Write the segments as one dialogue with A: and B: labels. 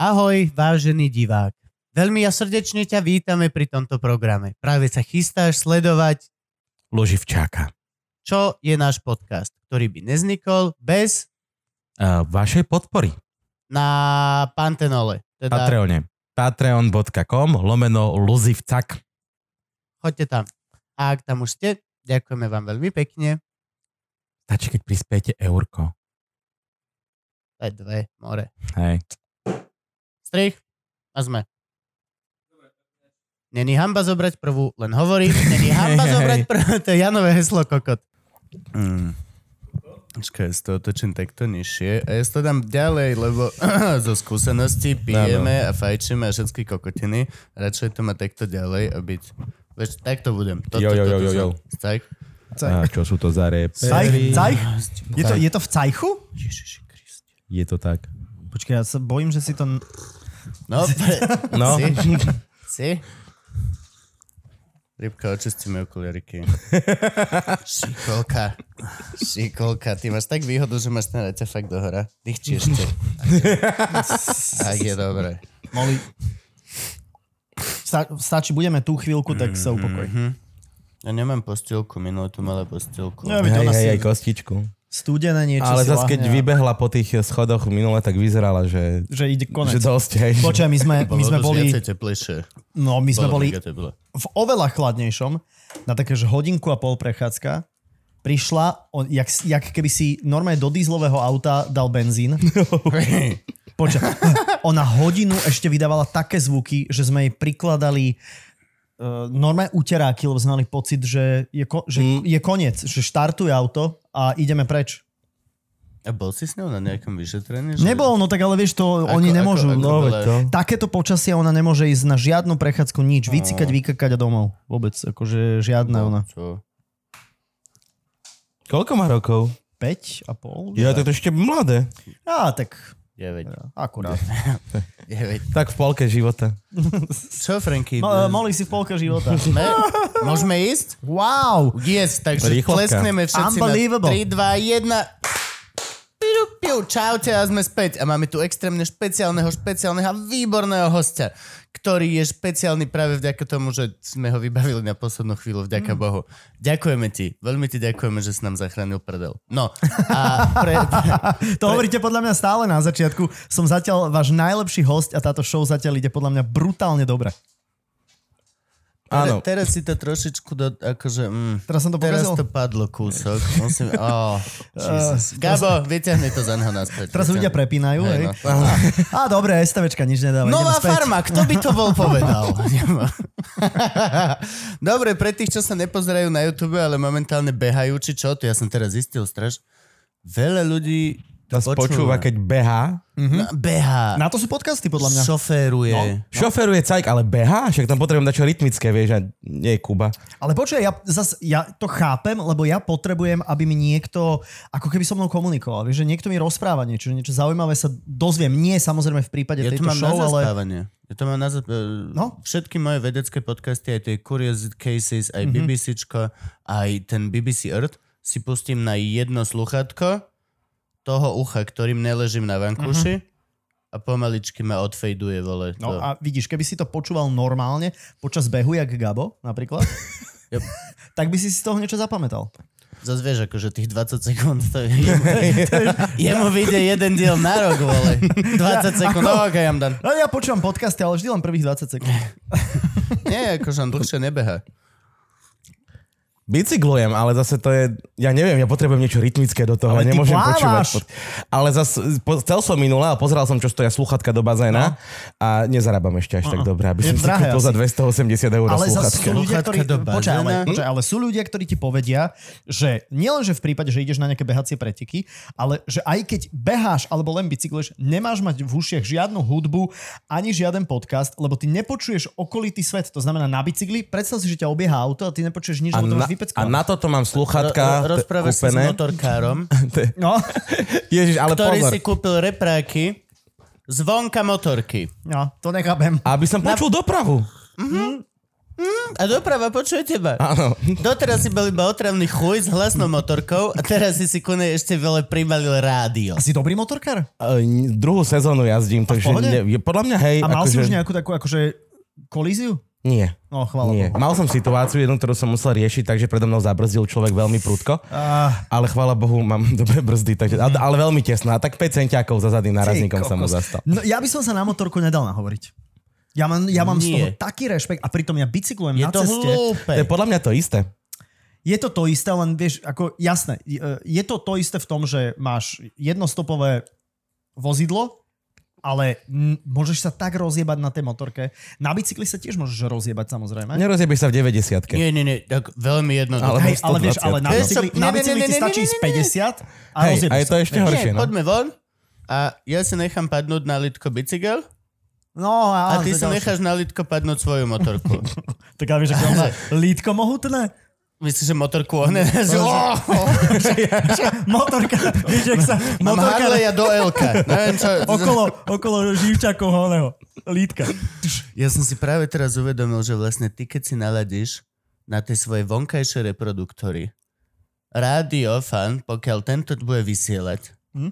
A: Ahoj, vážený divák. Veľmi ja srdečne ťa vítame pri tomto programe. Práve sa chystáš sledovať,
B: Loživčáka.
A: čo je náš podcast, ktorý by neznikol bez
B: Uh, vašej podpory.
A: na Pantenole. Teda
B: Patreone. Patreon.com lomeno Lozivcak.
A: choďte tam. A ak tam už ste, ďakujeme vám veľmi pekne.
B: Stačí, keď prispiete eurko.
A: Aj dve, more.
B: Hej.
A: Strich a sme. Není hamba zobrať prvú, len hovorí. Není hamba zobrať prvú, to je Janové heslo kokot.
C: Mm. Počkaj, ja si to otočím takto nižšie a ja si to dám ďalej, lebo zo skúseností pijeme a fajčíme a všetky kokotiny. Radšej to má takto ďalej a byť... Vieš, takto budem. Toto,
B: Jo, jo, jo,
C: toto
B: jo,
C: som-
B: jo.
C: Tak.
B: A čo sú to za
D: Cajch,
B: repery?
D: cajch? Je, to, je to v cajchu?
B: Je to tak.
D: Počkaj, ja sa bojím, že si to... n-
C: No,
B: No.
C: si? si? Rybka, očisti mi okuliariky. Šikolka. Šikolka. Ty máš tak výhodu, že máš ten fakt do hora. Dýchči ešte. Tak je dobré.
D: Moli... Sta- stačí, budeme tú chvíľku, tak sa upokoj.
C: Ja nemám postielku, minulé tu mala postielku.
D: Ja by to
B: Hej,
D: ona
B: hej,
D: si
B: aj kostičku.
D: studené niečo
B: Ale
D: si vlastne-
B: zase, keď
D: lahne a-
B: vybehla po tých schodoch minule, tak vyzerala, že,
D: Že ide konec.
B: že dosť. Hej.
D: Počkaj, my sme, my sme boli...
C: Viacej teplejšie.
D: No, my sme
C: Bolo
D: boli
C: mega teplo.
D: v oveľa chladnejšom, na také, že hodinku a pol prechádzka, prišla, on, jak, jak keby si normálne do dízlového auta dal benzín. Počkaj, ona hodinu ešte vydávala také zvuky, že sme jej prikladali uh, normálne uteráky, lebo sme mali pocit, že, je, ko- že mm. je koniec, že štartuje auto a ideme preč.
C: A bol si s ňou na nejakom vyšetrení? že-
D: Nebol, no tak ale vieš, to ako, oni
C: ako-
D: nemôžu.
C: ako-
D: no,
B: No, veď to.
D: takéto počasie ona nemôže ísť na žiadnu prechádzku, nič, vycikať, vykakať a domov. Vôbec, akože žiadna
C: No.
D: ona.
C: Čo?
B: Koľko má rokov?
D: 5 a pol?
B: Ja, tak to ešte mladé.
D: Á, tak
C: 9.
D: akurát.
C: 9.
B: Tak v polke života.
C: Čo, Franky?
D: No. Moli si v polke života.
C: Sme? Môžeme ísť?
D: Wow!
C: Yes, takže
B: Rýchlovka.
C: tleskneme všetci na
D: Unbelievable.
C: 3, 2, 1. Piu, piu, čaute a sme späť. A máme tu extrémne špeciálneho, špeciálneho a výborného hostia, ktorý je špeciálny práve vďaka tomu, že sme ho vybavili na poslednú chvíľu, vďaka mm. Bohu. Ďakujeme ti, veľmi ti ďakujeme, že si nám zachránil prdel. No a pre,
D: To hovoríte podľa mňa stále na začiatku. Som zatiaľ váš najlepší host a táto show zatiaľ ide podľa mňa brutálne dobre.
B: Áno.
C: Teraz si to trošičku do, akože... Mm,
D: Teraz som to
C: teraz
D: pokazil.
C: to padlo kúsok. Musím, oh, Jesus. Gabo, vyťahni to za neho naspäť.
D: Teraz ľudia
C: vyťahni.
D: prepínajú,
C: Hej,
D: hej.
C: no.
D: Á, dobre, STVčka nič nedáva.
C: Nová
D: ideme späť.
C: farma, kto by to bol povedal? Dobre, pre tých, čo sa nepozerajú na YouTube, ale momentálne behajú, či čo, to ja som teraz zistil straš. Veľa ľudí to
B: Nás počúva, keď behá.
C: No, behá,
D: Na to sú podcasty, podľa mňa.
C: šoféruje.
B: No. Šoferuje cajk, ale behá? Však tam potrebujem dačo rytmické, vieš, a nie je Kuba.
D: Ale počkaj, ja, zas, ja to chápem, lebo ja potrebujem, aby mi niekto, ako keby so mnou komunikoval. Vieš, že niekto mi rozpráva niečo, že niečo zaujímavé sa dozviem. Nie samozrejme v prípade
C: Ja to
D: tejto
C: mám
D: show,
C: na
D: ale...
C: zaspávanie. Ja to mám na zas...
D: No.
C: no? Všetky moje vedecké podcasty, aj tie Curious Cases, aj mm-hmm. BBCčko, aj ten BBC Earth si pustím na jedno sluchátko toho ucha, ktorým neležím na vankúši mm-hmm. a pomaličky ma odfejduje, vole. to.
D: No a vidíš, keby si to počúval normálne počas behu, jak Gabo napríklad,
C: Yep.
D: tak by si si z toho niečo zapamätal.
C: Zas vieš, akože tých 20 sekúnd to je... jemu vyjde jeden diel na rok, vole. 20 sekúnd, no ok, I'm done.
D: No ja počúvam podcasty, ale vždy len prvých 20 sekúnd.
C: Nie, akože on dlhšie nebeha.
B: Bicyklujem, ale zase to je, ja neviem, ja potrebujem niečo rytmické do toho,
D: Ale
B: ale
D: ty
B: nemôžem
D: plávaš.
B: počúvať. pod- Ale zase, po, chcel som minule a pozeral som, čo stoja sluchatka do bazéna no. a nezarábam ešte až tak dobre, aby
D: Je
B: som si
D: drahé
B: kúpil za
D: asi.
B: 280 eur
D: Ale zase
B: sluchatka.
D: sú ľudia,
C: Sluchátka
D: ktorí,
C: do
D: počkaj, ale,
C: bazéna.
D: počkaj, ale sú ľudia, ktorí ti povedia, že nielenže v prípade, že ideš na nejaké behacie preteky, ale že aj keď beháš alebo len bicykluješ, nemáš mať v ušiach žiadnu hudbu ani žiaden podcast, lebo ty nepočuješ okolitý svet. To znamená na bicykli, predstav si, že ťa obieha auto a ty nepočuješ nič,
B: A
D: lebo
B: na,
D: to máš
B: a
D: vypeckované.
B: na toto mám
C: Ro-
B: sluchatka
C: ro- rozprávaš sa s
B: kúpené.
C: motorkárom.
D: No,
B: Ježiš, ale
C: ktorý
B: pozor.
C: si kúpil repráky zvonka motorky.
D: no, to nechápem.
B: Aby som počul dopravu.
D: Mhm.
C: A doprava počuje teba.
B: Áno.
C: Doteraz si bol iba otravný chuj s hlasnou motorkou a teraz si si kone ešte veľa pribalil rádio.
D: A si dobrý motorkár?
B: E, n- Druhú sezónu jazdím, takže
D: pohode?
B: ne, je, podľa mňa hej.
D: A mal si
B: akože-
D: už nejakú takú akože kolíziu?
B: Nie.
D: No, chvála
B: Nie.
D: Bohu.
B: Mal som situáciu jednu, ktorú som musel riešiť, takže predo mnou zabrzdil človek veľmi prudko.
D: Ah,
B: Ale chvála Bohu, mám dobré brzdy, takže, ale, ale veľmi tesná. Tak 5 centiakov za zadným
D: ty
B: nárazníkom som mu
D: kokos.
B: zastal.
D: No, ja by som sa na motorku nedal nahovoriť. Ja mám, ja mám z toho
C: Nie.
D: taký rešpekt a pritom ja bicyklujem
C: Je
D: na
C: to
D: ceste.
B: To je
C: hlúpe.
B: podľa mňa to isté.
D: Je to to isté, len vieš, ako jasné, je- je to to isté v tom, že máš jednostopové vozidlo, ale m- môžeš sa tak rozjebať na tej motorke. Na bicykli sa tiež môžeš rozjebať samozrejme.
B: Nerozjebeš sa v 90
C: Nie, nie, nie, tak veľmi
B: Ale-
C: jednoducho.
D: Hej, ale vieš, ale na
B: 120.
D: bicykli,
C: Vieš čo,
D: na
C: ne, ne,
D: bicykli
C: ne,
D: ti
C: ne, ne,
D: stačí
C: ne,
D: z
C: ne, ne.
D: 50 a
B: Hej,
D: rozjebeš
B: a je to
D: sa.
B: ešte horšie,
C: Nie,
B: no.
C: poďme von a ja si nechám padnúť na litko bicykel
D: No,
C: a
D: a,
C: ty si necháš na litko padnúť svoju motorku.
D: Tak ale vieš, ako ona, lítko mohutné?
C: Myslíš, že motorku ohne?
B: Oh,
D: Motorka, vieš, jak sa
C: Mám
D: motorka
C: Harleja do Elka. Neviem, čo...
D: okolo, okolo živčakov oného. Lítka.
C: Ja som si práve teraz uvedomil, že vlastne ty, keď si naladíš na tie svoje vonkajšie reproduktory, rádiofan, pokiaľ tento bude vysielať,
D: Hm?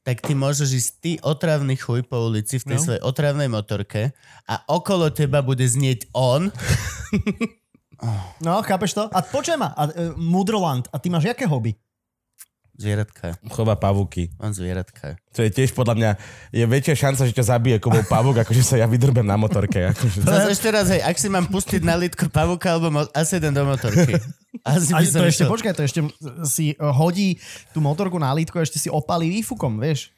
C: tak ty môžeš ísť ty otravný chuj po ulici v tej
D: No.
C: svojej otravnej motorke a okolo teba bude znieť on.
D: No, chápeš to? A počuj ma, a, e, Mudroland, a ty máš jaké hobby?
C: Zvieratka.
B: Chová pavuky.
C: On zvieratka.
B: To je tiež podľa mňa, je väčšia šanca, že ťa zabije kobou pavok, ako že sa ja vydrbem na motorke. Akože.
C: Zase ešte raz, hej, ak si mám pustiť na lítko pavuka alebo mo- asi idem do motorky. Asi
D: A
C: by
D: to
C: som išiel.
D: ešte, počkaj, to ešte si e, hodí tú motorku na lítko a ešte si opalí výfukom, vieš?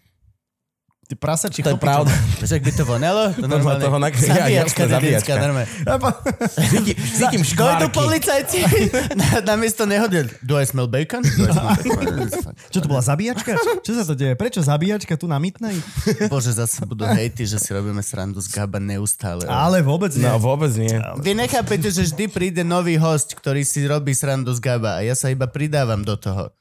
D: Ty prasači
B: To je
D: chlpičo.
B: pravda.
C: Však by to vonelo? To normálne.
B: toho nak- ja,
C: Zabíjačka,
B: jasné,
C: detinská,
B: zabíjačka.
C: normálne.
B: Cítim
C: Dojdu
B: škvárky.
C: policajti. Na, namiesto nehody. Do I smell bacon? Do I smell bacon?
D: Čo to bola, zabíjačka? Čo sa to deje? Prečo zabíjačka tu na mytnej?
C: Bože, zase budú hejty, že si robíme srandu z Gaba neustále.
D: Ale vôbec nie.
B: No vôbec nie.
C: Vy nechápete, že vždy príde nový host, ktorý si robí srandu z Gaba a ja sa iba pridávam do toho.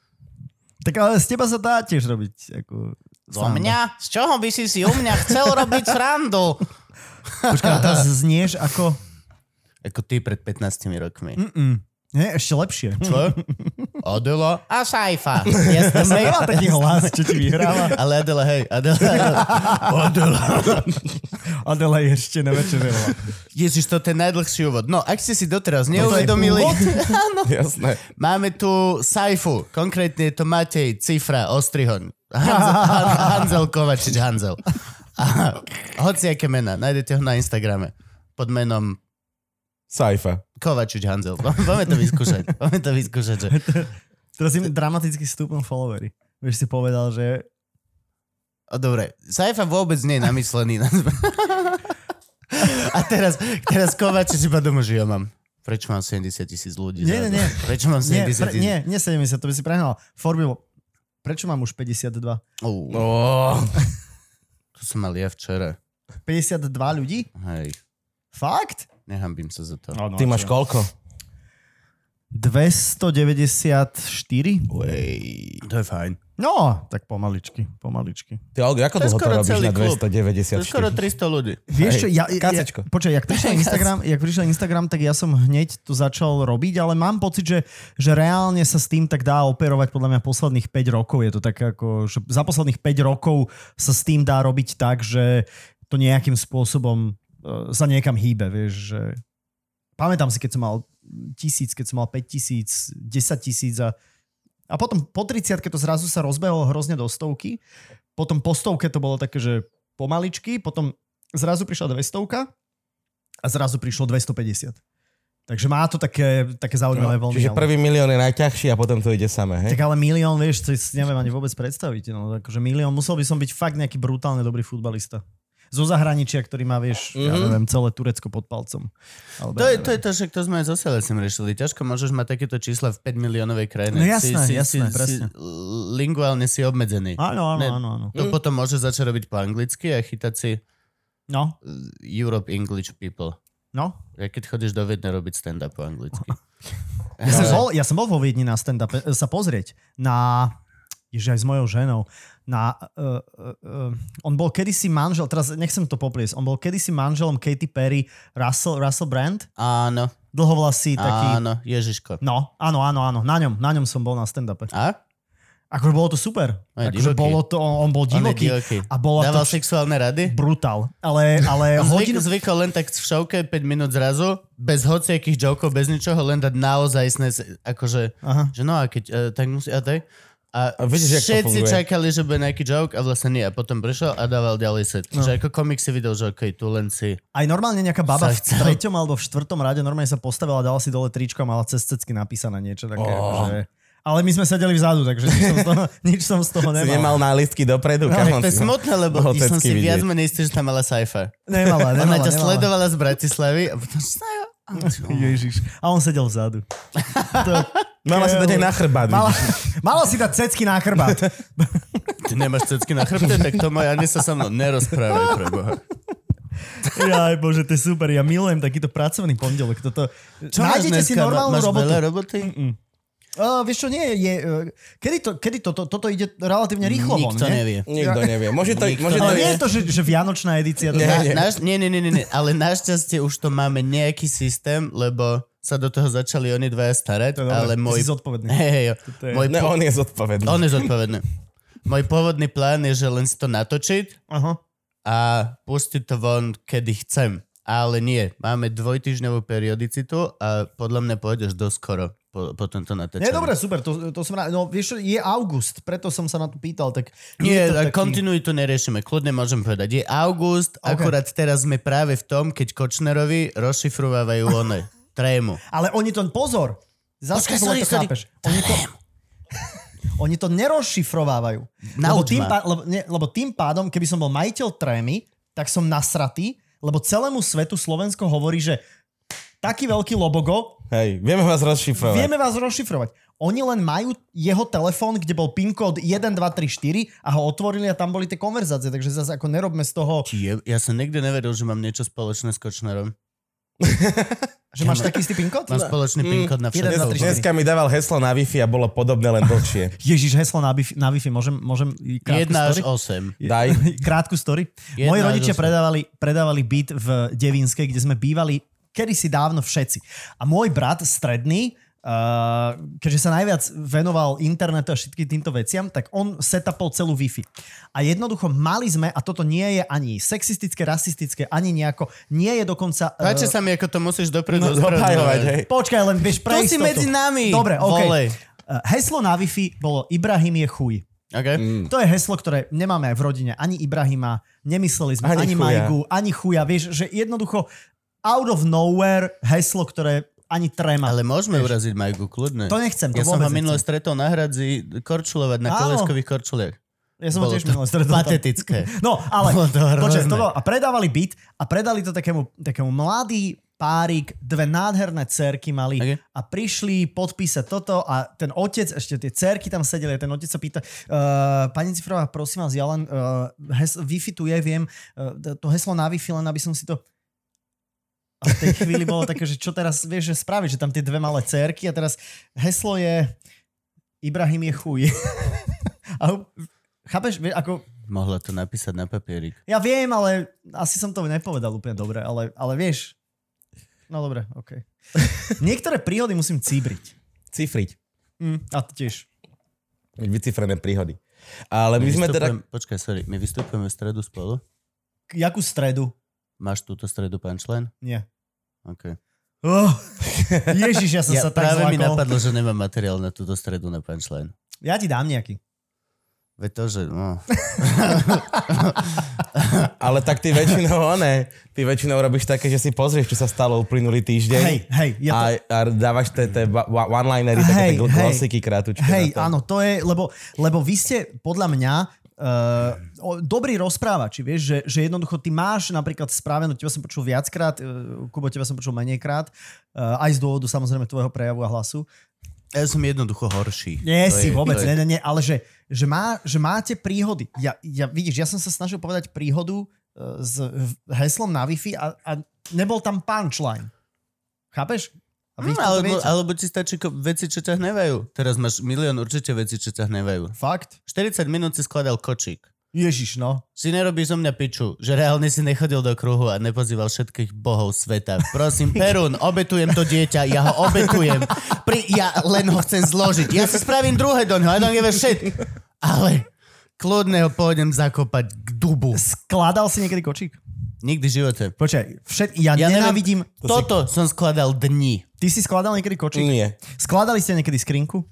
D: Tak ale z teba sa dá tiež robiť. Ako, sranda.
C: Z čoho by si si u mňa chcel robiť srandu?
D: Počkaj, a teraz znieš ako...
C: Ako ty pred 15 rokmi.
D: Mm-mm. Nie, ešte lepšie.
C: Čo? Adela? A Saifa. Ja
D: Ja
C: som
D: som nemal taký hlas, čo ti vyhráva.
C: Ale Adela, hej, Adela, Adela. Adela.
D: Adela je ešte nevečerila.
C: Ježiš, to je ten najdlhší úvod. No, ak ste si doteraz neuvedomili, Áno.
B: Jasné.
C: máme tu Saifu, konkrétne je to Matej, Cifra, Ostrihoň, Hanzel, Han, Hanzel Kovačič, Hanzel. A hociaké mená, nájdete ho na Instagrame pod menom
B: Sajfa.
C: Kovačič Hanzel. Poďme to vyskúšať. Poďme to vyskúšať. Že...
D: Teraz im dramaticky stúpnú followery. Vieš, si povedal, že...
C: O, dobre, Saifa vôbec nie je namyslený. na- A teraz, teraz Kovačič iba doma, že ja mám. Prečo mám 70 tisíc ľudí?
D: Nie, nie, nie.
C: Prečo mám
D: Nie,
C: 70
D: pre,
C: tisíc?
D: nie, nie 70, to by si prehnal. Forbilo, prečo mám už 52?
C: Oh,
B: Oh.
C: to som mal ja včera.
D: 52 ľudí?
C: Hej,
D: Fakt?
C: nehambím sa za to.
B: Ty máš
D: No.
B: koľko?
D: 294?
B: Uej.
C: To je fajn.
D: No, tak pomaličky, pomaličky.
B: Ty, Olgo, ako
C: To je
B: dlho to
C: skoro
B: robíš
C: celý
B: na
C: klub. To je
B: 294?
C: skoro 300 ľudí.
D: Vieš čo,
B: Hej,
D: ja, ja,
B: kacečko.
D: počkaj, jak prišiel, Instagram, jak prišiel Instagram, tak ja som hneď to začal robiť, ale mám pocit, že, že reálne sa s tým tak dá operovať podľa mňa posledných 5 rokov. Je to tak ako, že za posledných 5 rokov sa s tým dá robiť tak, že to nejakým spôsobom eh, sa niekam hýbe, vieš, že pamätám si, keď som mal tisíc, keď som mal 5 tisíc, 10 tisíc a, a potom po 30 to zrazu sa rozbehlo hrozne do stovky, potom po stovke to bolo také, že pomaličky, potom zrazu prišla 200 a zrazu prišlo 250. Takže má to také, také zaujímavé no, vlny.
B: Čiže
D: ale-
B: prvý milión je najťažší a potom to ide samé, hej?
D: tak ale milión, vieš, to si neviem ani vôbec predstaviť. No, akože milión, musel by som byť fakt nejaký brutálne dobrý futbalista. Zo zahraničia, ktorý má, vieš, mm-hmm. ja
B: Mhm.
D: neviem, celé Turecko pod palcom. Alebo
C: To
D: ja
C: je, to
D: neviem.
C: je to, však to sme aj so Selesim riešili. Ťažko môžeš mať takéto čísla v 5 miliónovej krajine.
D: No jasné, jasné, presne.
C: Si, linguálne si obmedzený.
D: Áno, áno,
C: Ne.
D: áno, áno.
C: To potom môže začať robiť po anglicky a chytať si uh,
D: No,
C: Europe English people.
D: no.
C: Ja keď chodíš do Viedne robiť stand-up po anglicky.
D: Ja som, bol, ja som bol vo Viedni na stand-up e, sa pozrieť na Ježiš, aj s mojou ženou. Na, uh, uh, uh, on bol kedysi manžel, teraz nechcem to popliesť, on bol kedysi manželom Katy Perry, Russell, Russell Brand,
C: Áno,
D: dlhovlasý taký.
C: áno, Ježiško.
D: No, áno, áno, áno, na ňom, na ňom som bol na stand-upe.
C: A?
D: Akože bolo to super.
C: On je
D: Akože
C: divoký.
D: bolo to, on, on
C: On
D: bol
C: je
D: divoký.
C: divoký.
D: A bola
C: Dával
D: to
C: sexuálne rady?
D: brutál. Ale, ale
C: On
D: hodinu...
C: Zvyk, zvykol len tak v šovke 5 minút zrazu, bez hociakých jokov, bez ničoho, len dať naozaj snes, akože,
D: Aha.
C: že no a keď, e, tak musí, a tak. A,
B: A vidíš, jak to
C: všetci
B: funguje.
C: čakali, že bude nejaký joke a vlastne nie. A potom prišiel a dával ďalej set. No. Že ako komik si videl, že okej, tu len si.
D: Aj normálne nejaká
C: Sa
D: baba v
C: chcel.
D: treťom alebo v štvrtom rade normálne sa postavila, dala si dole tričko a mala cez cecky napísané niečo také.
B: Oh.
D: Oh. Že... Ale my sme sedeli vzadu, takže nič som z toho, nič som z toho
B: Si
D: No, nemal.
B: nemal nálistky dopredu,
C: No,
B: kam
C: to je smutné, lebo
B: mohol
C: ty som
B: cecky
C: si viac
B: vidieť.
C: menej istý, že tam mala Saifa.
D: Nemala, No, nemala,
C: Ona ťa
D: nemala.
C: sledovala z Bratislavy a potom že Saifa, a ty, oh.
D: Ježiš. A on sedel vzadu. To...
B: Mala si dať aj na chrbát.
D: Mala,
B: vidíš.
D: mala si dať cecky na chrbát.
C: Ty nemáš cecky na chrbte, tak to moja ani sa so mnou nerozprávaj pre Boha.
D: Jaj, bože, to je super. Ja milujem takýto pracovný pondelok. Toto...
C: Čo máš
D: Nájdete si
C: dneska? Ma-
D: normálnu
C: máš
D: robotu.
C: veľa roboty?
D: Uh, vieš čo, nie je... Uh, kedy to, kedy to, to, toto ide relatívne rýchlo von,
C: Nikto
D: nie?
C: nevie.
B: Nikto nevie. Môže to,
C: Nikto
B: môže to
D: Ale No, nie
B: je.
D: je to, že, že vianočná edícia. To
B: Nie,
C: Na,
B: nie.
C: nie. Naš, nie, nie, nie, nie, nie, ale našťastie už to máme nejaký systém, lebo sa do toho začali oni dvaja starať,
D: To je dobré,
C: ale
D: ty
C: môj...
D: si zodpovedný.
C: Hej, hej, jo.
D: To je-
C: môj
B: Ne,
C: po...
B: on je zodpovedný.
C: on je zodpovedný. Môj pôvodný plán je, že len si to natočiť
D: Aha.
C: a pustiť to von, kedy chcem. Ale nie, máme dvojtyžňovú periodicitu a podľa mňa pôjdeš doskoro po, po tomto natočení.
D: Nie, dobre, super, to, to som rád. No, vieš, čo, je august, preto som sa na to pýtal, tak...
C: Nie,
D: je to
C: taký... kontinuitu neriešime, kľudne môžem povedať. Je august, okay. akurát teraz sme práve v tom, keď Kočnerovi rozšifrovávajú one, trému.
D: Ale oni to, pozor, zase
C: Počkaj, sorry,
D: to
C: sorry.
D: chápeš. Oni to, oni to nerozšifrovávajú. Lebo
C: Nauč ma.
D: tým, pá, lebo, nie, lebo tým pádom, keby som bol majiteľ trémy, tak som nasratý, lebo celému svetu Slovensko hovorí, že taký veľký lobogo,
B: Hej, vieme vás rozšifrovať.
D: vieme vás rozšifrovať. Oni len majú jeho telefón, kde bol PIN kód 1234 a ho otvorili a tam boli tie konverzácie, takže zase ako nerobme z toho...
C: Ti Je, ja som nikdy nevedel, že mám niečo spoločné s Kočnerom.
D: Že máš taký istý PIN kód?
C: Mám spoločný pin kód na
D: Mm. Jeden, dva, tri, štyri.
C: všetko.
B: Mm. Dneska mi dával heslo na Wi-Fi a bolo podobné, len dlhšie.
D: Ježiš, heslo na Wi-Fi, na Wi-Fi môžem, môžem krátku
C: 1 až
D: story?
C: 8.
B: Daj.
D: Krátku story.
C: Jedna
D: Moji
C: až
D: rodičia
C: osem.
D: predávali, predávali byt v Devinskej, kde sme bývali kedysi dávno všetci. A môj brat stredný, uh, keďže sa najviac venoval internetu a všetkým týmto veciam, tak on setupol celú Wi-Fi. A jednoducho mali sme, a toto nie je ani sexistické, rasistické, ani nejako, nie je dokonca... eh,
C: Páči sa mi, ako to musíš dopredu
B: No, obhajovať, hej.
D: Počkaj, len vieš pre
C: si
D: istotu.
C: medzi nami,
D: Dobre, OK.
C: volej.
D: Eh, Heslo na Wi-Fi bolo Ibrahim je chuj.
C: Okay.
B: Mm.
D: To je heslo, ktoré nemáme aj v rodine. Ani Ibrahima, nemysleli sme, ani, ani
B: Ani chuja.
D: Majgu, ani chuja. Vieš, že jednoducho out of nowhere heslo, ktoré ani trema.
C: Ale môžeme uraziť Majku, kľudne.
D: To nechcem,
C: ja
D: to
C: som
D: vôbec
C: ho minule
D: nechcem.
C: stretol na hradzi korčulovať na
D: Áno.
C: koleskových korčuliach.
D: Ja som ho
C: Bolo
D: tiež
C: to
D: minulé stretol tam.
C: patetické.
D: No, ale
C: Bolo to hrozné.
D: počas toho, a predávali byt a predali to takému, takému mladý párik, dve nádherné cerky mali
C: Ok.
D: a prišli podpísať toto a ten otec, ešte tie cerky tam sedeli a ten otec sa pýta, uh, pani Cifrová, prosím vás, ja len uh, hes- Wi-Fi tu je, viem, uh, to heslo na Wi-Fi, len aby som si to... A v tej chvíli bolo také, že čo teraz vieš, že spraviť, že tam tie dve malé cerky a teraz heslo je Ibrahim je chuj. a chápeš, vie- ako
C: Mohla to napísať na papierik.
D: ja viem, ale asi som to nepovedal úplne dobre, ale, ale vieš. No dobre, OK. Niektoré príhody musím cíbriť.
B: Cifriť.
D: Mm, a ty tiež.
B: Vycifrené príhody. Ale my,
C: My
B: sme teda...
C: vystupujeme- Počkaj, sorry, my vystupujeme v stredu spolu.
D: K- Jakú stredu?
C: Máš túto stredu punchline?
D: Nie.
C: OK.
D: Oh, ježiš, ja som
C: Ja,
D: sa tak
C: práve mi
D: zlákol.
C: napadlo, že nemám materiál na túto stredu na punchline.
D: Ja ti dám nejaký.
C: Veď to, že... No.
B: Ale tak ty väčšinou, one, ty väčšinou robíš také, že si pozrieš, čo sa stalo uplynulý týždeň.
D: Hej, hej. Ja to,
B: a, a dávaš tie tie wa- wa- one-linery, také
D: Hej,
B: tie gl-
D: hej.
B: glosiky krátučké.
D: Hej,
B: na to.
D: áno, to je, lebo, lebo vy ste podľa mňa
C: Mm.
D: Uh, dobrý rozprávači, vieš, že, že jednoducho ty máš napríklad spravenú, teba som počul viackrát, uh, Kubo, teba som počul menejkrát, uh, aj z dôvodu samozrejme tvojho prejavu a hlasu.
C: Ja som jednoducho horší.
D: Nie
C: To
D: si
C: je-
D: vôbec,
C: to je-
D: ne, ne, ne, ale že, že, má, že máte príhody. Ja, ja, vidíš, ja som sa snažil povedať príhodu uh, s v- heslom na Wi-Fi a, a nebol tam punchline. Chápeš? A
C: Hm,
D: vy ich to
C: alebo,
D: viete.
C: alebo ti stačí ko- veci, čo ťa hnevajú. Teraz máš milión určite veci, čo ťa hnevajú.
D: Fakt?
C: 40 minút si skladal kočík.
D: Ježiš, no.
C: Si nerobíš zo mňa piču, že reálne si nechodil do kruhu a nepozýval všetkých bohov sveta. Prosím, Perun, obetujem to dieťa, ja ho obetujem. Pri, ja len ho chcem zložiť. Ja si spravím druhé do ňoho, I don't give a shit. Ale kľudne ho pôjdem zakopať k dubu.
D: Skladal si niekedy kočík?
C: Nikdy v živote.
D: Počkaj, všet, ja,
C: Ja
D: ja
C: neviem-
D: nenávidím...
C: Toto som skladal dni.
D: Ty si skladal niekedy kočík?
B: Nie.
D: Skladali ste niekedy skrinku?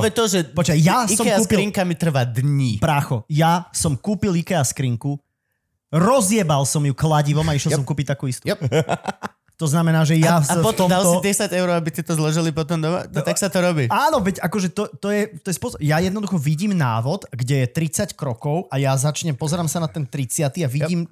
C: No veď to, že
D: Počkaj, ja som
C: IKEA
D: kúpil-
C: skrinka mi trvá dní.
D: Prácho, ja som kúpil IKEA skrinku, rozjebal som ju kladivom a išiel som kúpiť takú istú.
C: Yep.
D: To znamená, že ja
C: A
D: v
C: potom
D: tomto...
C: dal si 10 eur, aby ti to zložili potom doma? No, tak sa to robí.
D: Áno, veď akože to, to, je, to je spôsob. Ja jednoducho vidím návod, kde je 30 krokov a ja začnem, pozerám sa na ten 30 a vidím,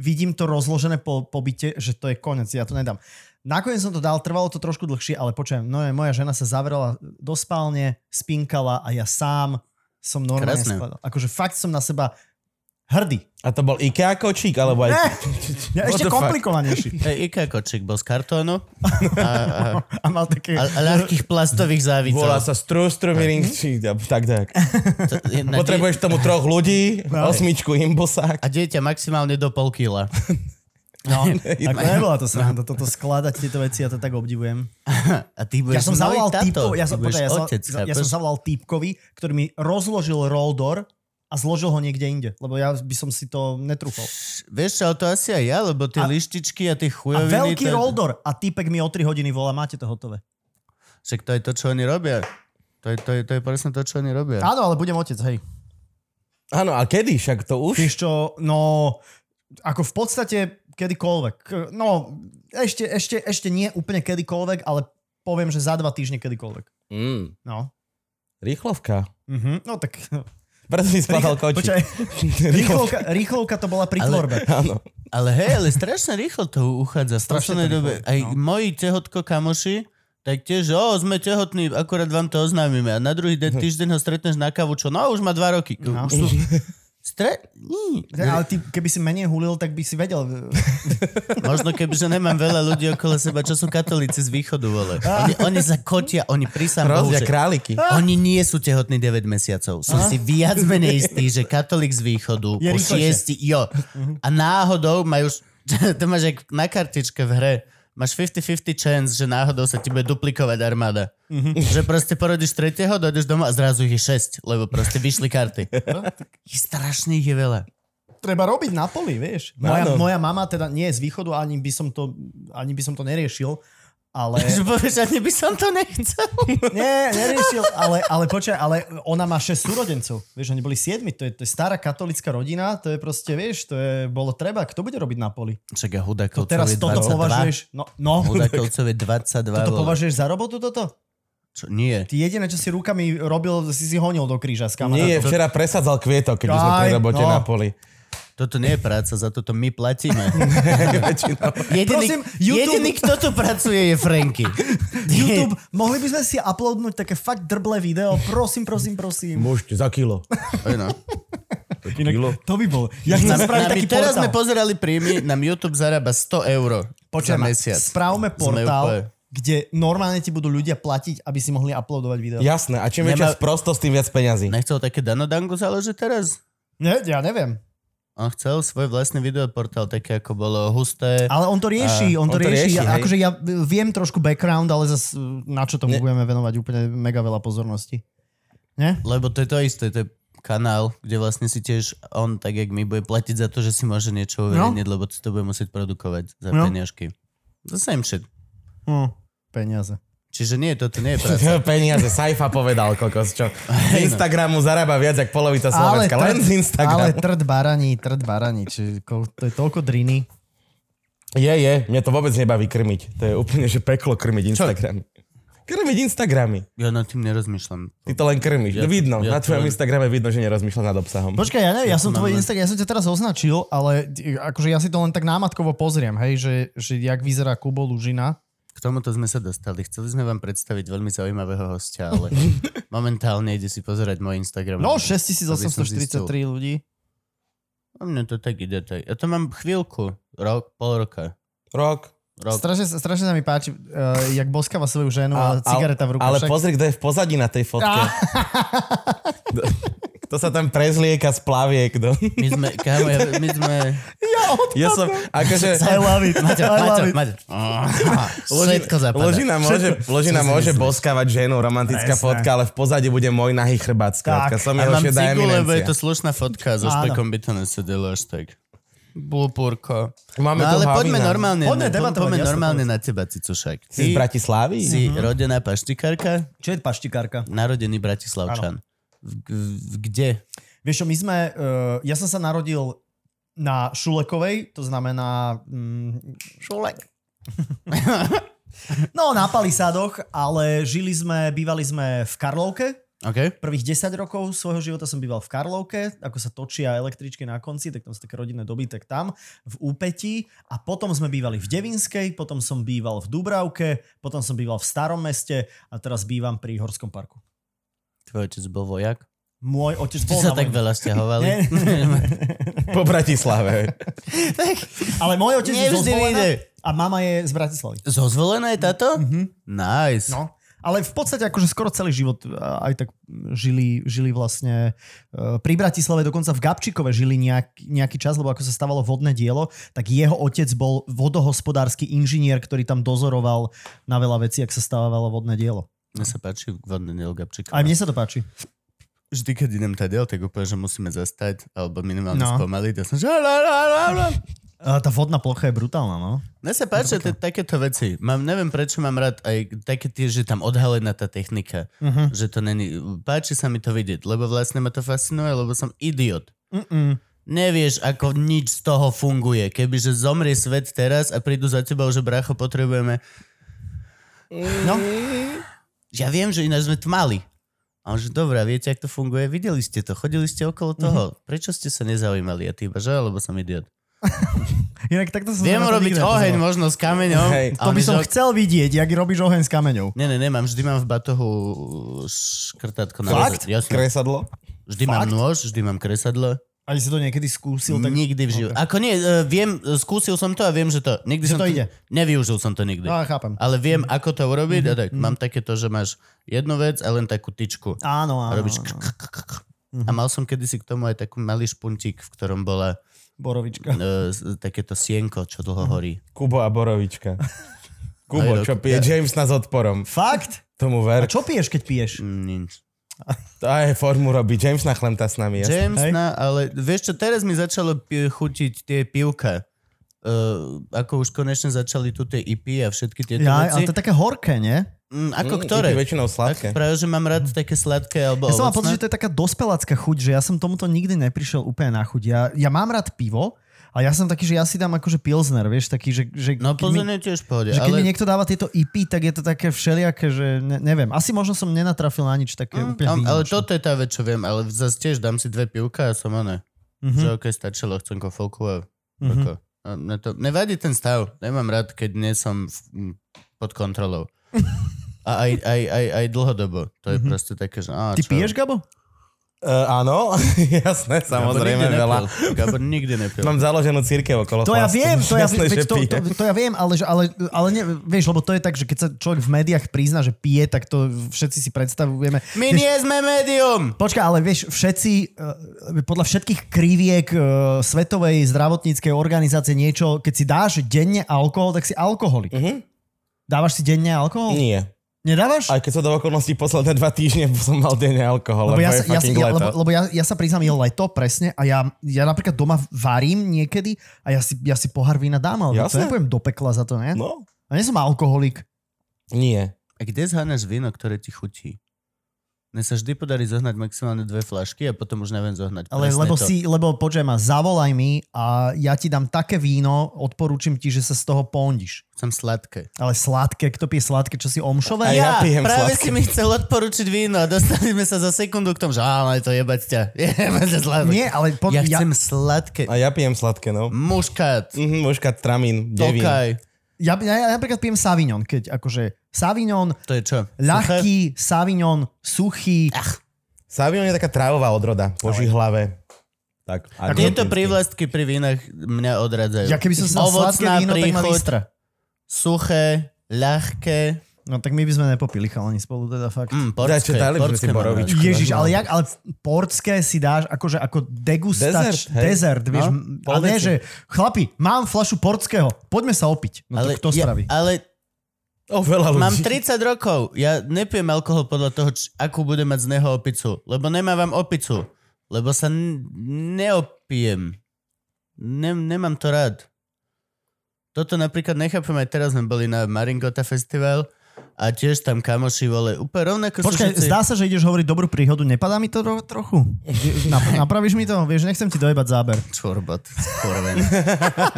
D: vidím to rozložené po, po byte, že to je koniec, ja to nedám. Nakoniec som to dal, trvalo to trošku dlhšie, ale počujem, no je, moja žena sa zavrela do spálne, spinkala a ja sám som normálne
C: Krásne.
D: spadal. Akože fakt som na seba hrdý.
B: A to bol IKEA kočík, alebo aj...
D: Ne, ja
B: What
D: ešte
B: the fuck?
D: komplikovanejší.
C: Hey, IKEA kočík bol z kartónu a, a,
D: A mal také...
C: a ľahkých plastových závicov.
B: Volá sa strustrumiring, či tak, tak.
C: To je na die-
B: Potrebuješ k tomu troch ľudí, osmičku imbosák.
C: A dieťa maximálne do pol kila.
D: No, ako nebola to sranda, toto skladať tieto veci, ja to tak obdivujem.
C: A ty budeš
D: Ja
C: nový
D: som zavolal
C: tato.
D: typko, ja som,
C: ty budeš
D: počkaj, ja, som,
C: otec,
D: ja som
C: chápeš?
D: zavolal typkovi, ktorý mi rozložil roldor a zložil ho niekde inde, lebo ja by som si to netrúfal.
C: Vieš čo, ale to asi aj ja, lebo tie
D: A-
C: lištičky a tie
D: A
C: chujoviny...
D: veľký
C: to-
D: roldor a typek mi o 3 hodiny volá, máte to hotové.
C: Však to je to, čo oni robia. To je, to je, to je presne to, čo oni robia.
D: Áno, ale budem otec, hej.
B: Áno, a kedy? Však to už?
D: Vieš čo, no, ako v podstate kedykoľvek. No, ešte, ešte, ešte nie úplne kedykoľvek, ale poviem, že za dva týždne kedykoľvek.
B: Mm,
D: No.
B: rýchlovka.
D: Mhm. No tak...
B: Preto si spadal kočík.
D: Počkaj, rýchlovka, rýchlovka to bola pri
C: Ale-
D: tvorbe.
B: Áno.
C: Ale hej, ale strašne rýchlo to uchádza. v
D: Strašne
C: Strašne
D: to
C: dobe.
D: rýchlo,
C: Aj
D: no.
C: moji tehotko kamoši, tak tiež, o, sme tehotní, akurát vám to oznámime. A na druhý deň, týždeň ho stretneš na kavu, čo, no, už má dva roky.
D: No.
C: Už sú... Stre... Ní.
D: Ale ty, keby si menej hulil, tak by si vedel.
C: Možno keby, že nemám veľa ľudí okolo seba, čo sú katolíci z východu, vole. Oni, oni sa kotia, oni prísam Bohu, že
B: Rozdia králiky.
C: oni nie sú tehotní 9 mesiacov. Som si viac menej istý, že katolík z východu
D: Je
C: po
D: rýchlejšie.
C: šiesti, jo. A náhodou majú, to máš jak na kartičke v hre, máš 50-50 chance, že náhodou sa ti bude duplikovať armáda.
D: Mhm.
C: Že proste porodíš tretieho, dojdeš domov a zrazu ich je 6, lebo proste vyšli karty.
D: No,
C: Je strašne ich je veľa.
D: Treba robiť na poli, vieš. Moja,
B: Áno.
D: moja mama teda nie je z východu, ani by som to, ani by som to neriešil. Ale...
C: Že povieš, ani by som to nechcel.
D: Nie, neriešil, ale, ale počkaj, ale ona má 6 súrodencov. Vieš, oni boli 7, to je, to je stará katolická rodina, to je proste, vieš, to je, bolo treba. Kto bude robiť na poli?
C: Čak ja hudákov
D: To teraz toto považuješ... No, no
C: Hudákovcov je 22.
D: toto
C: vole.
D: považuješ za robotu toto?
C: Čo, nie.
D: Ty jediné, čo si rukami robil, si si honil do kríža s
B: Nie,
D: kamarátom.
B: včera presadzal kvietok, keď už sme pri
D: Aj,
B: robote
D: no.
B: na poli.
C: Toto nie je práca, za toto my platíme.
B: Väčšinou.
C: jediný,
D: Prosím, YouTube-
C: jediný, kto tu pracuje, je Franky.
D: YouTube, mohli by sme si uploadnúť také fakt drblé video, prosím, prosím, prosím.
B: Môžete, za kilo.
D: Inak, to by bolo. Ja chcem
C: Na-
D: spraviť
C: na-
D: taký
C: my teraz
D: portál.
C: sme pozerali príjmy, nám YouTube zarába 100 eur za
D: ma,
C: mesiac. Sme
D: Spravme
C: úplne-
D: portál, kde normálne ti budú ľudia platiť, aby si mohli uploadovať video. Ja,
B: Jasné, a čím
C: Nemá-
B: väčšia sprostosť, tým viac peňazí.
C: Nechcel také Danodangu založiť teraz?
D: ne, ja neviem.
C: On chcel svoj vlastný videoportál, také ako bolo husté.
D: Ale on to rieši, on to rieši.
B: hej.
D: Ja, akože ja viem trošku background, ale zas, uh, na čo tomu budeme venovať úplne mega veľa pozornosti. Ne?
C: Lebo to je to isté, to je kanál, kde vlastne si tiež on, tak jak my, bude platiť za to, že si môže niečo uverejniť, lebo si to bude musieť produkovať za
D: No.
C: peniažky. The same shit.
D: Hm, peniaze.
C: Čiže nie, toto nie je práca.
B: Peniaze, Saifa povedal, kokos, čo?
D: no.
B: Z Instagramu zarába viac, jak polovica Slovenska. Len z
D: ale
B: Instagramu.
D: trd baraní, trd baraní. Čiže ko- to je toľko driny.
B: Je, je, mňa to vôbec nebaví krmiť. To je úplne, že peklo krmiť Instagramy. Krmiť Instagramy.
C: Ja nad tým nerozmýšľam.
B: Ty to len krmiš.
C: Ja to-
B: vidno,
C: ja
B: na
C: to len-
B: tvojom Instagrame vidno, že nerozmýšľa nad obsahom.
D: Počkaj, ja neviem, ja som
C: to mám
D: tvoj
C: len-
D: Instagram, ja som ťa teraz označil, ale ty- akože ja si to len tak námatkovo pozriem, hej, že, že jak vyzerá Kubo Lužina.
C: K tomuto sme sa dostali. Chceli sme vám predstaviť veľmi zaujímavého hostia, ale momentálne ide si pozerať môj Instagram.
D: No,
C: Aby som
D: 6843
C: zistil.
D: ľudí.
C: A mne to tak ide. Tak. Ja to mám chvíľku, rok, pol roka.
B: Rok.
C: Rok.
D: Strašne, strašne sa mi páči, uh, jak boskáva svoju ženu
B: A-
D: a, No, cigareta v ruke.
B: Ale
D: však. Ah.
B: pozri, kto je v pozadí na tej fotke. to sa tam prezlieka z plaviek. No.
C: My sme, kámo, ja, my sme...
B: Ja som, akože...
D: I love it.
C: Maťo,
D: I love
C: Maťo,
D: it.
C: Maťo. Všetko zapadá.
B: Ložina môže, ložina môže boskávať ženu, romantická
D: Presne.
B: fotka, ale v pozadí bude môj nahý chrbát. Skrátka,
D: Tak.
B: som
C: A
B: jeho
C: mám
B: šedá
C: cigu, lebo je
B: eminencia.
C: to slušná fotka, so
D: Áno.
C: špekom by to nesedelo až tak. Blúpurko.
B: Máme
C: No
B: tu
C: ale
B: Havina.
C: poďme normálne,
D: Poďme
C: po-
D: debatovať,
C: poďme
D: jasne,
C: normálne na teba, Cicušek.
B: Si z
C: Ty,
B: Bratislavy?
C: si rodená paštikárka,
D: Čo je paštikárka?
C: narodený Bratislavčan. V, v- v, kde?
D: Vieš čo, my sme, uh, ja som sa narodil na Šulekovej, to znamená... Mm, Šulek. no, na Palisádoch, ale žili sme, bývali sme v Karlovke.
C: OK?
D: Prvých 10 rokov svojho života som býval v Karlovke, ako sa točia električky na konci, tak tam sú také rodinné doby, tak tam, v Úpetí. A potom sme bývali v Devinskej, potom som býval v Dubravke, potom som býval v Starom meste a teraz bývam pri Horskom parku.
C: Tvoj otec bol vojak?
D: Môj otec
C: Ty
D: bol
C: sa
D: na
C: tak
D: vojne.
C: veľa stiahovali.
D: Nie.
B: Po Bratislave.
D: Ale môj otec je
C: Nevždy
D: zo Zvolena
C: vyjde.
D: a mama je z Bratislavy.
C: Zozvolená je táto?
D: Mhm.
C: Nice.
D: No. Ale v podstate akože skoro celý život eh, aj tak žili, žili vlastne eh, pri Bratislave, dokonca v Gabčíkove žili nejak, nejaký čas, lebo ako sa stávalo vodné dielo, tak jeho otec bol vodohospodársky inžinier, ktorý tam dozoroval na veľa vecí, ak sa stávalo vodné dielo.
C: Mne sa páči vodný Neil Gabčík.
D: Aj mne sa to páči. E,
C: Vždy, keď idem tady, tak úplne, že musíme zastať, alebo minimálne
D: No.
C: spomaliť. Ja som, že... la, la, la, la.
D: A tá vodná plocha je brutálna, no.
C: Mne sa páčia tie- takéto veci. Mám, neviem, prečo mám rád aj také tie, že tam odhalená tá technika.
D: Uh-huh.
C: Že to není... Páči sa mi to vidieť, lebo vlastne ma to fascinuje, lebo som idiot.
D: Mm-mm.
C: Nevieš, ako nič z toho funguje. Kebyže zomrie svet teraz a prídu za tebou, že bracho, potrebujeme... No. Ja viem, že ináč sme tmali. A on že, dobrá, viete, ako to funguje? Videli ste to, chodili ste okolo
D: Mhm.
C: toho. Prečo ste sa nezaujímali? A ty iba, že, lebo som idiot.
D: Inak takto som sa
C: Viem
D: na No, to
C: robiť
D: nikdy
C: oheň
D: nepozeral.
C: možno s kameňom.
B: Hej.
C: A
D: To
C: on
D: by
C: je,
D: som
C: že,
D: chcel vidieť, jak robíš oheň s kameňou.
C: Ne, ne, nemám, vždy mám v batohu škrtátko na rozhod-
B: Fakt?
C: No, Jasne.
B: Kresadlo?
C: Vždy mám nôž, vždy mám kresadlo.
D: Ani si to niekedy skúsil, tak...
C: Nikdy v živote. Ako nie, e, viem, e, skúsil som to a viem, že to... Nikdy
D: Že
C: som
D: to ide.
C: Nevyužil som to nikdy.
D: No, Mhm. ja chápem.
C: Ale viem, ako to urobiť. A tak, mám takéto, že máš jednu vec a len takú tyčku.
D: Áno,
C: A
D: áno.
C: robíš...
D: áno.
C: kr- kr- kr- kr- kr. A
D: Mhm.
C: mal som kedysi k tomu aj taký malý špuntík, v ktorom bola
D: Borovička.
C: e, s- takéto sienko, čo
D: Mhm.
C: dlho horí.
B: Kubo a Borovička. Kubo,
C: Aj,
B: čo
C: dok-
B: pije James na s odporom.
D: Fakt?
B: Tomu
D: A
B: ver.
D: čo piješ, keď piješ?
C: Mm, Nič.
B: Aj formu robí. James na chlemta s nami. Jasne.
C: James,
D: Hej.
C: na, ale vieš čo, teraz mi začalo pi- chutiť tie pivka. Uh, ako už konečne začali tu tie IP a všetky tieto
D: Ja, ale
C: veci.
D: to je také horké, nie?
C: Mm, ako
B: Mm,
C: ktoré?
B: je väčšinou
C: Ako
B: sladké.
C: práve, že mám rád také sladké alebo
D: Ja som mal
C: ovocné.
D: pocit, že to je taká dospelácka chuť, že ja som tomuto nikdy neprišiel úplne na chuť. Ja, ja mám rád pivo, a ja som taký, že ja si dám akože pilsner, vieš, taký, že, že
C: No
D: keď, mi,
C: pozorne tiež v pohode,
D: že keď mi
C: ale
D: niekto dáva tieto IP, tak je to také všelijaké, že ne, neviem. Asi možno som nenatrafil na nič také
C: Mm,
D: úplne
C: am- ale
D: výnimočné.
C: toto je tá vec, čo viem, ale zase tiež dám si dve pivka a som oné. Že okej, stačilo, chcem kofolku a
D: Mhm.
C: mm a mne to, nevadí ten stav, nemám rád, keď nie som v, m, pod kontrolou. A aj, aj, aj, aj dlhodobo. To je
D: Mhm.
C: proste také, že... Á,
D: Ty
C: čo?
D: piješ, Gabo?
B: Uh, áno, jasné,
C: Gabor
B: samozrejme
C: nikdy
B: veľa.
C: nepil. Gabor nikdy nepil.
D: No.
B: Mám založenú církev okolo
D: To ja
B: chlastu.
D: viem, to ja,
B: Jasné,
D: veď
B: že
D: to, to,
B: pije.
D: to ja viem, ale, že- ale, ale ne, vieš, lebo to je tak, že keď sa človek v médiách prizná, že pije, tak to všetci si predstavujeme.
C: My
D: Vieš,
C: nie sme médium!
D: Počkaj, ale vieš, všetci, eh, podľa všetkých kriviek eh, Svetovej zdravotníckej organizácie niečo, keď si dáš denne alkohol, tak si alkoholik.
B: Mhm.
D: Dávaš si denne alkohol?
B: Nie.
D: Nedávaš?
B: Aj keď sa do okolností posledné dva týždne som mal denne alkohol, lebo,
D: ja,
B: je
D: sa- ja, si-
B: fucking
D: ja,
B: leto.
D: lebo, lebo ja, ja sa priznám, je leto, presne, a ja, ja napríklad doma varím niekedy a ja si, ja si pohár vína dám, ale to
B: Jasné.
D: nepoviem do pekla za to, ne?
B: No,
D: A nie som alkoholik.
B: nie.
C: A kde zháňaš víno, ktoré ti chutí? Mne sa vždy podarí zohnať maximálne dve flašky a potom už neviem zohnať.
D: Ale
C: Presne
D: lebo
C: to.
D: si, lebo počujem ma, zavolaj mi a ja ti dám také víno, odporúčam ti, že sa z toho pondiš.
C: Chcem sladké.
D: Ale sladké, kto pije sladké, čo si omšové?
B: Aj ja pijem
C: práve
B: sladké.
C: si mi chcel odporučiť víno a dostali sme sa za sekundu k tomu, že áno, je to jebať ťa. Jebať ťa sladké.
D: Nie, ale po,
C: ja, chcem sladké.
B: A ja pijem sladké, no.
C: Muškat.
B: Mhm, mužka tramín, devín.
C: Tokaj.
D: ja, ja, ja napríklad pijem Savignon, keď akože Savignon,
C: To je čo?
D: ľahký, Savignon, suchý.
B: Savion je taká trávová odroda, po žihlave. Tak.
C: Suché? Tieto prívlastky pri vínach mňa odradzajú.
D: Ja keby som sa dal sladké
C: Ovocná
D: víno, tak mám
C: príchuť,
D: istra.
C: suché, ľahké.
D: No tak my by sme nepopili chalani spolu teda fakt.
C: Mm,
B: Dajte,
C: portské,
B: dali by sme
C: portské
B: si
C: mám
B: borovičku.
C: rád.
D: Ježiš, ale, jak, ale portské si dáš akože ako degustač,
B: Dezert, hej.
D: desert, vieš,
B: No,
D: no, a ne,
B: povedz si.
D: že chlapi, mám flašu portského, poďme sa opiť. No
C: Ale,
D: to kto spraví?
C: Ja, ale
B: O, Oh, veľa ľudí.
C: mám 30 rokov, ja nepijem alkohol podľa toho, č- akú bude mať z neho opicu, lebo nemávam opicu, lebo sa n- neopijem. Ne- nemám to rád. Toto napríklad nechápem, aj teraz sme boli na Maringota Festival a tiež tam kamoši vole, úplne rovnako sú
D: Počkaj,
C: všetci-
D: zdá sa, že ideš hovoriť dobrú príhodu, nepadá mi to ro- trochu? Nap- napravíš mi to? Vieš, nechcem ti dojebať záber.
C: Čurbot, skurvený.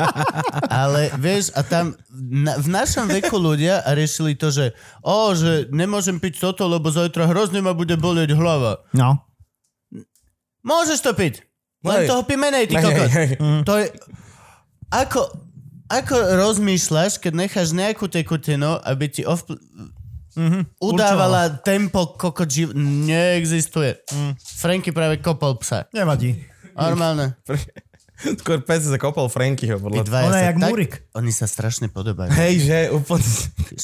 C: Ale vieš, a tam na, v našom veku ľudia riešili to, že o, že nemôžem piť toto, lebo zajtra hrozne ma bude bolieť hlava.
D: No.
C: Môžeš to piť. Len
B: Hej.
C: toho pí menej, ty
B: Hej,
C: kokot.
B: hej, hej.
C: To je... Ako, ako rozmýšľaš, keď necháš nejakú tekutinu, aby ti ovpl- udávala tempo kokot živ... Neexistuje. Mhm. Franky práve kopol psa.
D: Nevadí.
C: Normálne.
B: Skôr pes sa kopol Frankyho,
C: Tí
B: podľa toho.
C: dvaja
D: Ona je
C: sa
D: jak
C: tak-
D: Murik.
C: Oni sa strašne podobajú.
B: Hej, že úplne...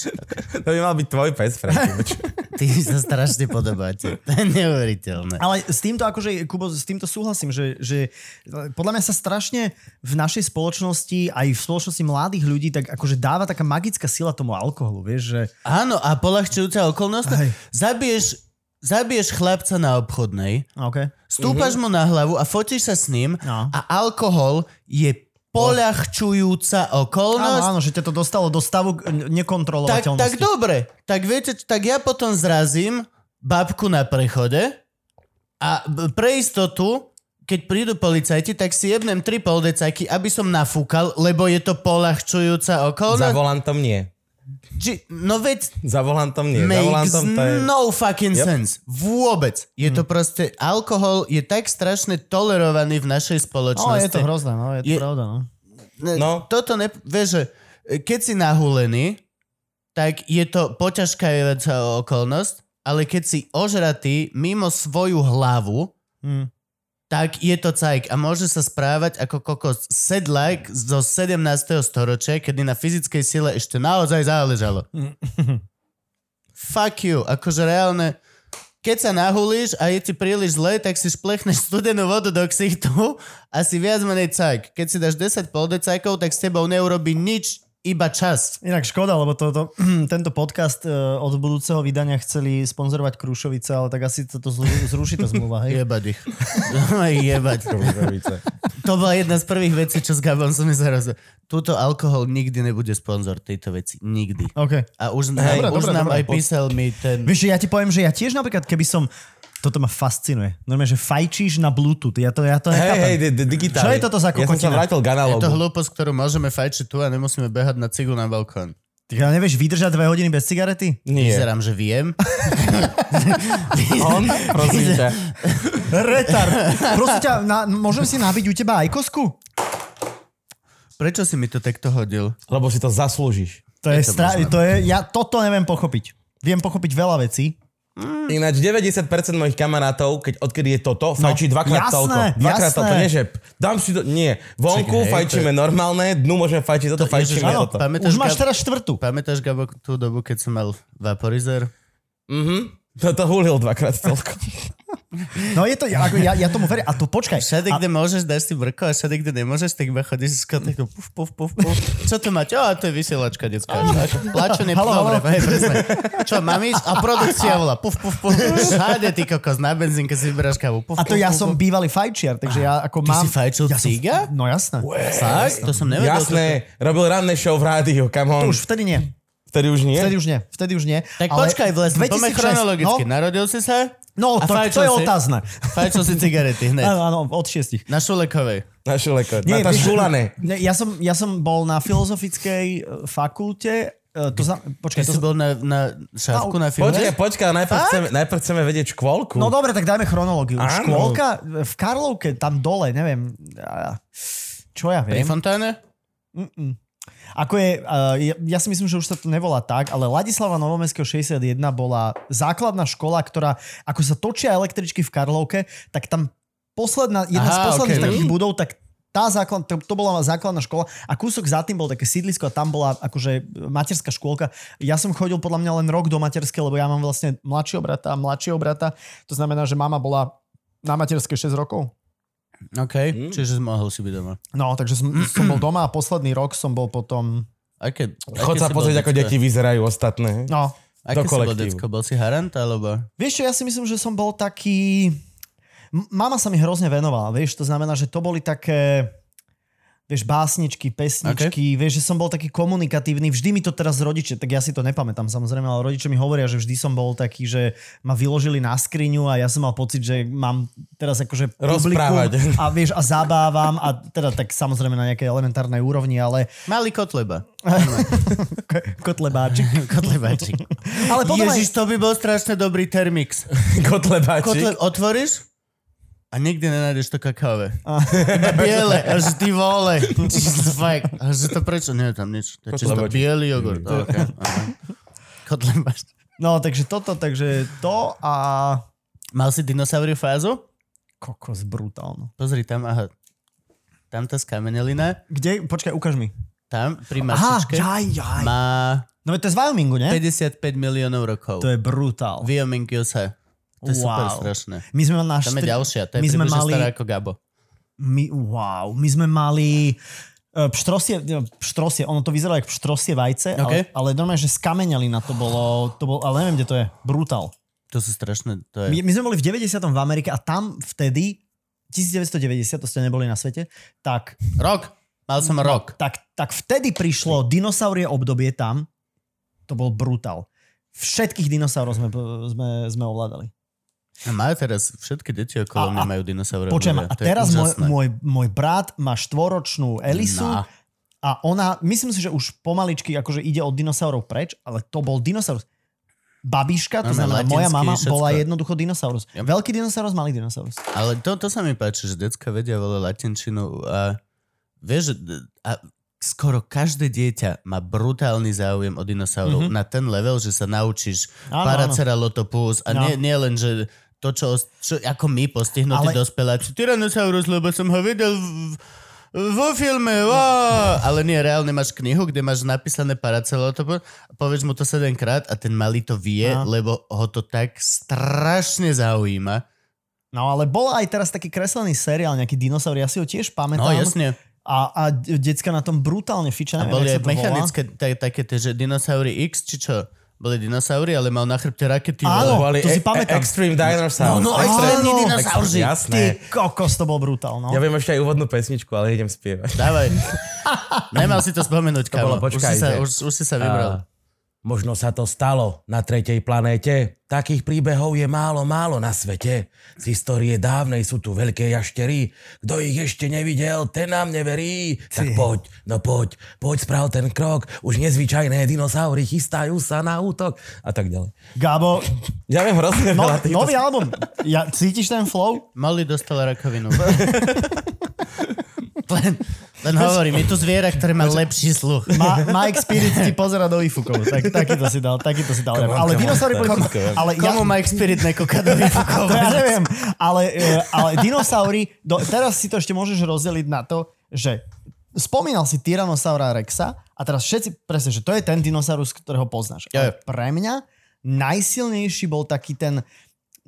B: to by mal byť tvoj pes, Franky.
C: Ty sa strašne podobáte. To je neuveriteľné.
D: Ale s týmto, akože, Kubo, s týmto súhlasím, že, že e, podľa mňa sa strašne v našej spoločnosti, aj v spoločnosti mladých ľudí, tak akože dáva taká magická sila tomu alkoholu, vieš, že...
C: Áno, a polahčujúca
D: Aj.
C: okolnosť. Zabiješ, zabiješ chlapca na obchodnej,
D: No, OK.
C: stúpaš mu na hlavu a fotíš sa s ním
D: Mhm. No.
C: a alkohol je polahčujúca
D: Áno,
C: okolnosť.
D: áno, že ťa to dostalo do stavu k-
C: Tak,
D: nekontrolovateľnosti.
C: tak dobre, tak viete, čo, tak ja potom zrazím babku na prechode a b- pre istotu, keď prídu policajti, tak si jebnem tri poldecajky, aby som nafúkal, lebo je to polahčujúca
B: Za
C: okolnosť.
B: volantom nie.
C: Či- no veď
B: Za volantom nie. Za
C: makes
B: volantom to je...
C: no fucking
B: Yep.
C: yep. sense. Vôbec. Je to
D: Mhm.
C: proste, alkohol je tak strašne tolerovaný v našej
D: No,
C: spoločnosti.
D: je to hrozné, no, je to
C: Je-
D: pravda, no.
C: Ne-
B: No.
C: Toto ne, vieš, že e, keď si nahulený, tak je to poťažkajúca okolnosť, ale keď si ožratý mimo svoju hlavu,
D: Hm.
C: tak je to cajk a môže sa správať ako kokos sedlak zo 17. storočia, kedy na fyzickej sile ešte naozaj záležalo. Fuck you, akože reálne, keď sa nahulíš a je ti príliš zle, tak si šplechneš studenú vodu do ksichtu a si viac menej cajk. Keď si dáš 10 poldecajkov, tak s tebou neurobi nič, iba čas.
D: Inak škoda, lebo to, to, tento podcast eh, od budúceho vydania chceli sponzorovať Krušovice, ale tak asi to, to zru- zruší tá zmluva, hej?
C: Jebať ich. Aj Jebať. To bola jedna z prvých vecí, čo s Gabom som sa rozhodol. Tuto alkohol nikdy nebude sponzor tejto veci. Nikdy.
D: OK.
C: A už,
B: Hej,
C: Hej, už
B: dobre,
C: nám
B: dobre,
C: aj
B: po-
C: písal mi ten...
D: Vieš, že ja ti poviem, že ja tiež napríklad, keby som... Toto ma fascinuje. Normálne, že fajčíš na Bluetooth. Ja to, ja to
B: Hej, hej,
D: nechápem.
B: di- di- digitálne.
D: Čo je toto
B: Ja
D: za
B: som sa
D: kokotina?
B: vrátil k
C: Je to
B: analógu.
C: hlúposť, ktorú môžeme fajčiť tu a nemusíme behať na cigu na balkón.
D: Ty ale nevieš vydržať dve hodiny bez cigarety?
B: Nie.
C: Vyzerám, že viem.
B: On, prosím ťa.
D: Retard. Prosím ťa, na, môžem si nabiť u teba aj kosku?
C: Prečo si mi to takto hodil?
B: Lebo si to zaslúžiš.
D: To je,
C: to
D: stra...
C: možné.
D: to je, ja toto neviem pochopiť. Viem pochopiť veľa vecí.
B: Ináč 90% mojich kamarátov, keď odkedy je
C: No,
B: toto, fajčí dvakrát
D: jasné,
B: toľko. Dvakrát
D: jasné.
B: toľko, nie že p- dám si to, nie. Vonku
C: Čekaj, hej,
B: fajčíme normálne, dnu môžeme fajčiť toto, fajčíme
C: áno,
B: toto.
C: pamätáš,
D: Už máš
C: Gab-
D: teraz štvrtú.
C: pamätáš Gabo, tú dobu, keď som mal vaporizer?
B: Mhm. Toto hulil dvakrát toľko.
D: No je to, ja, ako ja, ja tomu verím. A to počkaj.
C: Všade,
D: a,
C: kde môžeš, dáš si brko a všade, kde nemôžeš, tak iba chodíš s kotakou puf, puf, puf, puf. Čo to máte? O, to je vysielačka, detská. Plačo ne,
D: Haló,
C: dobre,
D: haló.
C: hej, presne. Čo, mám ísť? A produkcia volá puf, puf, puf. Všade, ty kokos, na benzínke si vyberáš kávu. Puf,
D: a to
C: puf,
D: ja
C: puf,
D: som
C: puf.
D: bývalý fajčiar, takže ja ako
C: Ty
D: mám...
C: si fajčil
D: ja som-
C: ciga?
D: No jasné.
C: Fakt? To som nevedel.
B: Jasné, robil ranné show v rádiu, come on.
D: To už vtedy nie.
B: Vtedy už nie?
D: Vtedy už nie. Vtedy už nie.
C: Tak ale počkaj, vlastne, poďme
D: 2006,
C: chronologicky.
D: No,
C: Narodil si sa?
D: no
C: A
D: to, to
C: fajčil
D: je
C: si?
D: otázne.
C: Fajčil si cigarety hneď.
D: Áno, áno, od šiestich.
C: Na Šulekovej.
B: Na šuleko. Na to
D: vieš-
B: šulané.
D: Ne, Ja som, ja som bol na filozofickej e, fakulte. e, To za,
C: Ty
D: počkaj, to,
C: si bol na, na šávku na filme?
B: Počkaj, počkaj, najprv chceme, najprv chceme vedieť škôlku.
D: No dobre, tak dajme chronológiu.
B: Áno.
D: Škôlka v Karlovke, tam dole, neviem. a- Čo ja
C: Pri
D: viem.
C: fontáne?
D: Ako je, uh, ja, ja si myslím, že už sa to nevolá tak, ale Ladislava Novomestského 61 bola základná škola, ktorá, ako sa točia električky v Karlovke, tak tam posledná, jedna
C: Aha,
D: z posledných
C: okej.
D: takých budov, tak Tá základ, to, to bola základná škola a kúsok za tým bol také sídlisko a tam bola akože materská škôlka. Ja som chodil podľa mňa len rok do materskej, lebo ja mám vlastne mladšieho brata a mladšieho brata. To znamená, že mama bola na materskej 6 rokov.
C: OK, mm. čiže mohol si byť doma.
D: No, takže som, som bol doma a posledný rok som bol potom...
C: Aké,
B: Chod sa pozrieť, ako deti vyzerajú ostatné.
D: No,
C: Aké
B: do
C: si bol
B: kolektívu.
C: decko? Bol si harant, alebo...
D: Vieš čo, ja si myslím, že som bol taký... M- Mama sa mi hrozne venovala, vieš, to znamená, že to boli také vieš, básničky, pesničky, okay. vieš, že som bol taký komunikatívny, vždy mi to teraz rodiče, tak ja si to nepamätám samozrejme, ale rodiče mi hovoria, že vždy som bol taký, že ma vyložili na skriňu a ja som mal pocit, že mám teraz akože
B: Rozprávať.
D: publikum a vieš, a zabávam a teda tak samozrejme na nejakej elementárnej úrovni, ale
C: Malý kotleba.
D: kotlebáčik.
C: Kotlebáčik.
D: Ale potom aj-
C: Ježiš, to by bol strašne dobrý termix.
B: Kotlebáčik.
C: Kotle otvoríš a nikdy nenájdeš to kakaové. Iba biele, až ty vole. Jesus fuck. A že to prečo? Nie, tam nič. To je čisto
B: Kotleboček.
C: biely jogurt. Okay. aha. Kotlebáč.
D: No, takže toto, takže to a
C: Mal si dinosauriu fázu?
D: kokos brutálno.
C: Pozri tam, aha. Tam tá skamenelina,
D: Kde? Počkaj, ukáž mi.
C: tam pri
D: Aha,
C: mačičke,
D: jaj, jaj.
C: má
D: No veď to je z Wyomingu, ne?
C: 55 miliónov rokov.
D: To je brutál.
C: Wyoming USA. To je
D: Wow.
C: super strašné.
D: My sme mali...
C: Tam je ďalšia, to je
D: my sme
C: približne
D: mali-
C: stará ako Gabo.
D: My, wow, my sme mali... e, Pštrosie, e, pštrosie, ono to vyzeralo ako pštrosie vajce,
C: Okay.
D: ale, ale normálne, že skameneli na to bolo, to bolo, ale neviem, kde to je, brutál.
C: To sú strašné, to je...
D: My, my sme boli v 90. v Amerike a tam vtedy, 1990, to ste neboli na svete, tak,
C: Rok! Mal som rok.
D: tak, tak vtedy prišlo dinosaurie obdobie tam, to bol brutál. Všetkých dinosaurov sme, sme, sme ovládali.
C: A majú teraz, všetky deti okolo
D: A-
C: mňa
D: a-
C: majú dinosaurov.
D: Počujem, a teraz môj, môj, môj brat má štvoročnú Elisu
C: No.
D: a ona, myslím si, že už pomaličky akože ide od dinosaurov preč, ale to bol dinosaurus. Babiška, to
C: Áno,
D: znamená moja
C: latinský,
D: mama,
C: všetko.
D: bola jednoducho dinosaurus.
C: Ja-
D: Veľký dinosaurus, malý dinosaurus.
C: Ale to, to sa mi páči, že decka vedia veľa latinčinu a vieš, že d- a skoro každé dieťa má brutálny záujem o dinosaurov
D: Mhm.
C: mm-hmm. na ten level, že sa naučíš
D: Áno,
C: Paraceralotopus a
D: No.
C: nie, nie len, že to, čo, os- čo ako my postihnutí
D: Ale-
C: dospeláci, Tyrannosaurus, lebo som ho videl v, vo filme, wow! ale nie, reálne máš knihu, kde máš napísané Paraceralotopus, povieš mu to sedemkrát a ten malý to vie,
D: No.
C: lebo ho to tak strašne zaujíma.
D: No ale bol aj teraz taký kreslený seriál, nejaký dinosaur, ja si ho
C: No
D: tiež pamätám.
C: jasne.
D: A, a de- decka na tom brutálne
C: A
D: fičia. neviem,
C: boli
D: jak
C: aj
D: sa to volá.
C: mechanické, tak, také tie, že dinosaury X, či čo? Boli dinosaury, ale mal na chrbte rakety.
D: Áno.
C: vole.
B: Boli
D: to si
B: e- e-
D: pamätám.
B: Extreme Dinosaurs.
C: No, no,
B: Extreme-
C: extrémny
D: áno.
C: dinosaur, že-
B: Jasné.
D: Ty kokos, to bol brutál, no.
B: Ja viem ešte aj úvodnú pesničku, ale idem spievať.
C: Dávaj. Nemal si to spomenúť, kamo.
B: bolo,
C: už,
B: počkaj,
C: si sa,
B: že-
C: už, už si sa vybral.
B: Možno sa to stalo na tretej planéte. Takých príbehov je málo, málo na svete. Z histórie dávnej sú tu veľké jaštery. Kto ich ešte nevidel, ten nám neverí. Tak poď, no poď, poď sprav ten krok. Už nezvyčajné dinosaury chystajú sa na útok. A tak ďalej.
D: Gabo,
B: Ja viem hrozne
D: no,
B: veľa týchto...
D: nový album. Ja, cítiš ten flow?
C: Molly dostala rakovinu. len, len hovorím, je tu zviera, ktoré má lepší sluch.
D: Ma, Mike Spirit ti pozera do ifukov. Tak, takýto si dal, takýto si dal.
B: Come on,
D: ale
B: come on,
D: dinosaury
B: tak,
D: boli...
B: come on.
D: Ale ja,
C: Komu Mike Spirit nekúka do výfukov?
D: to ja neviem. Ale, e, ale dinosaury... Do, teraz si to ešte môžeš rozdeliť na to, že spomínal si Tyrannosaura Rexa a teraz všetci presne, že to je ten dinosaurus, ktorého
C: Jo,
D: poznáš.
C: jo.
D: Ale pre mňa najsilnejší bol taký ten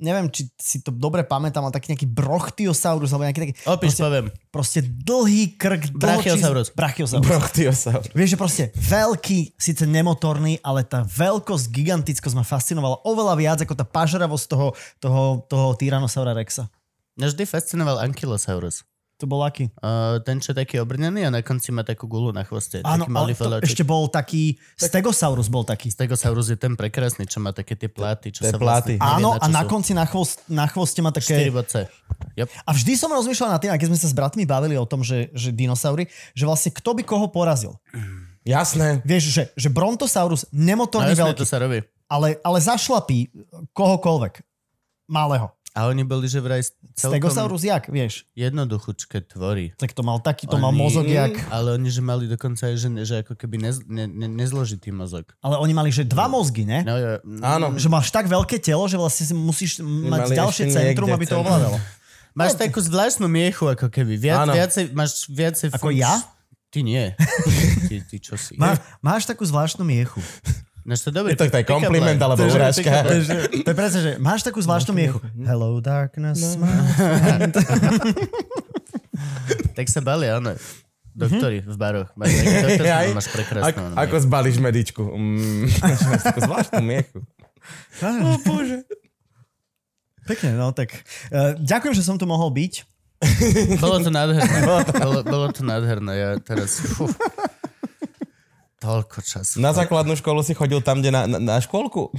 D: neviem, či si to dobre pamätám, ale taký nejaký brochtiosaurus, alebo nejaký taký...
C: Opiš,
D: proste,
C: poviem.
D: proste dlhý krk, dlhočí-
C: Brachiosaurus.
D: Brachiosaurus.
B: Prochtiosaur.
D: Vieš, že proste veľký, síce nemotorný, ale tá veľkosť, gigantickosť ma fascinovala oveľa viac ako tá pažravosť toho, toho, toho Tyrannosaura Rexa.
C: Mňa vždy fascinoval Ankylosaurus.
D: To bol aký?
C: Uh, ten, čo je taký obrnený a na konci má takú gulu na chvoste.
D: Áno,
C: taký malý
D: ale to
C: feláčik.
D: ešte bol taký, Stegosaurus bol taký.
C: Stegosaurus je ten prekrásny, čo má také tie pláty, čo
B: To je
C: sa vlastne
B: pláty.
C: nevie,
D: Áno, a
C: čo
D: na
C: sú.
D: konci na, chvost, na chvoste má
C: Štyri
D: také...
C: boce. Yep.
D: A vždy som rozmýšľal nad tým, keď sme sa s bratmi bavili o tom, že, že dinosaury, že vlastne kto by koho porazil.
B: Jasné.
D: Vieš, že, že Brontosaurus,
C: No
D: nemotorný
C: jasne,
D: veľký,
C: to sa robí.
D: ale, ale zašlapí kohokoľvek. Malého.
C: A oni boli, že vraj celkom
D: Stegosaurus jak, vieš?
C: jednoduchúčké tvory.
D: Tak to mal taký, to mal
C: Oni-
D: mozog jak...
C: Ale oni, že mali dokonca aj, že, že ako keby nez, ne, ne, nezložitý mozog.
D: Ale oni mali, že dva mozgy, ne?
C: No, ja,
B: Áno.
D: Že máš tak veľké telo, že vlastne si musíš mať
B: Mali
D: ďalšie
B: ešte
D: centrum,
B: niekde
D: aby to
B: centrum.
D: ovládalo.
C: Máš takú zvláštnu miechu, ako keby. Viac,
B: Áno.
C: viacej, máš viacej...
D: Ako
C: funkč-
D: ja?
C: Ty nie. ty, ty čo si?
D: Má, máš takú zvláštnu miechu.
C: No, to dobrý.
B: Je to tak
C: pick-up line.
B: kompliment alebo urážka.
D: To je, že- to je presne, že máš takú zvláštnu miechu. Hello darkness. No.
C: Tak sa bali,
B: Mhm.
C: áno. Doktori v baroch. Máš, taký doktor,
B: Jaj.
C: máš prekrásnu.
B: Ako,
C: áno,
B: ako zbališ medičku? Mm, takú zvláštnu miechu.
D: Oh, bože. Pekne, no tak. Uh, ďakujem, že som tu mohol byť.
C: Bolo to nádherné. Bolo, bolo to nádherné. Ja teraz... Fú. Toľko času.
B: Na základnú školu si chodil tam, kde na, na, na škôlku?
D: Uh,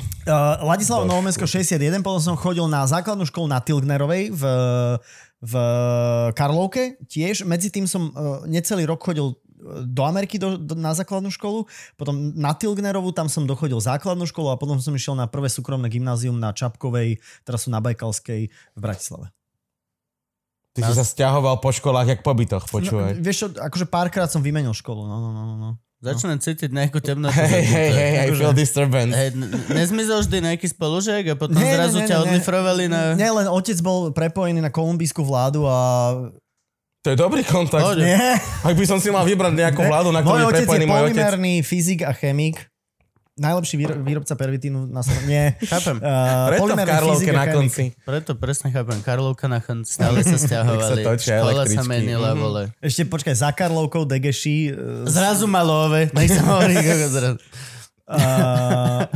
D: Ladislav Novomensko 61, potom som chodil na základnú školu na Tilgnerovej v, v Karlovke tiež. Medzi tým som uh, necelý rok chodil eh, do Ameriky do, do, na základnú školu, potom na Tilgnerovu, tam som dochodil základnú školu a potom som išiel na prvé súkromné gymnázium na Čapkovej, teraz sú na Bajkalskej v Bratislave.
B: Ty si sa stiahoval po školách, jak po bytoch, počúvaj.
D: No, vieš čo, akože párkrát som vymenil školu, no, no, no, no, no.
C: Začnem cítiť nejakú temnotu.
B: Hej, hej, hej, I feel disturbance.
C: Hej, n- nezmizol vždy nejaký spolužiak a potom
D: Ne, ne,
C: No, zrazu
D: ne,
C: ťa
D: ne, ne.
C: odlifrovali na...
D: Nie, len otec bol prepojený na kolumbijskú vládu a...
B: To je dobrý kontakt.
C: Dobre.
D: Nie.
B: Ak by som si mal vybrať nejakú vládu, na ktorú je
D: Môj otec je
B: prepojený môj otec.
D: polimerný fyzik a chemik. Najlepší výro- výrobca pervitínu na Slovensku. Nie.
C: Chápem.
D: Uh,
B: Preto v
D: polimerný
B: Karlovke
D: fyzik a
B: na
D: chemik.
B: konci.
C: Preto presne chápem. Karlovka na chan stále sa
B: Tak
C: stiahovali.
B: sa točia
C: Škola sa
B: električky.
C: menila,
B: Mhm.
C: vole.
D: Ešte počkaj, za Karlovkou Degeši. Uh,
C: Zrazu malo ove. Nech sa hovorí, ako zrazu.
D: uh,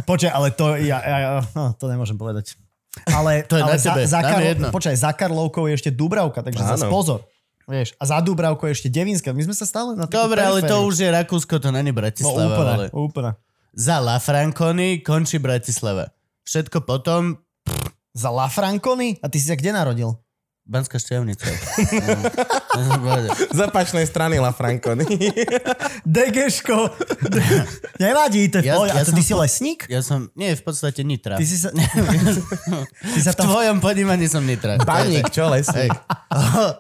D: počkaj, ale to ja, ja, ja no, to nemôžem povedať. Ale,
C: To je
D: ale
C: na tebe,
D: za, za,
C: nám je
D: Karlo-
C: jedno.
D: počkaj, za Karlovkou je ešte Dubravka, takže
B: Áno.
D: zase pozor. Vieš, a za Dubravkou je ešte Devinská. My sme sa stále na takú
C: Dobre, ale to
D: perifériu.
C: už je Rakúsko, to není
D: No
C: Bratislava,
D: úplne,
C: vole.
D: úplne.
C: Za La Franconi končí Bratislava. Všetko potom
D: Za Lafrancony? A ty si sa kde narodil?
C: Banská šťavnica. Mm.
B: Z opačnej strany La No, Franconi.
D: Degeško. Nevadí, to je v
C: Ja-
D: pohode.
C: ja
D: A to ty
C: som
D: si lesník?
C: ja som, nie, v podstate Nitra.
D: Ty si sa... ty sa
C: V
D: tam...
C: tvojom ponímaní som Nitra.
B: Baník, čo lesník?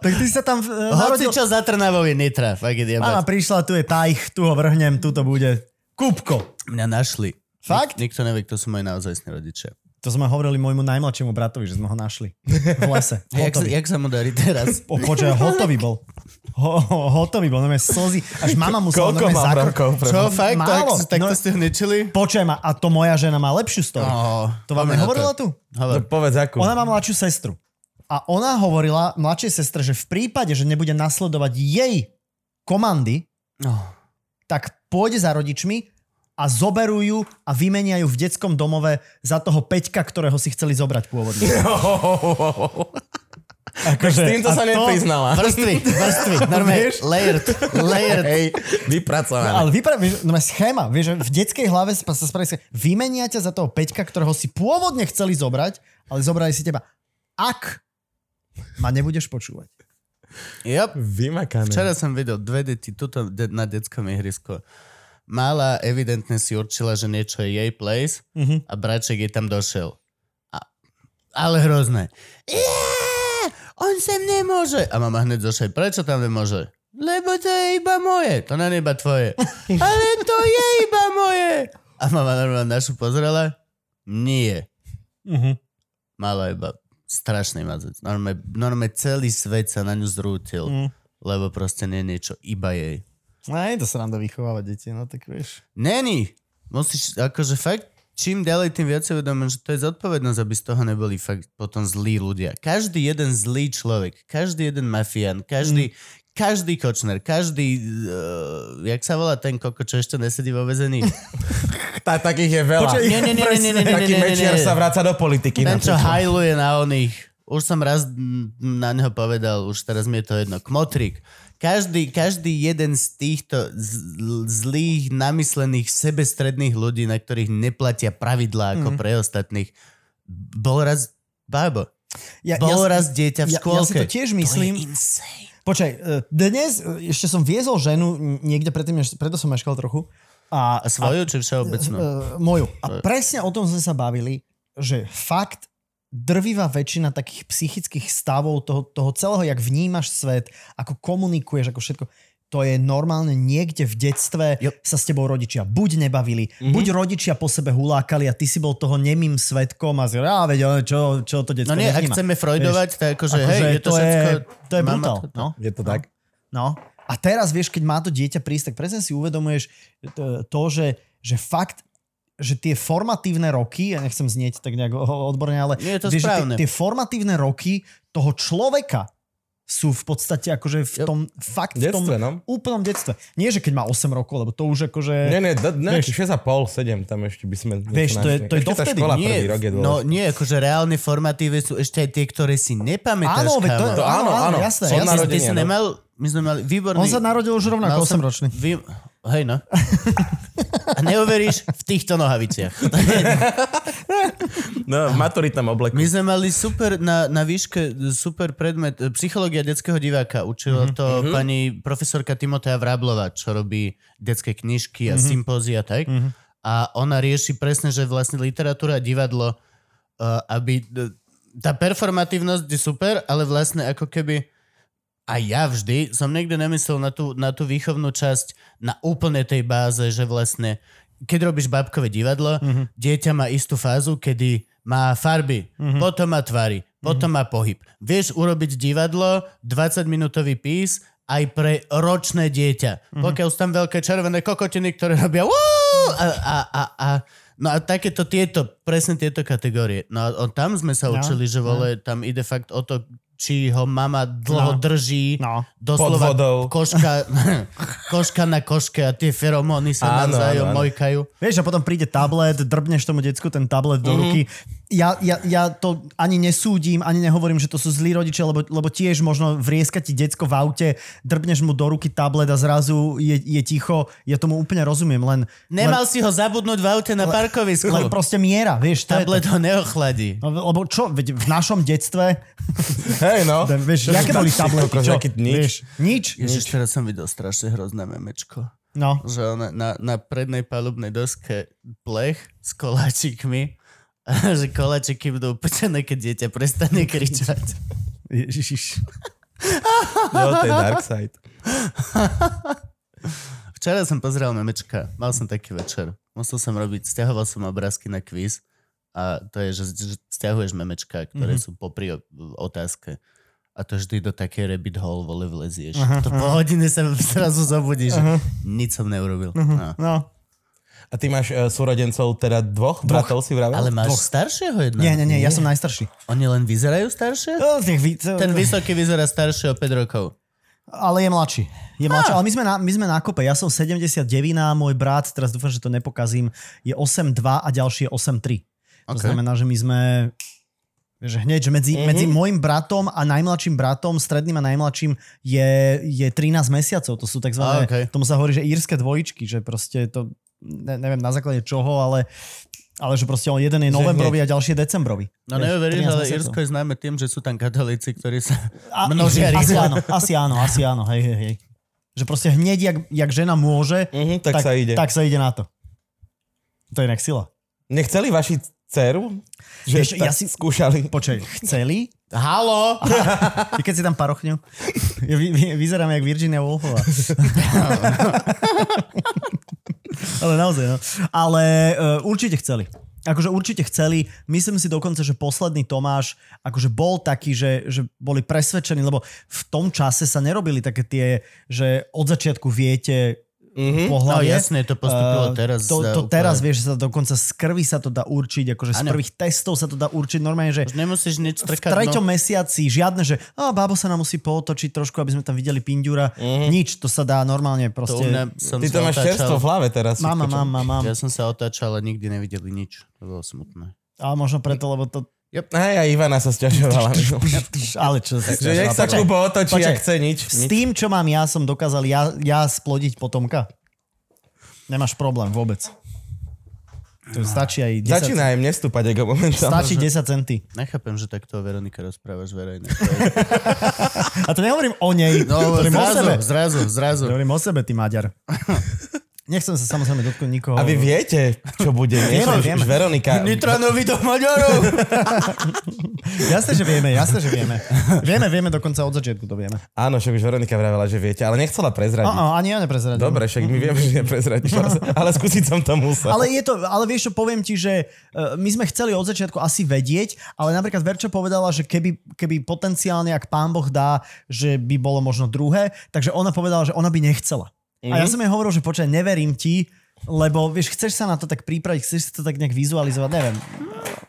D: Tak ty sa tam eh,
C: Hoci
D: narodil...
C: čo za Trnavou je Nitra, fakt je
D: Mama
C: diabať.
D: prišla, tu je tajch, tu ho vrhnem, tu to bude. Kúbko.
C: Mňa našli.
D: Fakt?
C: Nik, nikto nevie, kto sú moji naozajstní rodičia.
D: To sme hovorili môjmu najmladšiemu bratovi, že sme ho našli. V lese.
C: Jak, sa-
D: Hotový.
C: jak sa mu darí teraz?
D: O, počkaj, hotový bol. Ho, ho, hotový bol, normálne slzy. Až mama musela
B: Koľko
D: normálne
B: mám
D: zakrok-
B: rokov? pre-
C: Čo, No fakt?
D: Málo.
C: Tak, tak to
D: No-
C: ste ho ničili?
D: Počujem, a a to moja žena má lepšiu story.
C: Oh,
D: To vám nehovorila tu?
B: No,
C: Hovor.
B: Povedz akú.
D: Ona má mladšiu sestru. A ona hovorila mladšej sestre, že v prípade, že nebude nasledovať jej komandy,
C: No.
D: tak pôjde za rodičmi a zoberú ju a vymenia ju v detskom domove za toho Peťka, ktorého si chceli zobrať pôvodne.
B: S
D: Akože,
B: týmto
D: a
B: sa
D: to-
B: nepriznala.
C: Vrstvy, vrstvy, normálne,
D: Vieš?
C: layered, layered.
B: Hej, vypracovaná.
D: Ale vypra- vieš, no, schéma, vieš, že v detskej hlave sa sa spraví schéma. vymenia ťa za toho Peťka, ktorého si pôvodne chceli zobrať, ale zobrali si teba. Ak ma nebudeš počúvať.
C: Yep.
B: Vymakané.
C: Včera som videl dve deti tuto de- na detskom ihrisku. Malá evidentne si určila, že niečo je jej place
D: Mhm.
C: a braček jej tam došiel. A, ale hrozné. Yeah! On sem nemôže. A mama hneď zošej, prečo tam nemôže? Lebo to je iba moje. To nie je iba tvoje. ale to je iba moje. A mama normálne našu pozrela. Nie.
B: Mhm.
D: Uh-huh.
C: Mala iba strašný mazec. Normálne, normálne celý svet sa na ňu zrútil.
D: Mm.
C: Lebo proste nie je niečo iba jej.
D: No je to sranda vychovávať deti, no tak vieš.
C: Není. Musíš, akože fakt, čím ďalej, tým viac si uvedomujem, že to je zodpovednosť, aby z toho neboli fakt potom zlí ľudia. Každý jeden zlý človek, každý jeden mafián, každý, každý kočner, každý, uh, jak sa volá ten koko, čo ešte nesedí vo vezení?
B: Tá, takých je veľa.
D: Počkaj,
C: Nie, nie, nie, nie, nie, nie, nie,
B: Taký
C: nie, nie,
B: mečiar
C: nie.
B: sa vráca do politiky.
C: Ten, čo
B: napríklad.
C: hajluje na oných. Už som raz mm, na neho povedal, už teraz mi je to jedno. Kmotrik. Každý, každý jeden z týchto z- zlých, namyslených, sebestredných ľudí, na ktorých neplatia pravidlá ako pre ostatných, bol raz bábo.
D: Ja,
C: Bol
D: ja,
C: raz dieťa v
D: ja, ja
C: škôlke.
D: si to tiež myslím.
C: To je insane.
D: Počkaj, e, dnes e, ešte som viezol ženu m, niekde predtým, než- preto som meškal trochu. A,
C: A svoju či
D: e,
C: všeobecnú?
D: moju. A presne o tom sme sa bavili, že fakt drvivá väčšina takých psychických stavov toho, toho celého, jak vnímaš svet, ako komunikuješ, ako všetko, to je normálne niekde v detstve
E: Jo.
D: sa s tebou rodičia buď nebavili,
C: Mhm.
D: mm-hmm. buď rodičia po sebe hulákali a ty si bol toho nemým svetkom a si, a veď, ale čo, čo to
C: No
D: detstvo
C: nie, ak
D: nevníma."
C: chceme freudovať, tak akože,
D: Akože
C: hej, je to,
D: to, je,
C: všetko...
D: to je
C: Mama
D: brutál.
C: to-
D: No.
B: Je to tak?
D: No a teraz vieš, keď má to dieťa prísť, tak presne si uvedomuješ to, to že, že fakt že tie formatívne roky, ja nechcem znieť tak nejak o- o- odborne, ale
C: Nie, je to
D: vieš, že
C: správne.
D: tie, tie formatívne roky toho človeka sú v podstate akože v tom, fakt
B: V detstve,
D: v tom
B: no.
D: úplnom detstve. Nie, že keď má 8 rokov, lebo to už akože...
B: Nie, nie, d- ne,
D: Vieš-
B: 6,5, 7, tam ešte by sme... niečo
D: Vieš, to je-
B: našli.
D: to je
B: Ešte tá
D: dovtedy,
B: škola
C: nie,
B: prvý rok je
C: no
B: dôležitá.
C: nie, akože reálne formatíve sú ešte aj tie, ktoré si nepamätáš,
D: áno, veď to,
C: kámo.
D: to, áno, áno, jasné,
B: Od
D: jasné.
C: Ty si
B: narodenia, no.
C: nemal, my sme mali výborný...
D: On sa narodil už rovnako
C: Mal som-
D: 8-ročný.
C: Vy... Hej, no. A neuveríš v týchto nohaviciach.
B: No, v maturitnom obleku.
C: My sme mali super na, na výške super predmet e, psychológia detského diváka. Učila to mm-hmm. pani profesorka Timotea Vráblova, čo robí detské knižky a mm-hmm. sympózia, tak? Mm-hmm. A ona rieši presne, že vlastne literatúra a divadlo, e, aby... e, Tá performatívnosť je super, ale vlastne ako keby... A ja vždy som niekde nemyslel na tú, na tú výchovnú časť na úplne tej báze, že vlastne keď robíš bábkové divadlo,
D: Mhm.
C: mm-hmm. dieťa má istú fázu, kedy má farby,
D: Mhm.
C: mm-hmm. potom má tvary, potom má pohyb. Vieš urobiť divadlo, 20-minútový pís aj pre ročné dieťa.
D: Mhm.
C: Mm-hmm. Pokiaľ sú tam veľké červené kokotiny, ktoré robia "Uú!" a, a, a, a, No a takéto tieto, presne tieto kategórie. No a o- tam sme sa
D: No,
C: učili, že vole, tam ide fakt o to, či ho mama dlho
D: No.
C: drží
D: No.
C: doslova
B: Pod vodou.
C: Koška, koška na koške a tie feromóny sa
B: Áno,
C: navzájom
B: áno, áno.
C: mojkajú.
D: Vieš, a potom príde tablet, drbneš tomu decku ten tablet do ruky. Ja, ja, ja to ani nesúdim, ani nehovorím, že to sú zlí rodičia, lebo, lebo tiež možno vrieska ti decko v aute, drbneš mu do ruky tablet a zrazu je, je ticho. Ja tomu úplne rozumiem, len,
C: Nemal si ho zabudnúť v aute na
B: No,
C: parkovisku.
D: len proste miera, vieš. To je to.
C: Tablet ho neochladí.
D: No, lebo čo, veď v našom detstve,
B: Hej, no.
D: da- vieš, aké boli tablety, čo?
B: akože Nič.
D: Vieš, nič.
C: Ježiš, teraz som videl strašne hrozné memečko.
D: No,
C: Že ona na, na prednej palubnej doske plech s koláčikmi a že koláčiky budú upečené, keď dieťa prestane kričať.
D: ježiš.
B: Jo, to je dark side.
C: Včera som pozeral memečka, mal som taký večer. Musel som robiť, stiahoval som obrázky na quiz a to je, že, že stiahuješ memečka,
D: Mhm.
C: ktoré mm-hmm. sú popri o- otázke. A to vždy do takej rabbit hole vole vlezieš. Aha, to po hodine sa zrazu zobudíš, aha. nič som neurobil. Aha. No.
D: No.
B: A ty máš uh, súrodencov teda dvoch, bratov si vravel?
C: Ale máš Dvoch. staršieho jedného?
D: Nie, nie, nie, ja som najstarší.
C: Oni len vyzerajú staršie?
D: No, nech vy- to-
C: Ten vysoký vyzerá starší o 5 rokov.
D: Ale je mladší. Je
C: Ah.
D: mladší, ale my sme, na, my sme na kope. Ja som 79, môj brat, teraz dúfam, že to nepokazím, je 8,2 a ďalší je 8,3. To
C: Ok. Mhm.
D: znamená, že my sme že hneď, že medzi, medzi môjim bratom a najmladším bratom, stredným a najmladším je, je 13 mesiacov. To sú tzv.
C: A, Ah, ok.
D: tomu sa hovorí, že írske dvojičky, že proste to, ne, neviem na základe čoho, ale, ale že proste on jeden je novembrový a ďalší je decembrový.
C: No
D: Vieš,
C: neuveríš,
D: 13
C: ale
D: mesiacov.
C: Irsko je známe tým, že sú tam katolíci, ktorí sa
D: A,
C: množia
D: asi
C: rýchlo.
D: áno, asi áno, asi áno, hej, hej, hej. Že proste hneď, jak, jak žena môže,
B: Mhm, tak, sa ide.
D: tak sa ide na to. To je inak sila.
B: Nechceli vaši dceru? Že
D: Vieš,
B: tak
D: ja si-
B: skúšali.
D: Počkaj, chceli?
C: Halo!
D: Ty keď si tam parochňu, ja vy, vy, vyzerám jak Virginia Woolfová. Ale naozaj, no. Ale uh, určite chceli. Akože určite chceli. Myslím si dokonca, že posledný Tomáš akože bol taký, že, že boli presvedčení, lebo v tom čase sa nerobili také tie, že od začiatku viete mm-hmm.
B: Mhm.
D: po
C: No
D: hlave.
C: jasne, to postupilo
D: Eh,
C: teraz.
D: To,
C: za
D: to
C: úplne-
D: teraz vieš, že sa dokonca z krvi sa to dá určiť, akože z
C: Áno.
D: prvých testov sa to dá určiť normálne, že
C: Už nemusíš nič no.
D: v
C: trkať.
D: treťom mesiaci žiadne, že a bábo sa nám musí pootočiť trošku, aby sme tam videli pindura.
B: Mhm.
D: Mm. Nič, to sa dá normálne
C: no, to
D: proste.
C: u mňa som
B: Ty to
C: sa
B: máš
C: otáčal.
B: čerstvo v hlave teraz.
D: Mám,
B: všetko, čo-
D: mám, mám, mám.
C: Ja som sa otáčal a nikdy nevideli nič. To bolo smutné.
D: A možno preto, lebo to...
B: Hej, a Ivana sa sťažovala.
D: Ale čo sa
B: Že nech sa
D: Počkaj,
B: Kubo otočí, ak
D: Počkaj.
B: chce nič.
D: S tým, čo mám ja, som dokázal ja, ja splodiť potomka. Nemáš problém vôbec. To stačí aj 10
B: Začína aj mne vstúpať ego momentálne.
D: Stačí 10 centy.
C: Nechápem, že takto o Veronike rozprávaš verejne.
D: A to nehovorím o nej,
C: No,
D: hovorím o sebe.
C: zrazu,
D: No,
C: zrazu, zrazu.
D: Hovorím o sebe, ty Maďar. Nechcem sa samozrejme dotknúť nikoho.
B: A vy viete, čo bude dnes?
D: Vieme,
B: Už- Už
D: vieme.
B: Veronika...
C: Nitranovi do Maďarov!
D: Jasné, že vieme, jasné, že vieme. Vieme, vieme, dokonca od začiatku to vieme.
B: Áno, však už Veronika vravela, že viete, ale nechcela prezradiť.
D: Á, á, ani ja neprezradím.
B: Dobre, však my vieme, že neprezradíš, ale skúsiť som to musel.
D: Ale, je to, ale vieš čo, poviem ti, že eh, my sme chceli od začiatku asi vedieť, ale napríklad Verča povedala, že keby, keby potenciálne, ak pán Boh dá, že by bolo možno druhé, takže ona povedala, že ona by nechcela. Mm-hmm. A
C: Mhm.
D: ja som jej hovoril, že počkaj, neverím ti, lebo vieš, chceš sa na to tak prípraviť, chceš si to tak nejak vizualizovať, neviem.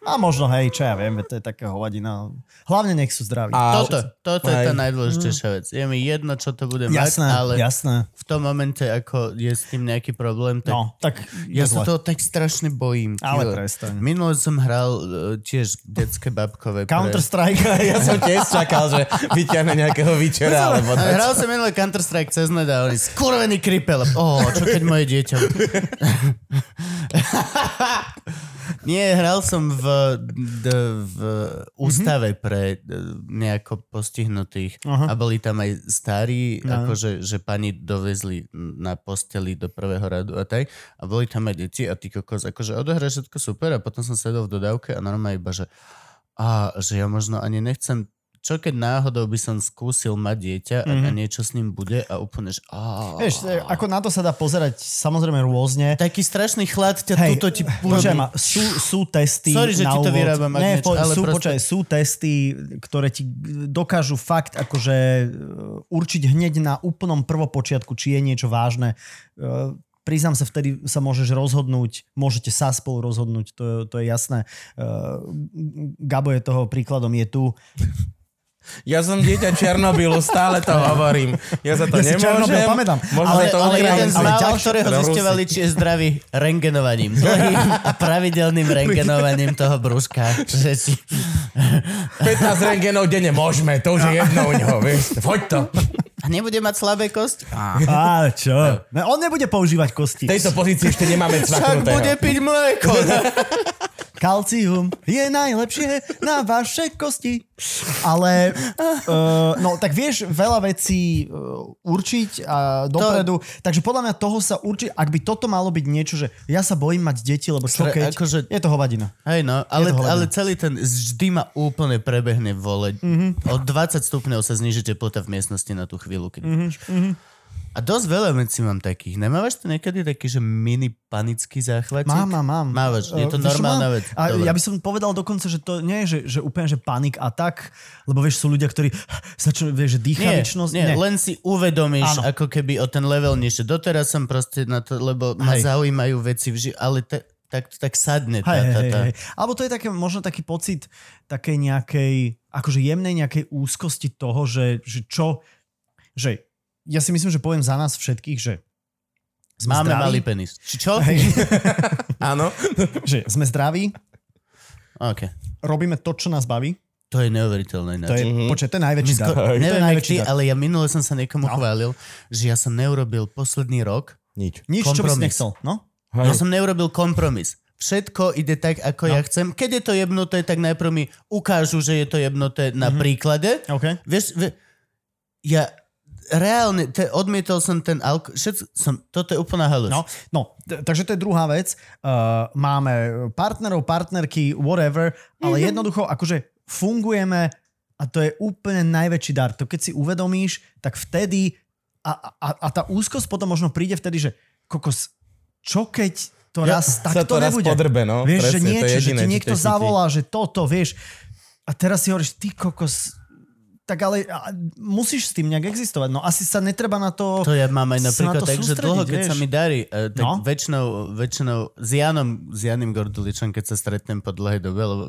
D: A možno, hej, čo ja viem, veď to je taká hovadina. Hlavne nech sú zdraví.
B: A-
C: Toto, toto je tá
B: Aj.
C: najdôležitejšia vec. Je mi jedno, čo to bude
D: Mm. jasné,
C: mať, ale
D: jasné.
C: v tom momente, ako je s tým nejaký problém, tak
D: No, tak
C: Ja
D: je
C: sa
D: zle.
C: toho tak strašne bojím. ty
D: Ale
C: vole.
D: prestaň.
C: Minule som hral e, tiež detské babkové. pre-
D: Counter-Strike.
B: Ja som tiež čakal, že vyťahne nejakého výčera, alebo
C: A Hral som minule Counter-Strike cez net a oni skurvený kripel. Ó, čo keď moje dieťa... Nie, hral som v, d- v ústave pre d- nejako postihnutých
D: Aha.
C: a boli tam aj starí, akože že pani dovezli na posteli do prvého radu a tak a boli tam aj deti a ty kokos, akože odohra všetko super a potom som sedel v dodávke a normálne iba, že a že ja možno ani nechcem čo keď náhodou by som skúsil mať dieťa mm-hmm. a niečo s ním bude a úplne, že... á.
D: Mhm. Vieš, e, ako na to sa dá pozerať samozrejme rôzne.
C: Taký strašný chlad ťa
D: Hej,
C: tuto ti
D: Počkaj ma, sú, sú testy
C: Sorry, že
D: na
C: ti to
D: úvod.
C: vyrábam, ak
D: Nie,
C: niečo,
D: po,
C: ale
D: sú,
C: proste-
D: počkaj, sú testy, ktoré ti dokážu fakt akože e, určiť hneď na úplnom prvopočiatku, či je niečo vážne. E, Priznám sa, vtedy sa môžeš rozhodnúť, môžete sa spolu rozhodnúť, to, je- to je jasné. E, Gabo je toho príkladom, je tu.
B: Ja som dieťa Černobylu, stále to hovorím. Ja za to
D: Ja si
B: nemôžem.
D: Černobyl pamätám.
B: Možno
D: Ale-
B: za to
C: ale
B: oni
C: jeden z
B: nám-
D: ale
C: mála,
D: ďalší-
C: ktorého
B: Rusi.
C: zistovali, či je zdravý rengenovaním. Dlhým a pravidelným rengenovaním toho brúška. Že si...
B: 15 rengenov denne môžeme, to už je jedno u neho, vieš. Poď to.
C: A nebude mať slabé kosti?
D: Á, čo? No, on nebude používať kosti.
B: V tejto pozícii ešte nemáme
C: Však bude
B: cvaknutého.
C: piť mlieko.
D: Kalcium je najlepšie na vaše kosti. Ale uh, no tak vieš veľa vecí uh, určiť a dopredu. Takže podľa mňa toho sa určí, ak by toto malo byť niečo, že ja sa bojím mať deti, lebo čo
C: Sre-
D: keď,
C: akože-
D: je to hovadina.
C: Hej no, ale,
D: Je to hlavne.
C: ale celý ten vždy ma úplne prebehne vole.
D: Mhm.
C: Mm-hmm. O 20 stupňov sa zniží teplota v miestnosti na tú chvíľu. Keď mm-hmm. A dosť veľa vecí mám takých. Nemávaš to niekedy taký, že mini panický záchvat?
D: Mám, mám, mám.
C: Mávaš, je to
D: Eh, vieš, čo
C: normálna
D: mám?
C: vec.
D: A
C: Dobre.
D: ja by som povedal dokonca, že to nie je, že, že úplne, že panik a tak, lebo vieš, sú ľudia, ktorí začnú, vieš, že dýchavičnosť.
C: Nie, nie, len si uvedomíš,
D: Áno.
C: ano. ako keby o ten level nižšie. Doteraz som proste na to, lebo ma
D: Hej.
C: zaujímajú veci, vži- ale te, tak, tak sadne tá,
D: Hej,
C: tá,
D: hej,
C: tá.
D: hej. Alebo to je také, možno taký pocit takej nejakej, akože jemnej nejakej úzkosti toho, že, že čo, že ja si myslím, že poviem za nás všetkých, že sme
C: Máme
D: zdraví,
C: malý penis. Či čo?
D: hej,
B: Áno.
D: že sme zdraví,
C: OK.
D: robíme to, čo nás baví.
C: To je neuveriteľné.
D: To je,
B: Mhm.
D: počkaj, to je najväčší dar. To je
C: Neviem, jak
D: najväčší
C: ty,
D: dar.
C: ale ja minule som sa niekomu no. chválil, že ja som neurobil posledný rok.
B: Nič.
D: Nič, čo by si
C: kompromis.
D: nechcel. No?
C: Ja som neurobil kompromis. Všetko ide tak, ako ja chcem. Keď je to jebnuté, tak najprv mi ukážu, že je to jebnuté na príklade.
D: OK.
C: Vieš, ve, ja reálne, te, odmietol som ten alkohol, všetko som, toto je úplná halus.
D: No, no, t- takže to je druhá vec. Uh, máme partnerov, partnerky, whatever,
B: Mhm.
D: ale mm-hmm. jednoducho akože fungujeme a to je úplne najväčší dar. To keď si uvedomíš, tak vtedy a, a, a tá úzkosť potom možno príde vtedy, že kokos, čo keď to
B: Ja-
D: raz
B: sa to
D: takto
B: raz
D: nebude?
B: podrbe, no,
D: vieš,
B: presne, to
D: že
B: je
D: niečo, že
B: jediné,
D: ti
B: čo
D: niekto
B: ťa chytí.
D: zavolá, že toto, vieš. A teraz si hovoríš, ty kokos, tak ale a, musíš s tým nejak existovať. No asi sa netreba na to...
C: To ja mám aj
D: sa na
C: napríklad
D: to
C: tak, že
D: sústrediť,
C: dlho, keď
D: vieš.
C: sa mi darí, e, tak
D: No.
C: no? väčšinou, väčšinou s Janom, s Janim Gorduličom, keď sa stretnem po dlhej dobe, lebo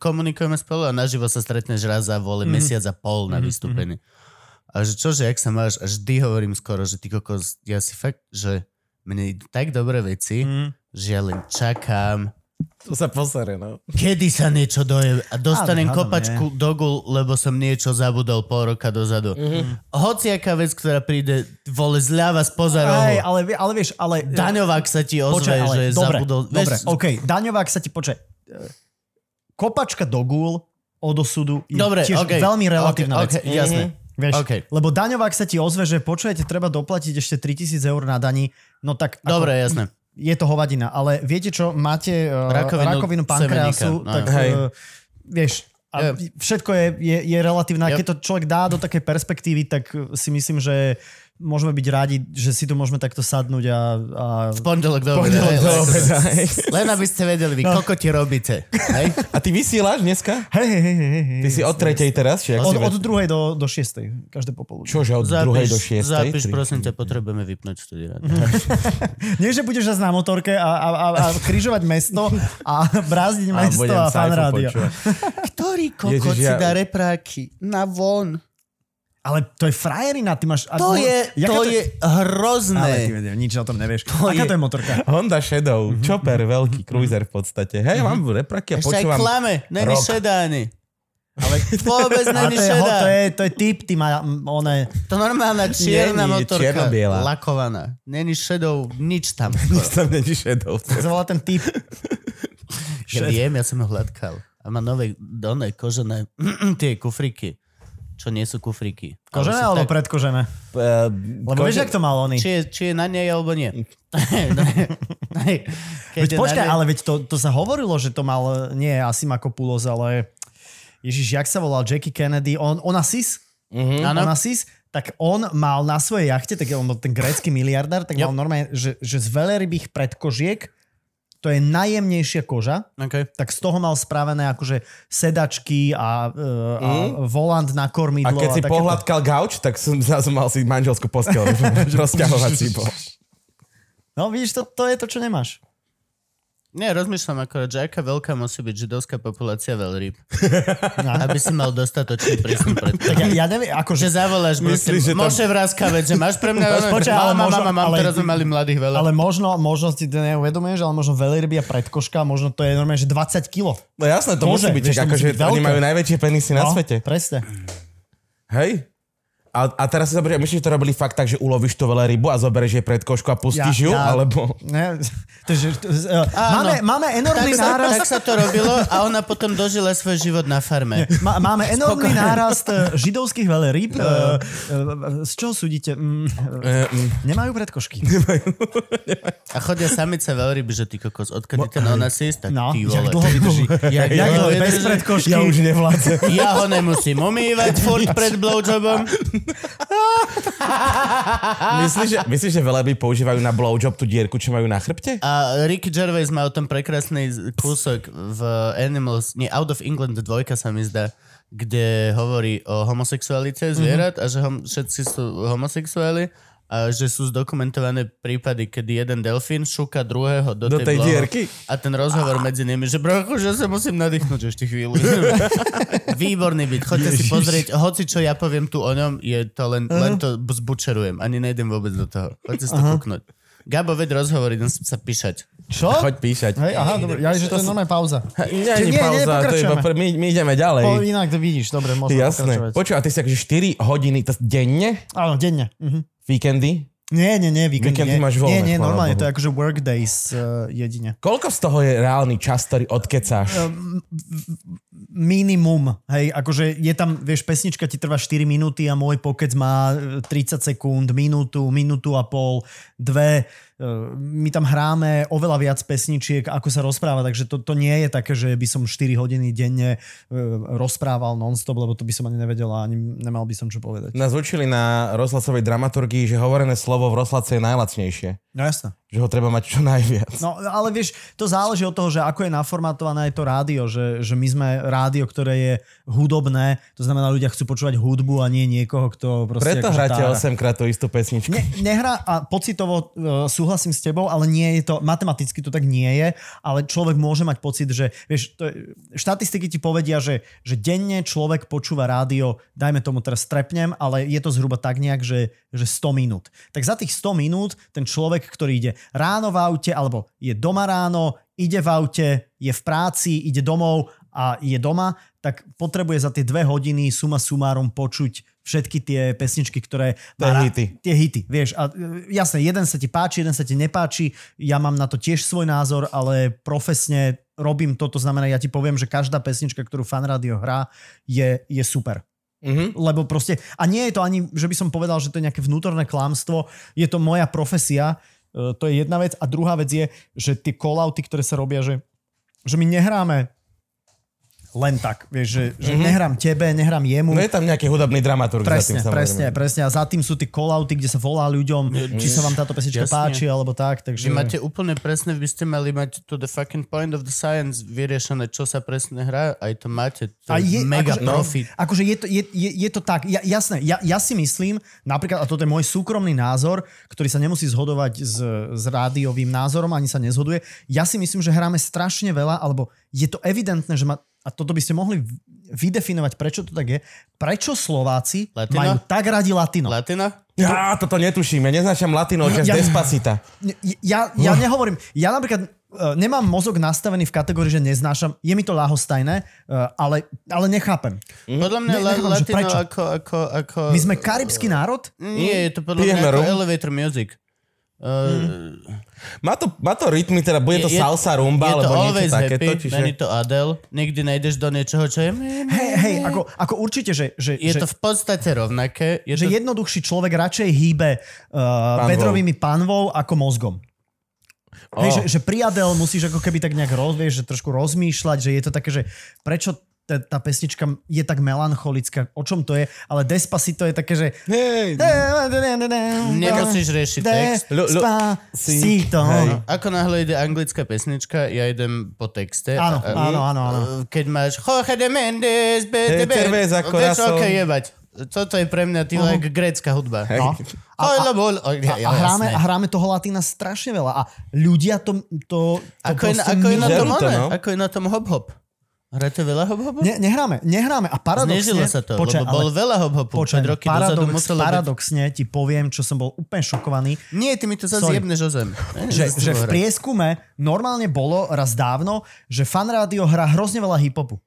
C: komunikujeme spolu a naživo sa stretneš raz za
D: Mhm.
C: vole mesiac a pol na vystúpení. A že čože, jak sa máš, a vždy hovorím skoro, že ty kokos, ja si fakt, že mne idú tak dobré veci,
D: Mhm. Mm.
C: že ja len čakám,
B: Tu sa posere, no.
C: kedy sa niečo doje a dostanem
D: Áno, áno,
C: kopačku do gul, lebo som niečo zabudol pol roka dozadu.
D: Mhm.
C: Mm-hmm. Hociaká vec, ktorá príde vole zľava spoza
D: Aj,
C: rohu.
D: ale, vie- ale vieš, ale... e,
C: Daňovák sa ti ozve,
D: Počkaj, ale
C: že
D: dobre,
C: zabudol.
D: dobre,
C: vieš,
D: OK, daňovák sa ti počkaj. e, Kopačka do gúl od osudu je
C: Dobre,
D: tiež
C: okej,
D: veľmi
C: okej,
D: relatívna vec.
C: okej, jasné.
D: Mhm. Vieš,
C: OK.
D: Lebo daňovák sa ti ozve, že počujete, treba doplatiť ešte 3000 eur na daní, no tak ako,
C: Dobre, jasné.
D: je to hovadina, ale viete čo, máte uh,
C: Rakovinu
D: rakovinu, rakovinu pankreasu,
C: semeníka, no.
D: tak
B: Hej.
D: uh, vieš,
C: Yep.
D: a všetko je, je, je relatívne.
C: Yep.
D: Yep. Keď to človek dá do takej perspektívy, tak uh, si myslím, že môžeme byť rádi, že si tu môžeme takto sadnúť a... a...
C: V pondelok do obeda.
B: Pondelok
C: hej,
B: do
C: len-
B: obeda, hej.
C: Len aby ste vedeli, vy kokoti robíte. Hej?
B: A ty vysielaš dneska?
D: Hej, hej, hej, hej, hej.
B: Ty si od tretej teraz? Či ak si
D: Od, od
B: ve-
D: druhej do, do šiestej, každé popoludne.
B: Čože od druhej do šiestej?
C: Zapíš,
B: Tri-
C: prosím ťa, potrebujeme vypnúť štúdia.
D: Nie, že budeš zase na motorke a, a, a, a križovať mesto a brázdiť
B: A
D: mesto
B: budem
D: a, fan
B: Saifu
D: rádio.
B: počúvať.
C: Ktorý kokot si
B: Ježiš, ja-
C: dá repráky? Na von.
D: Ale to je frajerina, ty máš... a
C: To
D: mo-
C: je,
D: jaká
C: to je
D: Ale ty
C: hrozné.
D: vedem, nič o tom nevieš. Aká
C: je-
D: to je motorka?
B: Honda Shadow,
D: Mhm.
B: chopper, veľký cruiser v podstate. Hej, mám repraky a
C: Ešte aj
B: počúvam...
C: klame, není
B: rock.
C: šedá ani. Ale vôbec
D: Ale
C: není
D: to, je, ho,
C: šedá.
D: to, je, to je typ, ty má... m, One,
C: To normálna čierna
B: Není,
C: motorka.
B: čierno-biela.
C: Lakovaná. Není šedou, nič tam. skoro.
B: Tam není Shadow.
D: sa volá ten typ.
C: Ja viem, ja som ho hladkal. A má nové, doné, kožené, tie kufriky. Čo nie sú kufriky.
D: Kožené
C: sú tak-
D: alebo predkožené? Lebo vieš, jak to mal oný?
C: Či je, či je na nej, alebo nie. Keď
D: Hm. Veď
C: je na
D: počkaj,
C: nej-
D: ale veď to, to sa hovorilo, že to mal, eh, nie asi Makopoulos, ale Ježiš, jak sa volal Jackie Kennedy, on, Onassis,
C: Áno.
D: Onassis, tak on mal na svojej jachte, tak on bol ten grécky miliardár, tak
C: Yep.
D: mal normálne, že, že z veľrybých predkožiek, to je najjemnejšia koža,
C: Okay.
D: tak z toho mal spravené akože sedačky a, uh, a volant na
B: A
D: kormidlo.
B: keď si
D: takéto.
B: pohľadkal gauč, tak som zrazu mal si manželskú postel. Rozťahovací bol.
D: No vidíš, to, to je to, čo nemáš.
C: Nie, rozmýšľam akorát, že aká veľká musí byť židovská populácia veľryb. aby si mal dostatočný prísun pred
D: Tak ja, ja neviem,
C: Že
D: akože...
C: zavoláš,
B: Myslíš,
C: Myslíš,
B: že
C: že
B: tam-
C: Moše vrázka vec, že máš pre mňa...
D: Počkaj, ale
C: mama,
D: možno-
C: mama, mám,
D: ale-
C: teraz sme mali mladých veľa.
D: Ale možno, možno si to neuvedomuješ, ale možno veľryby a predkoška, možno to je normálne, že 20 kilo.
B: No jasné, to
D: Môže,
B: musí byť,
D: vieš, to musí
B: akože
D: byť
B: oni
D: veľké. No.
B: majú najväčšie penisy na svete.
D: Presne.
B: Hej? A, a teraz si zoberieš, myslíš, že to robili fakt tak, že ulovíš tú veľa rybu a zoberieš jej pred košku a pustíš ju? Alebo...
D: Ne, takže, to- z- e, máme, máme
C: tak,
D: enormný
C: sa,
D: nárast,
C: tak sa to robilo a ona potom dožila svoj život na farme.
D: ma, máme enormný nárast e, židovských veľryb. E, e, z čoho súdite? Mm, e,
B: Eh, mm.
D: nemajú predkošky.
C: A chodia samice veľryby, že ty kokos, odkedy ten onasist, tak
D: No,
C: ty
D: jak
C: vole.
D: dlho vydrží?
C: Jak
D: Jak
C: dlho
D: dlho
C: vydrží?
D: bez predkošky?
B: Ja už nevládzem.
C: Ja ho nemusím umývať furt pred blowjobom.
B: Myslíš, že, myslíš, že veľa by používajú na blowjob tú dierku, čo majú na chrbte?
C: A Ricky Gervais má o tom prekrásny z- kúsok v Animals, nie, Out of England 2 sa mi zdá, kde hovorí o homosexualite zvierat mm-hmm. a že hom, všetci sú homosexuáli a že sú zdokumentované prípady, kedy jeden delfín šúka druhého do,
B: Do tej
C: blove.
B: dierky?
C: A ten rozhovor medzi nimi, že brochu, že sa musím nadýchnuť ešte chvíľu. Výborný byt, choďte si pozrieť, hoci čo ja poviem tu o ňom, je to len, len to zbučerujem, ani nejdem vôbec do toho. Choďte si to kúknuť. Gabo, ved rozhovor, idem sa píšať.
D: Čo?
B: Choď píšať.
D: Hej, aha, dobre, ja, že to je normálna pauza.
B: Nie, nie, pauza, to je iba,
D: pokračujeme.
B: pr- my, my ideme ďalej.
D: Po, inak to vidíš, dobre, môžeme
B: Jasné.
D: pokračovať.
B: Počúva, a ty si akože 4 hodiny to denne,
D: Áno, denne. Mhm.
B: víkendy.
D: Nie, nie, nie, víkendy.
B: Víkendy
D: nie.
B: máš voľné,
D: Nie, nie,
B: chvála
D: normálne,
B: Bohu.
D: to je akože workdays uh, jedine.
B: Koľko z toho je reálny čas, ktorý odkecáš?
D: Minimum, hej, akože je tam, vieš, pesnička ti trvá 4 minúty a môj pokec má eh, 30 sekúnd, minútu, minútu a pol, dve. Eh, My tam hráme oveľa viac pesničiek, ako sa rozpráva, takže to, to nie je také, že by som 4 hodiny denne eh, rozprával nonstop, lebo to by som ani nevedel a ani nemal by som čo povedať.
B: Nás učili na rozhlasovej dramaturgii, že hovorené slovo v rozhlasce je najlacnejšie.
D: No jasné.
B: Že ho treba mať čo najviac.
D: No ale vieš, to záleží od toho, že ako je naformatované aj to rádio, že, že my sme rádio, ktoré je hudobné, to znamená ľudia chcú počúvať hudbu a nie niekoho, kto proste...
B: Preto
D: akože
B: hráte
D: tára.
B: 8 krát tú istú pesničku.
D: Ne, nehrá a pocitovo e, súhlasím s tebou, ale nie je to, matematicky to tak nie je, ale človek môže mať pocit, že vieš, to, je- štatistiky ti povedia, že, že denne človek počúva rádio, dajme tomu teraz strepnem, ale je to zhruba tak nejak, že, že 100 minút. Tak za tých 100 minút ten človek, ktorý ide ráno v aute, alebo je doma ráno, ide v aute, je v práci, ide domov a je doma, tak potrebuje za tie dve hodiny suma sumárom počuť všetky tie pesničky, ktoré...
B: Tie
D: má-
B: hity.
D: tie hity, vieš. A e, jasné, jeden sa ti páči, jeden sa ti nepáči. Ja mám na to tiež svoj názor, ale profesne robím to. To znamená, ja ti poviem, že každá pesnička, ktorú fan rádio hrá, je, je super.
B: Mhm.
D: Lebo proste, a nie je to ani, že by som povedal, že to je nejaké vnútorné klamstvo, je to moja profesia, e, to je jedna vec. A druhá vec je, že tie call-outy, ktoré sa robia, že, že my nehráme len tak, vieš, že, že mm-hmm. nehrám tebe, nehrám jemu.
B: Mhm. No je tam nejaký hudobný dramaturg
D: Presne,
B: za tým,
D: presne,
B: samozrejme.
D: presne. A za tým sú tie call-outy, kde sa volá ľuďom, či sa vám táto pesnička
F: Jasne.
D: páči, alebo tak. Takže...
C: Vy No, máte úplne presne, vy ste mali mať to the fucking point of the science vyriešené, čo sa presne hrá, aj to máte. To
D: A
C: je,
D: je,
C: mega
D: akože,
C: profit.
D: No, akože je to, je, je, je to tak, ja, jasné, ja, ja si myslím, napríklad, a toto je môj súkromný názor, ktorý sa nemusí zhodovať s, s rádiovým názorom, ani sa nezhoduje, ja si myslím, že hráme strašne veľa, alebo je to evidentné, že ma, a toto by ste mohli v- vydefinovať, prečo to tak je, prečo Slováci
C: Latino?
D: majú tak radi latino.
C: Latina?
B: Ja toto netuším, ja neznačam latino, čas
D: Ja-
B: Despacita.
D: Ne- Ja, ja nehovorím, ja napríklad eh, nemám mozog nastavený v kategórii, že neznášam, je mi to ľahostajné, eh, ale, ale nechápem.
C: Podľa mňa
D: Mhm. Ne-
C: la,
D: nechápem, že
C: Latino
D: prečo?
C: ako, ako, ako...
D: My sme karibský národ?
C: Nie, je to podľa mňa
B: Pijeme
C: ako
B: rum.
C: elevator music. E,
D: Mhm.
C: Uh,
B: Má to, má to rytmy, teda bude to
C: Je- je-
B: salsa,
C: je
B: rumba,
C: to
B: alebo
C: always
B: niečo takéto,
C: happy,
B: čiže...
C: není to Adele, nikdy nejdeš do niečoho, čo je...
D: Hej, hej,
C: mm.
D: ako, ako určite, že, že,
C: Je
D: že,
C: to v podstate rovnaké. Je
D: že
C: to,
D: jednoduchší človek radšej hýbe uh, Petrovými panvou ako mozgom. Oh. Hej, že, že pri Adele musíš ako keby tak nejak roz, vieš, že trošku rozmýšľať, že je to také, že prečo tá, tá pesnička je tak melancholická, o čom to je, ale Despacito je také, že
B: Hej,
C: Nemusíš riešiť text.
B: Lu- lu-
D: Despacito.
B: Hej.
C: Ako náhle ide anglická pesnička, ja idem po texte. A-
D: Áno,
C: e,
D: áno, áno, áno.
C: Keď máš Jorge de Mendes, be,
B: Hej,
C: de ben,
B: Cervez ako
C: vieš,
B: Russell.
C: okay, jebať. Toto je pre mňa ty uh-huh. like grécka hudba.
B: Hej.
C: No. A, a, a,
D: Mhm. A, a, hráme, a hráme toho latína strašne veľa a ľudia to, to, to
C: Ako je, na-
D: proste
C: ako je na
B: milujú
C: tom,
B: to,
C: one?
B: no.
C: ako je na tom hop-hop? Hráte veľa hop-hopu?
D: Ne, nehráme, nehráme. A paradoxne...
C: Znižilo sa to,
D: Počkaj,
C: lebo bol
D: ale-
C: veľa hop-hopu.
D: počkaj,
C: 5 roky
D: paradox,
C: dozadu muselo byť.
D: paradoxne ti poviem, čo som bol úplne šokovaný,
C: Nie, ty mi to zase
D: Sorry.
C: jebneš o zem. Ne,
D: že,
C: zase
D: že v
C: hovorím.
D: prieskume normálne bolo raz dávno, že fan rádio hrá hrozne veľa hip-hopu.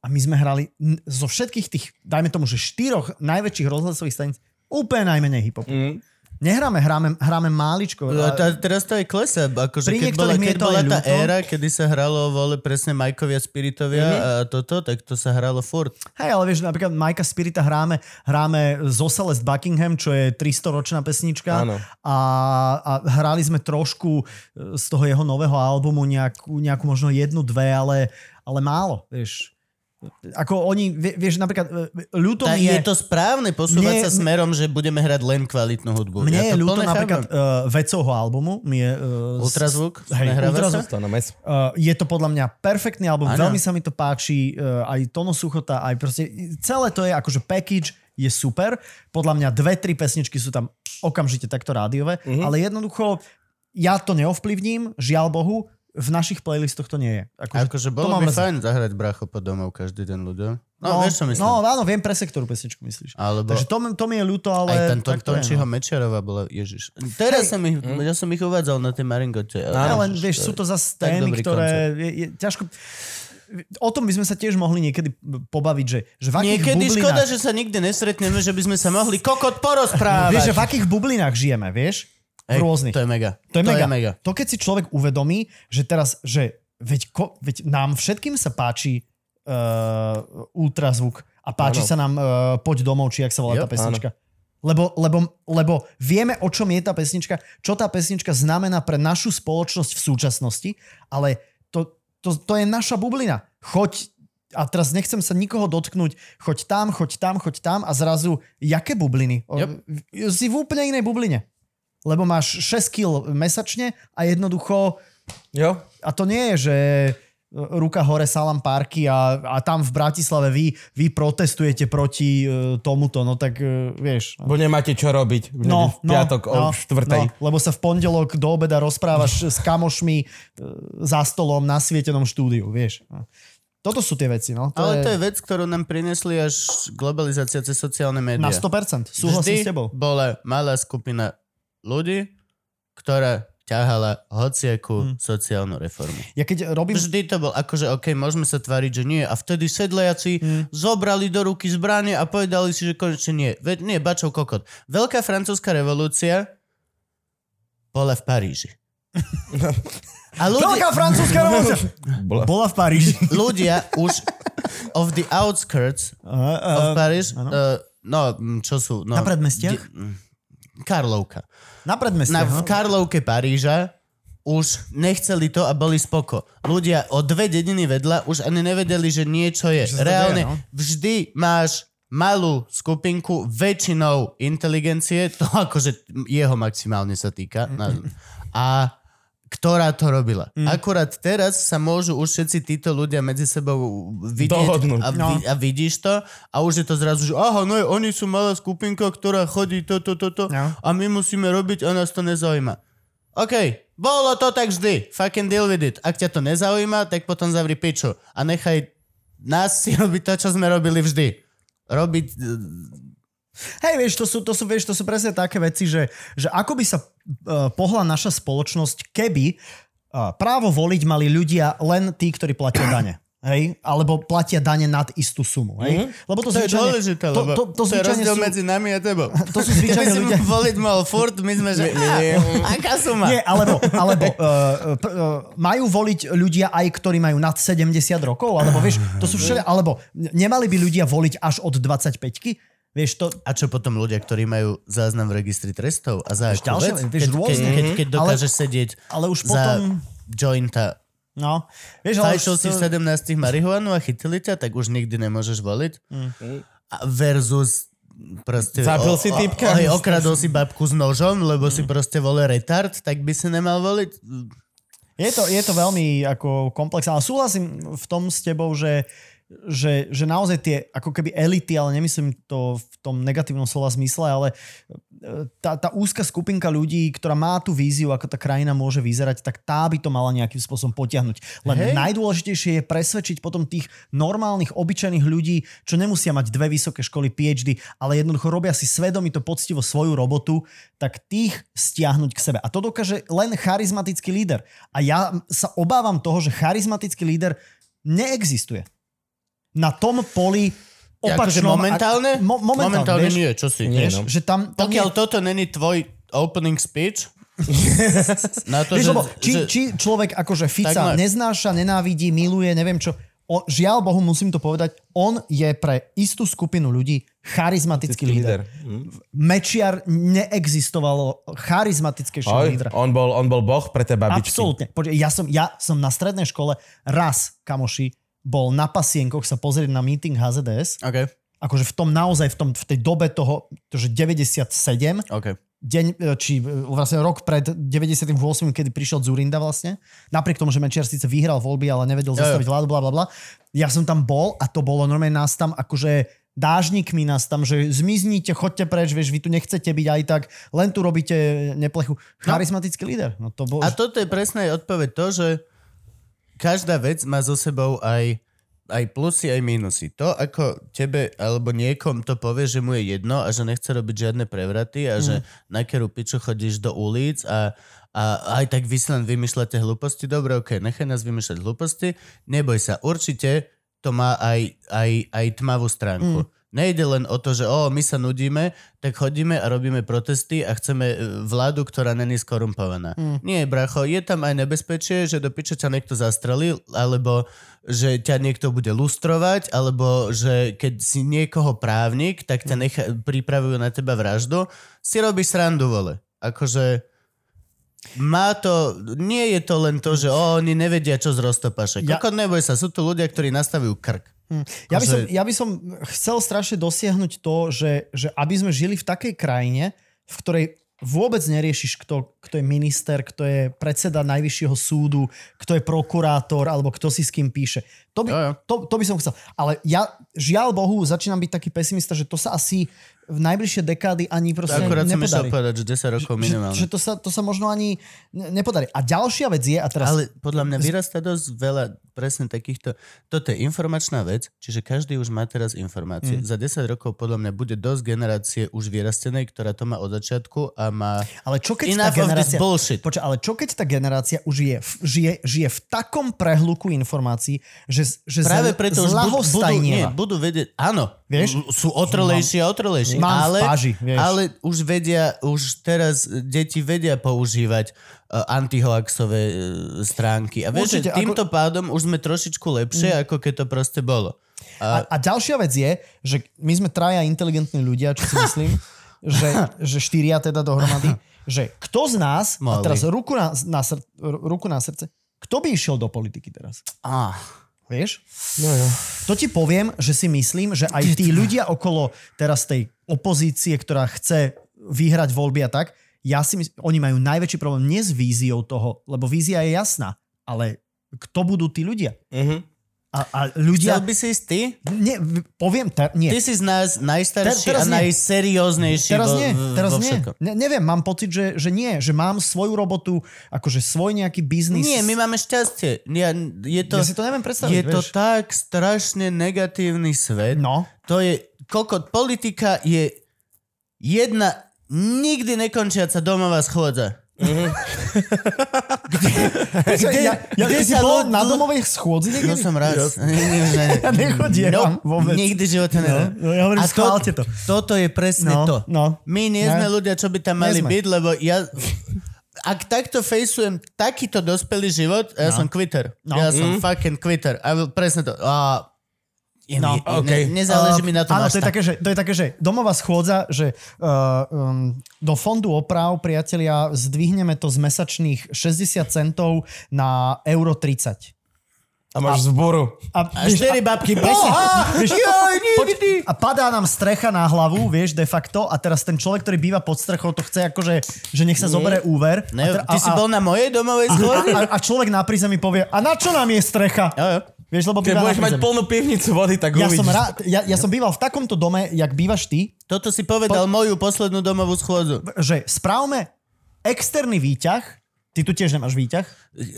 D: A my sme hrali n- zo všetkých tých, dajme tomu, že štyroch najväčších rozhlasových staníc úplne najmenej hip-hopu.
B: Mm.
D: Nehráme, hráme, hráme máličko.
C: A
D: A,
C: tá, teraz No, to aj klesa, akože
D: Pri
C: keď bola,
D: niektorých mi je
C: keď
D: to
C: bola
D: aj
C: tá
D: ľúto.
C: éra, kedy sa hralo vole presne Majkovia, Spiritovia
D: Mhm.
C: a toto, tak to sa hralo furt.
D: hej, ale vieš, napríklad Majka Spirita hráme, hráme zo Celeste Buckingham, čo je 300-ročná pesnička.
B: Áno.
D: a, a hrali sme trošku e, z toho jeho nového albumu nejakú, nejakú možno jednu, dve, ale, ale málo, vieš. Ako oni, vie- vieš, napríklad, e, ľúto
C: Tá,
D: mi
C: je to správne posúvať
D: Mne-
C: sa smerom, že budeme hrať len kvalitnú hudbu.
D: mne je
C: ja to
D: ľúto
C: plne
D: napríklad
C: chápem.
D: uh, vecovho albumu, mi je... Uh,
C: Ultrazvuk?
D: Hej,
C: Nehráva sa?
D: ultrazvuk.
B: To na no mes.
D: Uh, je to podľa mňa perfektný album,
C: Áno.
D: veľmi sa mi to páči, uh, aj tono suchota, aj proste, celé to je akože package, je super. Podľa mňa dve, tri pesničky sú tam okamžite takto
C: Mhm.
D: rádiové, mm-hmm. ale jednoducho ja to neovplyvním, žiaľ Bohu, v našich playlistoch to nie je. Akože,
C: Akože
D: to
C: bolo
D: mám
C: by
D: mrzí.
C: fajn zahrať bracho pod domov každý deň ľuďom. No, vieš čo myslím.
D: No áno, viem presne, ktorú pesničku myslíš.
C: Alebo
D: Takže to, mi- to mi je ľúto, ale...
C: aj ten Tom
D: tak to je, no.
C: Tomčího Mečiarová bola, ježiš. Teraz som ich, ja som ich uvádzal na tej Maringote. ale-
D: Áno, len vieš, sú to zase
C: tak
D: témy,
C: dobrý
D: ktoré je, je ťažko... O tom by sme sa tiež mohli niekedy pobaviť, že, že v akých
C: Niekedy
D: bublinách...
C: škoda, že sa nikdy nesretneme, že by sme sa mohli kokot
D: Vieš, že
C: porozprávať.
D: v akých bublinách žijeme, vieš?
C: Hej,
D: V rôznych.
C: To je mega.
D: To je mega. To keď si človek uvedomí, že teraz, že veď, ko, veď nám všetkým sa páči uh, ultrazvuk a páči
B: Áno.
D: sa nám uh, Poď domov, či jak sa volá
C: Jo,
D: tá pesnička. Lebo, lebo, lebo vieme, o čom je tá pesnička, čo tá pesnička znamená pre našu spoločnosť v súčasnosti, ale to, to, to je naša bublina. Choď, a teraz nechcem sa nikoho dotknúť, choď tam, choď tam, choď tam a zrazu, jaké bubliny? O,
C: Yep.
D: Si v úplne inej bubline. Lebo máš 6 kg mesačne a jednoducho,
B: Jo,
D: a to nie je, že e, ruka hore Salam Parky a, a tam v Bratislave vy, vy protestujete proti e, tomuto, no tak e, vieš.
B: bo nemáte čo robiť.
D: No,
B: v piatok
D: no,
B: o štvrtej.
D: lebo sa v pondelok do obeda rozprávaš s kamošmi e, za stolom na svietenom štúdiu, vieš. No. Toto sú tie veci, no.
C: To
D: To
C: Ale
D: je,
C: to je vec, ktorú nám priniesli až globalizácia cez sociálne médiá.
D: na 100%. Súhlasím
C: Vždy
D: s tebou.
C: bola malá skupina ľudí, ktorá ťahala
D: Hm.
C: hociakú sociálnu reformu.
D: Ja keď robím...
C: Vždy to bol akože, OK, môžeme sa tváriť, že nie. A vtedy sedliaci zobrali do ruky zbranie a povedali si, že konečne nie. Ve, nie, bačov kokot. Veľká francúzska revolúcia bola v Paríži. A ľudia,
D: francúzska revolúcia!
B: Bola.
D: Bola v Paríži.
C: ľudia už of the outskirts of
D: Uh, uh,
C: Paris,
D: áno.
C: uh, no, mm, čo sú... No,
D: Na predmestiach?
C: de- mm, Karlovka.
D: na no. predmeste.
C: Na, v
D: aha.
C: Karlovke Paríža už nechceli to a boli spoko. Ľudia o dve dediny vedľa už ani nevedeli, že niečo je.
D: Že sa to
C: Reálne,
D: deje, no.
C: vždy máš malú skupinku väčšinou inteligencie, to akože jeho maximálne sa týka, na- a ktorá to robila.
D: Mm.
C: Akurát teraz sa môžu už všetci títo ľudia medzi sebou vidieť
B: Dohodnúť.
C: a,
D: No.
C: vi- a vidíš to a už je to zrazu, že aha, no oni sú malá skupinka, ktorá chodí toto, toto
D: No.
C: a my musíme robiť a nás to nezaujíma. OK, bolo to tak vždy. Fucking deal with it. Ak ťa to nezaujíma, tak potom zavri piču a nechaj nás si robiť to, čo sme robili vždy. Robiť... e,
D: Hej, vieš, to sú, to sú, vieš, to sú presne také veci, že, že ako by sa uh, pohla naša spoločnosť, keby uh, právo voliť mali ľudia len tí, ktorí platia dane. Hej? Alebo platia dane nad istú sumu. Hej? Mm-hmm. Lebo to,
C: Mhm. To je
D: zvyčajne,
C: dôležité,
D: to, to, to,
C: je
D: zvyčajne
C: rozdiel
D: sú,
C: medzi nami a tebou.
D: to sú zvyčajne
C: Keby si
D: ľudia.
C: voliť mal furt, my sme, že... "Á, Aká suma?
D: Nie, alebo, alebo uh, pr, uh, majú voliť ľudia aj, ktorí majú nad 70 rokov, alebo vieš, to sú
C: Mhm.
D: všetko, alebo nemali by ľudia voliť až od 25-ky, vieš, to,
C: A čo potom ľudia, ktorí majú záznam v registri trestov a za
D: Ešte
C: akú
D: ďalšie,
C: vec?
D: vieš,
C: keď, keď,
D: rôzne.
C: keď, keď
D: Ale-
C: dokážeš sedieť
D: ale už
C: za
D: potom,
C: jointa
D: no, vieš, ale už
C: Fajčil si
D: to-
C: v 17 marihuanu a chytili ťa, tak už nikdy nemôžeš voliť.
D: Mhm.
C: A versus proste...
B: Zabil si typka.
C: O, hej, okradol si babku s nožom, lebo si proste vole retard, tak by si nemal voliť.
D: Je to, je to veľmi ako komplexné, ale súhlasím v tom s tebou, že, že, že naozaj tie ako keby elity, ale nemyslím to v tom negatívnom slova zmysle, ale e, tá, tá úzka skupinka ľudí, ktorá má tú víziu, ako tá krajina môže vyzerať, tak tá by to mala nejakým spôsobom potiahnuť. Len
C: Hej.
D: Hej. najdôležitejšie je presvedčiť potom tých normálnych, obyčajných ľudí, čo nemusia mať dve vysoké školy PhD, ale jednoducho robia si svedomito, poctivo svoju robotu, tak tých stiahnuť k sebe. A to dokáže len charizmatický líder. A ja sa obávam toho, že charizmatický líder neexistuje. Na tom poli
C: Akože
D: opačnom...
C: momentálne?
D: no, Mo-
C: momentálne
D: momentálne, vieš,
C: nie, čo si?
D: Vieš,
B: no.
D: že tam, tam
C: Pokiaľ toto není tvoj opening speech, na to,
D: Vieš,
C: že,
D: lebo či,
C: že,
D: či človek akože Fica
C: máš.
D: neznáša, nenávidí, miluje, neviem čo. O, žiaľ Bohu, musím to povedať, on je pre istú skupinu ľudí charizmatický líder. Mečiar neexistovalo charizmatickejšieho
B: Oj,
D: lídera.
B: on bol, on bol boh pre tie babičky.
D: Absolútne. Počkej, ja som, ja som na strednej škole raz, kamoši, bol na pasienkoch sa pozrieť na meeting HZDS.
C: OK,
D: Akože v tom naozaj, v, tom, v tej dobe toho, že 97,
C: OK.
D: deň, e, či e, vlastne rok pred 98, kedy prišiel Zurinda vlastne, napriek tomu, že Mečiar síce vyhral voľby, ale nevedel
C: Jo, jo.
D: zastaviť vládu, bla bla bla. Ja som tam bol a to bolo normálne nás tam akože dážnikmi nás tam, že zmiznite, chodte preč, vieš, vy tu nechcete byť aj tak, len tu robíte neplechu. Charizmatický líder. No to
C: No.
D: bol...
C: A toto je presná aj odpoveď to, že každá vec má so sebou aj, aj plusy, aj mínusy. To, ako tebe alebo niekom to povie, že mu je jedno a že nechce robiť žiadne prevraty a že na keru piču chodíš do ulic a, a aj tak vy si len vymýšľate hlúposti. Dobre, ok, nechaj nás vymýšľať hlúposti. Neboj sa, určite to má aj, aj, aj tmavú stránku. Mm. Nejde len o to, že o, my sa nudíme, tak chodíme a robíme protesty a chceme e, vládu, ktorá není skorumpovaná. Mm. Nie, bracho, je tam aj nebezpečie, že do piče ťa niekto zastrelí, alebo že ťa niekto bude lustrovať, alebo že keď si niekoho právnik, tak ťa necha- pripravujú na teba vraždu. Si robíš srandu, vole. Akože má to, nie je to len to, že o, oni nevedia, čo z roztopašek. Ja...
D: Ja-
C: Ako neboj sa, sú tu ľudia, ktorí nastavujú krk.
D: Ja
C: Akože-
D: by, som, ja by som chcel strašne dosiahnuť to, že, že aby sme žili v takej krajine, v ktorej vôbec neriešiš, kto, kto je minister, kto je predseda najvyššieho súdu, kto je prokurátor, alebo kto si s kým píše. To by,
C: Jo, jo.
D: to, to by som chcel. Ale ja, žiaľ Bohu, začínam byť taký pesimista, že to sa asi v najbližšie dekády ani proste
C: Akurát som išiel
D: nepodarí.
C: povedať, že 10 rokov
D: Vlastne Že,
C: minimálne.
D: že to, sa, to sa možno ani ne- nepodarí. A ďalšia vec je, a teraz...
C: Ale podľa mňa vyrastá dosť veľa presne takýchto... Toto je informačná vec, čiže každý už má teraz informácie. Mm. Za 10 rokov podľa mňa bude dosť generácie už vyrastenej, ktorá to má od začiatku a má...
D: Ale čo keď tá
C: Enough of this
D: generácia...
C: bullshit.
D: Počkaj, ale čo keď tá generácia už je, v- žije, žije v takom prehluku informácií, že, z- že
C: Práve
D: zl-
C: preto už budú, budú, nie,
D: zlahostajnieva.
C: budú vedieť, áno,
D: Vieš?
C: m- sú otrlejší a otrlejší,
D: Mám v
C: ale,
D: páži, vieš.
C: ale už vedia, už teraz deti vedia používať uh, antihoaxové uh, stránky a vieš, že
D: Určite, ako- Mm.
C: týmto pádom už sme trošičku lepšie, ako keď to proste bolo.
D: A, a ďalšia vec je, že my sme traja inteligentní ľudia, čo si myslím, že, že štyria teda dohromady, že kto z nás, a
C: Mali.
D: teraz ruku na, na, sr- ruku na srdce, kto by išiel do politiky teraz?
C: Á,
D: Vieš?
B: No jo.
D: To ti poviem, že si myslím, že aj tí ľudia okolo teraz tej opozície, ktorá chce vyhrať voľby a tak, ja si myslím, oni majú najväčší problém nie s víziou toho, lebo vízia je jasná, ale kto budú tí ľudia?
B: Mhm.
D: A, a
C: chcel
D: ľudia...
C: by si ísť ty?
D: Nie, poviem, ter, nie.
C: Ty si z nás najstarší
D: Te-
C: a
D: teraz nie.
C: najserióznejší
D: Teraz
C: vo,
D: nie,
C: v-
D: teraz
C: vo
D: nie.
C: všetkom.
D: Ne, neviem, mám pocit, že, že nie, že mám svoju robotu, akože svoj nejaký biznis.
C: Nie, my máme šťastie. Ja, je to,
D: Ja si to neviem predstaviť,
C: je to
D: vieš.
C: tak strašne negatívny svet.
D: No,
C: To je, kokot, politika je jedna nikdy nekončiaca domová schôdza.
D: kde, ja, ja,
C: kde
D: kde si
C: sa
D: bol
C: lo-
D: na domovej schôdzi
C: To
D: niekedy?
C: No som raz. Ja
D: nechodievam vôbec.
C: Nikdy v živote no,
D: no, ja hovorím, schválte to.
C: Toto je presne
D: No,
C: to.
D: no.
C: My nie sme
D: No.
C: ľudia, čo by tam mali
D: sme.
C: byť, lebo ja... Ak takto fejsujem takýto dospelý život, ja som quitter.
D: No.
C: Ja som fucking quitter. A presne to. A,
D: No,
C: no,
B: okej.
C: ne, nezáleží mi na tom
D: Áno,
C: až
D: to je,
C: tak.
D: také, že, to je také, že domová schôdza, že uh, um, do fondu oprav, priatelia, zdvihneme to z mesačných 60 centov na euro 30.
B: A máš zboru.
D: A,
C: A štyri babky, presne.
D: Vieš,
C: Joj, nikdy.
D: a padá nám strecha na hlavu, vieš, de facto, a teraz ten človek, ktorý býva pod strechou, to chce akože, že nech sa zoberie úver.
C: Ne,
D: a, tra-
C: ty
D: a,
C: si bol na mojej domovej
D: a,
C: schôdzi?
D: a, a človek na prízemí povie, a na čo nám je strecha?
C: Jo, jo.
D: Vieš, lebo
B: Keď
D: býva na
B: budeš mať
D: prízemí.
B: plnú pivnicu vody, tak
D: Ja
B: uvidíš.
D: som, rád, ja, ja som býval v takomto dome, jak bývaš ty,
C: Toto si povedal moju poslednú domovú schôdzu.
D: že správme externý výťah, ty tu tiež nemáš výťah,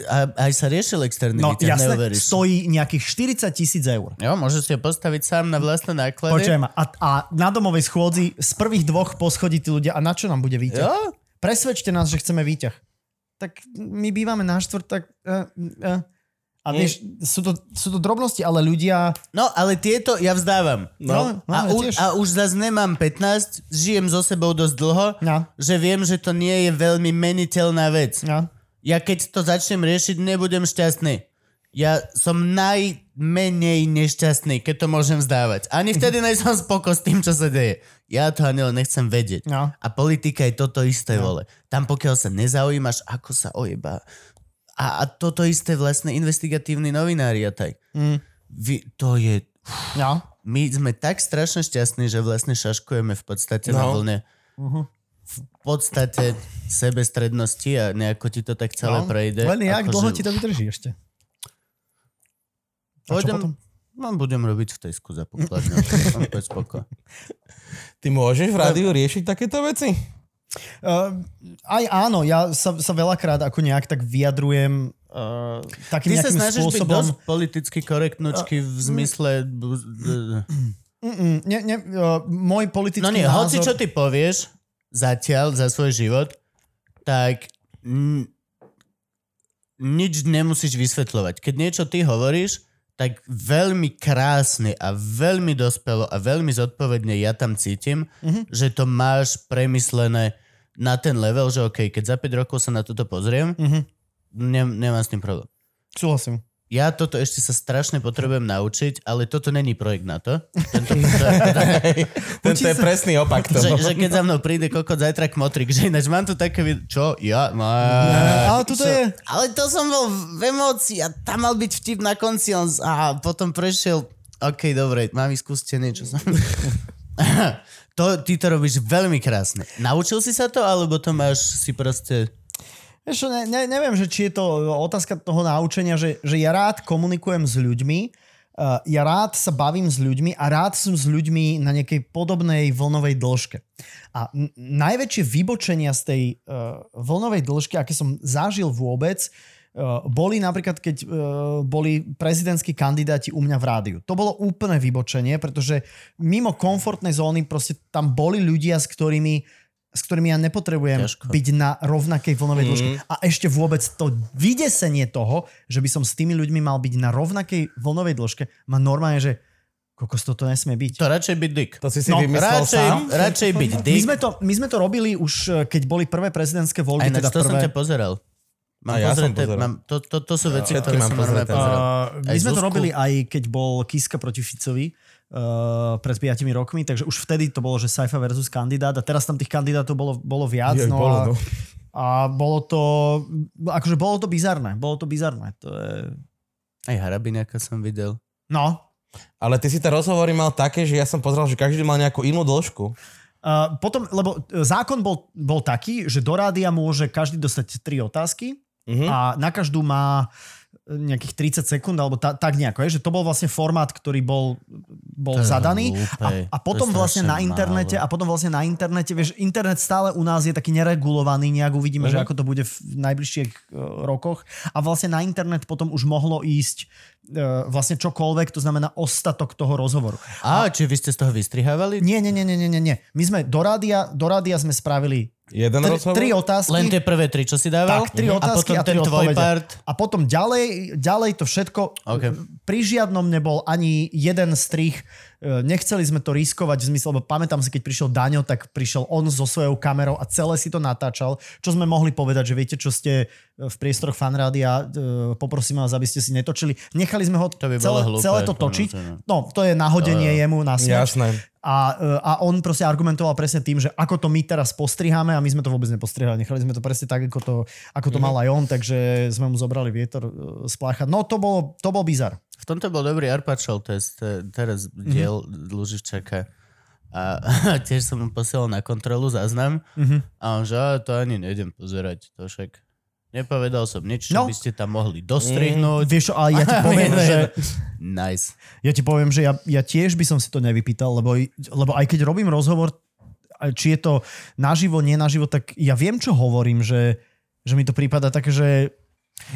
C: A, aj sa riešil externý
D: no
C: výťah,
D: jasné,
C: neuveríš.
D: stojí nejakých 40 tisíc eur.
C: Jo, môžeš si ho postaviť sám na vlastné náklady.
D: Počujem, ma, a, a na domovej schôdzi z prvých dvoch poschodí tí ľudia, a na čo nám bude výťah?
C: Jo,
D: Presvedčte nás, že chceme výťah. Tak my bývame na štvrtok. Uh, uh. A
C: Mm.
D: vieš, sú to, sú to drobnosti, ale ľudia...
C: No, ale tieto ja vzdávam.
D: No, no,
C: a,
D: ja
C: u,
D: tiež.
C: a už zase nemám 15, žijem so sebou dosť dlho,
D: No.
C: že viem, že to nie je veľmi meniteľná vec.
D: No.
C: Ja keď to začnem riešiť, nebudem šťastný. Ja som najmenej nešťastný, keď to môžem vzdávať. Ani vtedy nejsem spoko s tým, čo sa deje. Ja to ani len nechcem vedieť.
D: No.
C: A politika je toto isté, no. vole. Tam pokiaľ sa nezaujímaš, ako sa ojeba. A, a toto isté vlastne investigatívni novinári a tak. Mm. Vy, to je
D: No.
C: my sme tak strašne šťastní, že vlastne šaškujeme v podstate no. na
B: No.
C: vlne
D: Mhm.
C: v podstate sebestrednosti a nejako ti to tak celé
D: no.
C: prejde.
D: Len jak
C: Akože
D: dlho ti to vydrží ešte? A čo
C: pôjdem,
D: potom?
C: No, budem robiť v tej za pokladňu. Úplne spoko.
B: Ty môžeš v rádiu riešiť takéto veci?
D: Uh, aj áno, ja sa, sa veľakrát ako nejak tak vyjadrujem uh, takým
C: Ty sa
D: nejakým
C: snažíš byť
D: spôsobom.
C: dosť politicky korektnočky v zmysle... bu- d-
D: Mm, ne, ne, uh, môj politický
C: No nie,
D: názor...
C: hoci čo ty povieš zatiaľ za svoj život, tak n- nič nemusíš vysvetľovať. Keď niečo ty hovoríš, tak veľmi krásne a veľmi dospelo a veľmi zodpovedne ja tam cítim, mm-hmm. že to máš premyslené na ten level, že OK, keď za 5 rokov sa na toto pozriem,
D: Mhm.
C: ne- nemám s tým problém.
D: Súhlasím.
C: Ja toto ešte sa strašne potrebujem naučiť, ale toto není projekt na to. Tento, to,
B: Tento je presný opak
C: že,
B: toho.
C: že keď za mnou príde kokot zajtra k motrik, že ináč mám tu také... vid- Čo? Ja? Má...
D: Ale tuto je...
C: Ale to som bol v- v emócii a tam mal byť vtip na konci on, z- a potom prešiel... OK, dobre, mami, skúste niečo. to, ty to robíš veľmi krásne. Naučil si sa to, alebo to máš si proste...
D: Vieš čo, ne, ne, neviem, že či je to otázka toho naučenia, že, že ja rád komunikujem s ľuďmi, uh, ja rád sa bavím s ľuďmi a rád som s ľuďmi na nejakej podobnej vlnovej dĺžke. A n- najväčšie vybočenia z tej uh, vlnovej dĺžky, aké som zažil vôbec, uh, boli napríklad, keď uh, boli prezidentskí kandidáti u mňa v rádiu. To bolo úplné vybočenie, pretože mimo komfortnej zóny proste tam boli ľudia, s ktorými s ktorými ja nepotrebujem
C: Ťažko.
D: byť na rovnakej
C: Mhm.
D: vlnovej dĺžke. A ešte vôbec to vydesenie toho, že by som s tými ľuďmi mal byť na rovnakej vlnovej dĺžke, ma normálne, že kokos toto nesmie byť.
C: To radšej byť dick.
B: To si si
D: No,
B: vymyslel
C: Radšej,
B: sám?
C: radšej byť
D: My
C: dick.
D: sme, to, my sme to robili už, eh, keď boli prvé prezidentské
C: Aj
D: voľby,
C: na
D: teda
C: to som
D: prvé...
C: ťa pozeral. Mám
B: A ja som
C: pozreté-
B: pozeral.
C: mám, to, to, to sú veci,
B: Všetky
C: ktoré
B: mám teda.
C: som normálne
B: pozreté.
C: pozeral.
D: Uh, my
C: Aj
D: sme to
C: Zuzku.
D: robili aj keď bol Kiska proti Ficovi uh, pred 5 rokmi, takže už vtedy to bolo, že Saifa versus kandidát a teraz tam tých kandidátov bolo, bolo viac.
B: Jej,
D: no
B: bolo,
D: a,
B: no.
D: a bolo to, akože bolo to bizarné, bolo to bizarné. To je...
C: Aj Harabináka som videl.
D: No,
B: Ale ty si tie rozhovory mal také, že ja som pozeral, že každý mal nejakú inú dĺžku.
D: Uh, potom, lebo e, zákon bol, bol taký, že do rádia môže každý dostať tri otázky
B: Mhm.
C: Hm?
D: a na každú má e, nejakých 30 sekúnd, alebo ta, tak nejako. Je, že to bol vlastne formát, ktorý bol, bol
C: To je
D: zadaný.
C: hlúpe.
D: A, a
C: To je
D: potom vlastne na
C: strašne
D: internete,
C: málo.
D: a potom vlastne na internete, vieš, internet stále u nás je taký neregulovaný, nejak uvidíme, že
B: Mhm.
D: ako to bude v najbližších e, rokoch. A vlastne na internet potom už mohlo ísť e, vlastne čokoľvek, to znamená ostatok toho rozhovoru.
C: A, či vy ste z toho vystrihávali?
D: Nie, nie, nie, nie, nie, nie, nie. My sme do rádia, do rádia sme spravili
B: Jeden
D: tri,
B: rozhovor?
D: tri otázky.
C: Len tie prvé tri, čo si dával?
D: Tak, tri
C: Mhm.
D: otázky
C: a potom
D: a tri
C: ten tvoj
D: odpovede.
C: part.
D: A potom ďalej, ďalej to všetko,
C: OK.
D: pri žiadnom nebol ani jeden strich, E, nechceli sme to riskovať v zmysle, lebo pamätám si, keď prišiel Daňo, tak prišiel on so svojou kamerou a celé si to natáčal, čo sme mohli povedať, že viete, čo ste e, v priestoroch fanrádia, e, poprosím vás, aby ste si netočili. Nechali sme ho to
C: by bolo
D: celé,
C: hlúpe,
D: celé to
C: ako
D: točiť.
C: nutené.
D: No, to je nahodenie jemu na smeč.
B: Jasné.
D: A, e, a on proste argumentoval presne tým, že ako to my teraz postriháme a my sme to vôbec nepostrihali. Nechali sme to presne tak, ako to, ako to mal aj on, takže sme mu zobrali vietor e, z plácha. No to bol, to bol bizar.
C: V tomto bol dobrý Arpačov test, te- teraz
D: Mhm.
C: diel Lužičaka. A tiež som mu posielal na kontrolu záznam
D: Mhm.
C: a on že, "Á, to ani nejdem pozerať, to však. Nepovedal som nič, čo
D: No. Mhm.
C: by ste tam mohli dostrihnúť.
D: Eh, Vieš čo, ale ja ti poviem,
C: Jedno,
D: No, že,
C: jedno. Nice.
D: ja ti poviem, že ja, ja tiež by som si to nevypýtal, lebo, lebo aj keď robím rozhovor, a či je to naživo, nie naživo, tak ja viem, čo hovorím, že, že mi to prípada také, že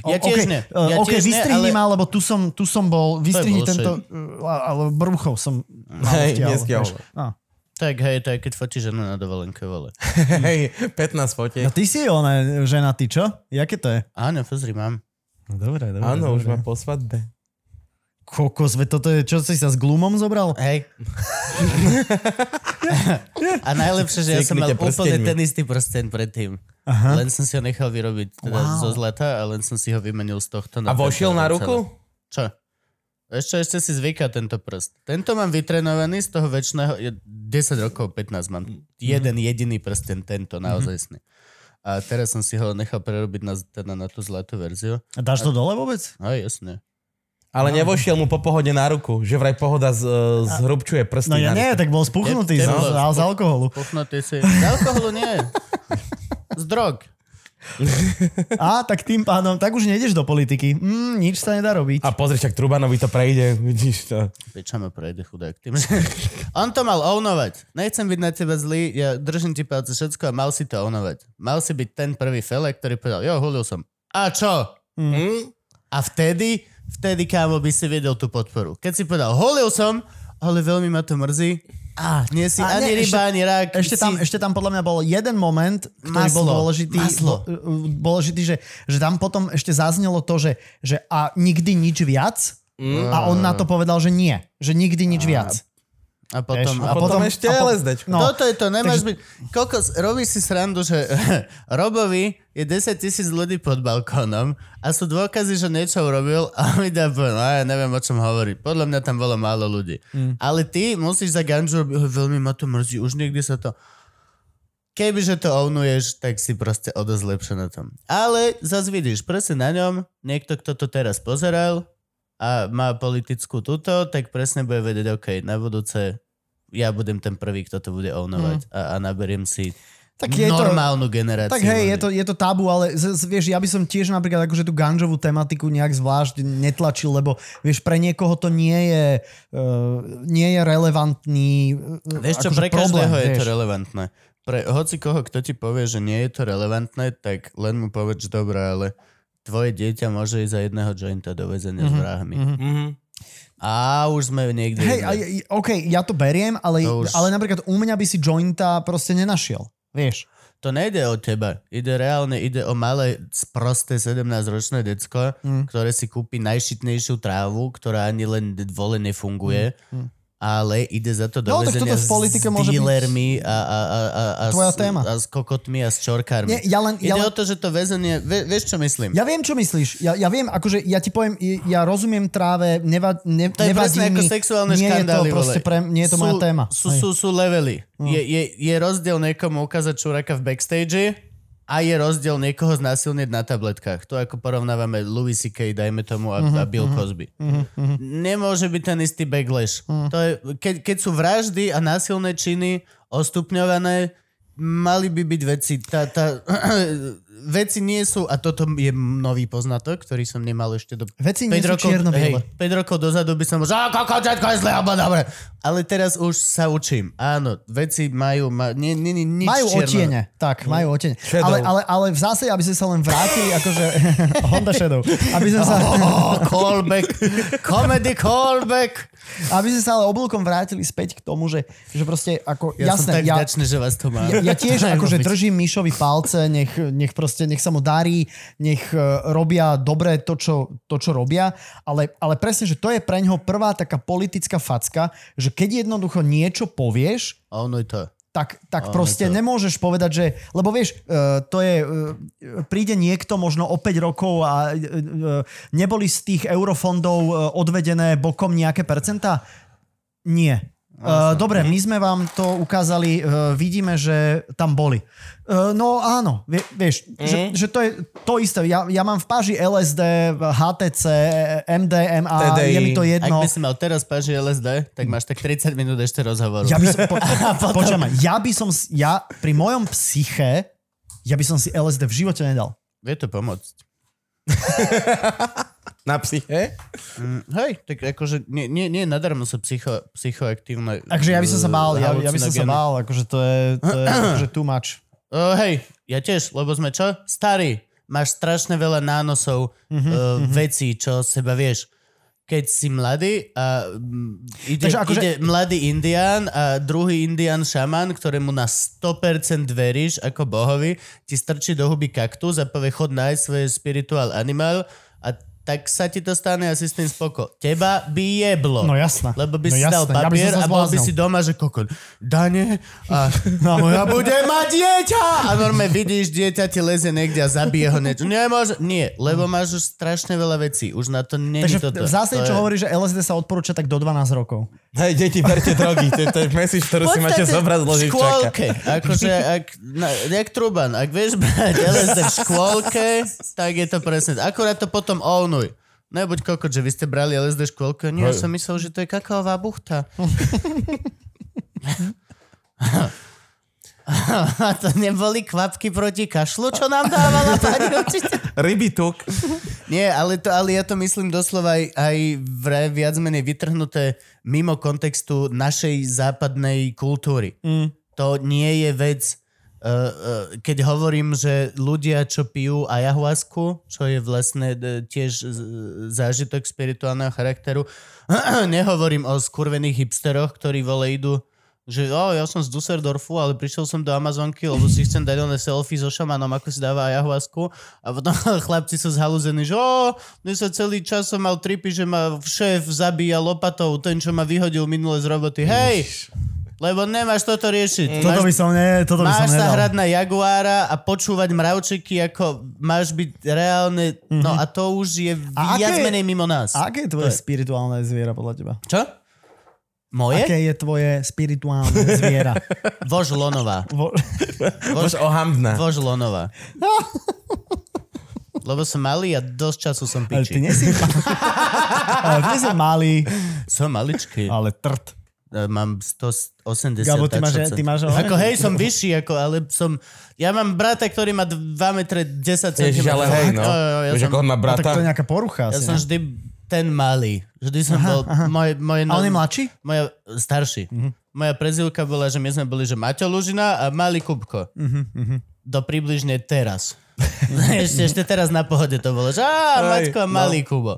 C: Ja tiež
D: OK,
C: ne.
D: e,
C: Ja
D: OK,
C: tiež ne,
D: vystrihni
C: ale-
D: ma, lebo tu som, tu som bol, vystrihni
C: bullshit.
D: tento, e, ale brúchov som mal
B: Hej,
D: vtiahol,
B: nestiahol.
D: vieš. No.
C: Tak hej, to je keď fotíš ženu na dovolenke, vole.
B: Hej, 15 fotiek.
D: Mhm. No ty si ona ženatý, čo? Jaké to je?
C: Áno, pozri, mám.
D: No dobré, dobré.
B: Áno, už ma po svadbe.
D: Kokos, veď toto je, čo si sa s glumom zobral?
C: Hej. A najlepšie, že ja som mal
B: Cieknite
C: úplne
B: prsteňmi.
C: ten istý prsten predtým.
D: Aha.
C: Len som si ho nechal vyrobiť teda
D: Wow.
C: zo zlata a len som si ho vymenil z tohto.
B: A vošiel
C: tento
B: na
C: celý.
B: ruku?
C: Čo? Ešte, ešte si zvyká tento prst. Tento mám vytrenovaný z toho väčšného, je 10 rokov, 15 mám.
D: Mhm.
C: Jeden jediný prsten, tento naozajstný. A teraz som si ho nechal prerobiť na, teda na tú zlatú verziu.
D: A dáš to dole vôbec?
C: No jasne.
B: Ale
D: No.
B: nevošiel mu po pohode na ruku, že vraj pohoda z, e, zhrubčuje prsty
D: No ja
B: na
D: nie,
B: ruke.
D: tak bol spuchnutý
C: Te-
D: z,
C: te bol
D: z, z alkoholu.
C: Puchnutý si. Z alkoholu nie. Z drog.
D: Á, tak tým pánom, tak už nejdeš do politiky. Mm, nič sa nedá robiť.
B: A pozri, však Trubanovi to prejde, vidíš to.
C: Piča ma prejde chudák tým, že... On to mal ownovať. Nechcem byť na teba zlý, ja držím ti palce všetko a mal si to ownovať. Mal si byť ten prvý fele, ktorý povedal, jo, hulil som. A čo?
D: Mhm.
B: Mm.
C: A vtedy, vtedy kámo by si vedel tú podporu. Keď si povedal, hulil som, ale veľmi ma to mrzí. A nie si
D: A
C: ani
D: nie,
C: ryba,
D: ešte-
C: ani rak.
D: Ešte
C: si...
D: tam, ešte tam podľa mňa bol jeden moment, ktorý
C: Maslo,
D: bol dôležitý,
C: maslo.
D: bol- dôležitý že, že tam potom ešte zaznelo to, že, že a nikdy nič viac
C: Mm.
D: a on na to povedal, že nie, že nikdy nič viac.
C: A potom, a
D: Vieš,
B: A potom,
D: potom-
B: ešte
D: a po-
B: LSDčko.
D: No.
C: No. Toto je to, nemáš Takže... byť... Koľko, robíš si srandu, že Robovi je 10 tisíc ľudí pod balkónom a sú dôkazy, že niečo urobil a mi dá povedať, no ja neviem, o čom hovorí. Podľa mňa tam bolo málo ľudí. Mm. Ale ty musíš za ganžu robiť, "Oh, veľmi ma to mrzí, už niekde sa to... Kebyže to ownuješ, tak si proste o dosť lepšie na tom. Ale zase vidíš, presne na ňom, niekto, kto to teraz pozeral a má politickú túto, tak presne bude vedieť, OK, na budúce ja budem ten prvý, kto to bude ownovať mm. a, a naberiem si
D: Tak
C: tak
D: je to-
C: normálnu generáciu.
D: Tak hej, je
C: ľudí.
D: to, je to tabu, ale z, z, vieš, ja by som tiež napríklad akože tú ganžovú tematiku nejak zvlášť netlačil, lebo vieš, pre niekoho to nie je, uh, nie je relevantný uh,
C: Vieš čo,
D: akože
C: pre
D: problém,
C: každého je
D: vieš.
C: to relevantné. Pre hoci koho, kto ti povie, že nie je to relevantné, tak len mu povedz, že dobré, ale tvoje dieťa môže ísť za jedného jointa do väzenia mm-hmm. s vrahmi. Mm-hmm.
B: Mhm.
C: A už sme niekde.
D: Hej,
C: inde.
D: aj, OK, ja to beriem, ale,
C: To už-
D: ale napríklad u mňa by si jointa proste nenašiel, vieš.
C: To nejde o teba. Ide reálne, ide o malé, sprosté 17-ročné decko, mm. ktoré si kúpi najšitnejšiu trávu, ktorá ani len d- vole nefunguje. Mm. ale ide za to do
D: No, tak
C: väzenia
D: toto v politike
C: s
D: môže byť
C: dealermi a, a, a, a, a,
D: tvoja
C: s-
D: téma.
C: a s kokotmi a s čorkármi.
D: Nie, ja len-
C: ide
D: ja len-
C: o to, že to väzenie... Vie, vieš, čo myslím?
D: Ja viem, čo myslíš. Ja, ja viem, akože ja ti poviem, i- ja rozumiem tráve, neva, ne,
C: To je
D: nevadí
C: presne ako
D: mi.
C: sexuálne
D: nie
C: škandály.
D: je to proste
C: vole.
D: pre, nie je to moja
C: sú,
D: téma.
C: Sú,
D: Hej. Hm.
C: sú, sú levely. Je, je, je rozdiel niekomu ukázať čuraka v backstage a je rozdiel niekoho znásilniť na tabletkách. To ako porovnávame Louis C.K., dajme tomu, a, a
D: Mhm,
C: Bill Cosby. Nemôže byť ten istý backlash.
D: Mhm.
C: To je, keď, keď sú vraždy a násilné činy ostupňované, mali by byť veci. Tá, tá, veci nie sú, a toto je nový poznatok, ktorý som nemal ešte do
D: Veci nie
C: 5
D: sú
C: rokov,
D: čierno
C: hej, 5 rokov dozadu by som bol, že "Á, koko, ťaťko je zlé, alebo dobre. Ale teraz už sa učím. Áno, veci majú, ma, nie, nie, nie, nič
D: Majú
C: čierno. Hm.
D: otiene, tak, majú otiene.
B: Shadow.
D: Ale, ale, ale v zásade, aby sme sa len vrátili, akože... Honda Shadow. Aby sme sa...
C: Oh, callback, comedy callback.
D: Aby sme sa ale oblúkom vrátili späť k tomu, že, že proste ako...
C: Ja
D: jasné,
C: som tak
D: ja,
C: vďačný, že vás tu mám.
D: ja, ja tiež
C: Aj
D: akože
C: vôbec.
D: držím Mišovi palce, nech, nech proste, nech sa mu darí, nech eh, robia dobre to, čo, to, čo robia, ale, ale presne, že to je pre ňoho prvá taká politická facka, že keď jednoducho niečo povieš,
C: A ono je to.
D: tak, tak
C: Áno,
D: proste
C: to-
D: nemôžeš povedať, že... Lebo vieš, eh, to je... eh, príde niekto možno o 5 rokov a eh, eh, neboli z tých eurofondov eh, odvedené bokom nejaké percentá? Nie. Uh, dobre, my sme vám to ukázali, uh, vidíme, že tam boli. Uh, no áno, vie, vieš,
C: Mhm.
D: že, že to je to isté. Ja, ja mám v páži LSD, HTC, E, MDMA,
B: TDI.
D: je mi to
C: Ak
D: jedno.
C: by si mal teraz páži LSD, tak máš tak 30 minút ešte rozhovoru.
D: Ja by som, po, počujem, ja by som, s- ja pri mojom psyche, ja by som si LSD v živote nedal.
C: Vie to pomôcť.
B: Na psyche?
D: E?
C: Mm, hej, tak akože nie, nie, nie nadarmo sa psycho, psychoaktívne...
D: Takže ja by som sa
C: eh,
D: bál, ja, ja by som sa
C: halucinogény-
D: bál, akože to je, to je akože too much.
C: Uh, hej, ja tiež, lebo sme čo? Starí. Máš strašne veľa nánosov mm-hmm,
D: Mhm,
C: uh, vecí, čo od seba vieš. Keď si mladý a mm, ide,
D: Takže akože-
C: akože... ide mladý indián a druhý indián šaman, ktorému na 100% veríš ako bohovi, ti strčí do huby kaktus a povie chod nájsť svoje spiritual animal a tak sa ti to stane asi s tým spoko. Teba by jeblo.
D: No jasné.
C: Lebo by
D: No
C: si
D: jasné,
C: dal
D: ja by som
C: papier
D: sa
C: a bol by
D: zbláznil.
C: si doma, že kokot, Dane, a, a moja bude mať dieťa! A normálne vidíš, dieťa ti lezie niekde a zabije ho niečo. Nemôže, nie, lebo máš už strašne veľa vecí. Už na to není
D: Takže
C: toto.
D: v
C: To
D: zásade, čo
C: je-
D: hovorí, že LSD sa odporúča tak do 12 rokov.
B: Hej, deti, berte drogy. To je, to je message, ktorú si máte
C: podstate
B: zobrať z
C: v
B: ložičaka.
C: škôlke. Akože, ak, na, jak Truban, ak vieš brať LSD v škôlke, tak je to presne. Akurát to potom ovnuj. Nebuď kokot, že vy ste brali LSD v škôlke. Nie, ja
B: Hej.
C: som myslel, že to je kakaová buchta. A to neboli kvapky proti kašlu, čo nám dávala pani učiteľ?
B: Ryby tuk.
C: Nie, ale, to, ale ja to myslím doslova aj, aj vraj viac menej vytrhnuté mimo kontextu našej západnej kultúry. Mm. To nie je vec, uh, uh, keď hovorím, že ľudia, čo pijú ayahuasku, čo je vlastne eh, tiež z- zážitok spirituálneho charakteru, nehovorím o skurvených hipsteroch, ktorí vole idú že o, ja som z Dusseldorfu, ale prišiel som do Amazonky, lebo si chcem dať oné selfie so šamanom, ako si dáva ayahuasku. A potom chlapci sú zhalúzení, že o, mne sa celý čas som mal tripy, že ma šéf zabíja lopatou, ten, čo ma vyhodil minule z roboty. Hej! Lebo nemáš toto riešiť.
D: Toto
C: Máš-
D: by som, ne, toto by som
C: Máš sa
D: nedal.
C: hrať na Jaguára a počúvať mravčeky, ako máš byť reálne... Mm-hmm. No a to už je
D: Mhm. A
C: viac
D: aké-
C: menej mimo nás.
D: A aké je tvoje spirituálne zviera podľa teba?
C: Čo? Moje?
D: Aké je tvoje spirituálne zviera?
C: Vož Lonová.
D: Vo...
B: Bož ohambná.
C: Vož Lonová. Lebo som malý a dosť času som
D: Ale
C: piči.
D: ty nie si... ale ty nie si malý,
C: Som maličký.
D: ale trt.
C: E, Mám 180
D: Gabo, ty
C: dačo
D: máš-
C: cent.
D: ty máš-
C: Ako hej, som vyšší, ako, ale som... Ja mám brata, ktorý má 2 metre 10 cm.
B: Ježiš, ale hej, no.
C: Ja
B: Vieš,
C: som,
B: ako on má
D: No, tak to je
B: brata.
D: nejaká porucha
C: ja
D: asi.
C: som
D: ne?
C: vždy ten malý. Vždy som bol... Moje, moje, no-
D: A on je mladší?
C: Moja, starší. Mm-hmm. Moja prezivka bola, že my sme boli, že Maťo Lužina a Malý Kupko. Mm-hmm. Do približne teraz. ešte, ešte teraz na pohode to bolo, že á,
B: Aj,
C: Maťko a Malý no. Kubo.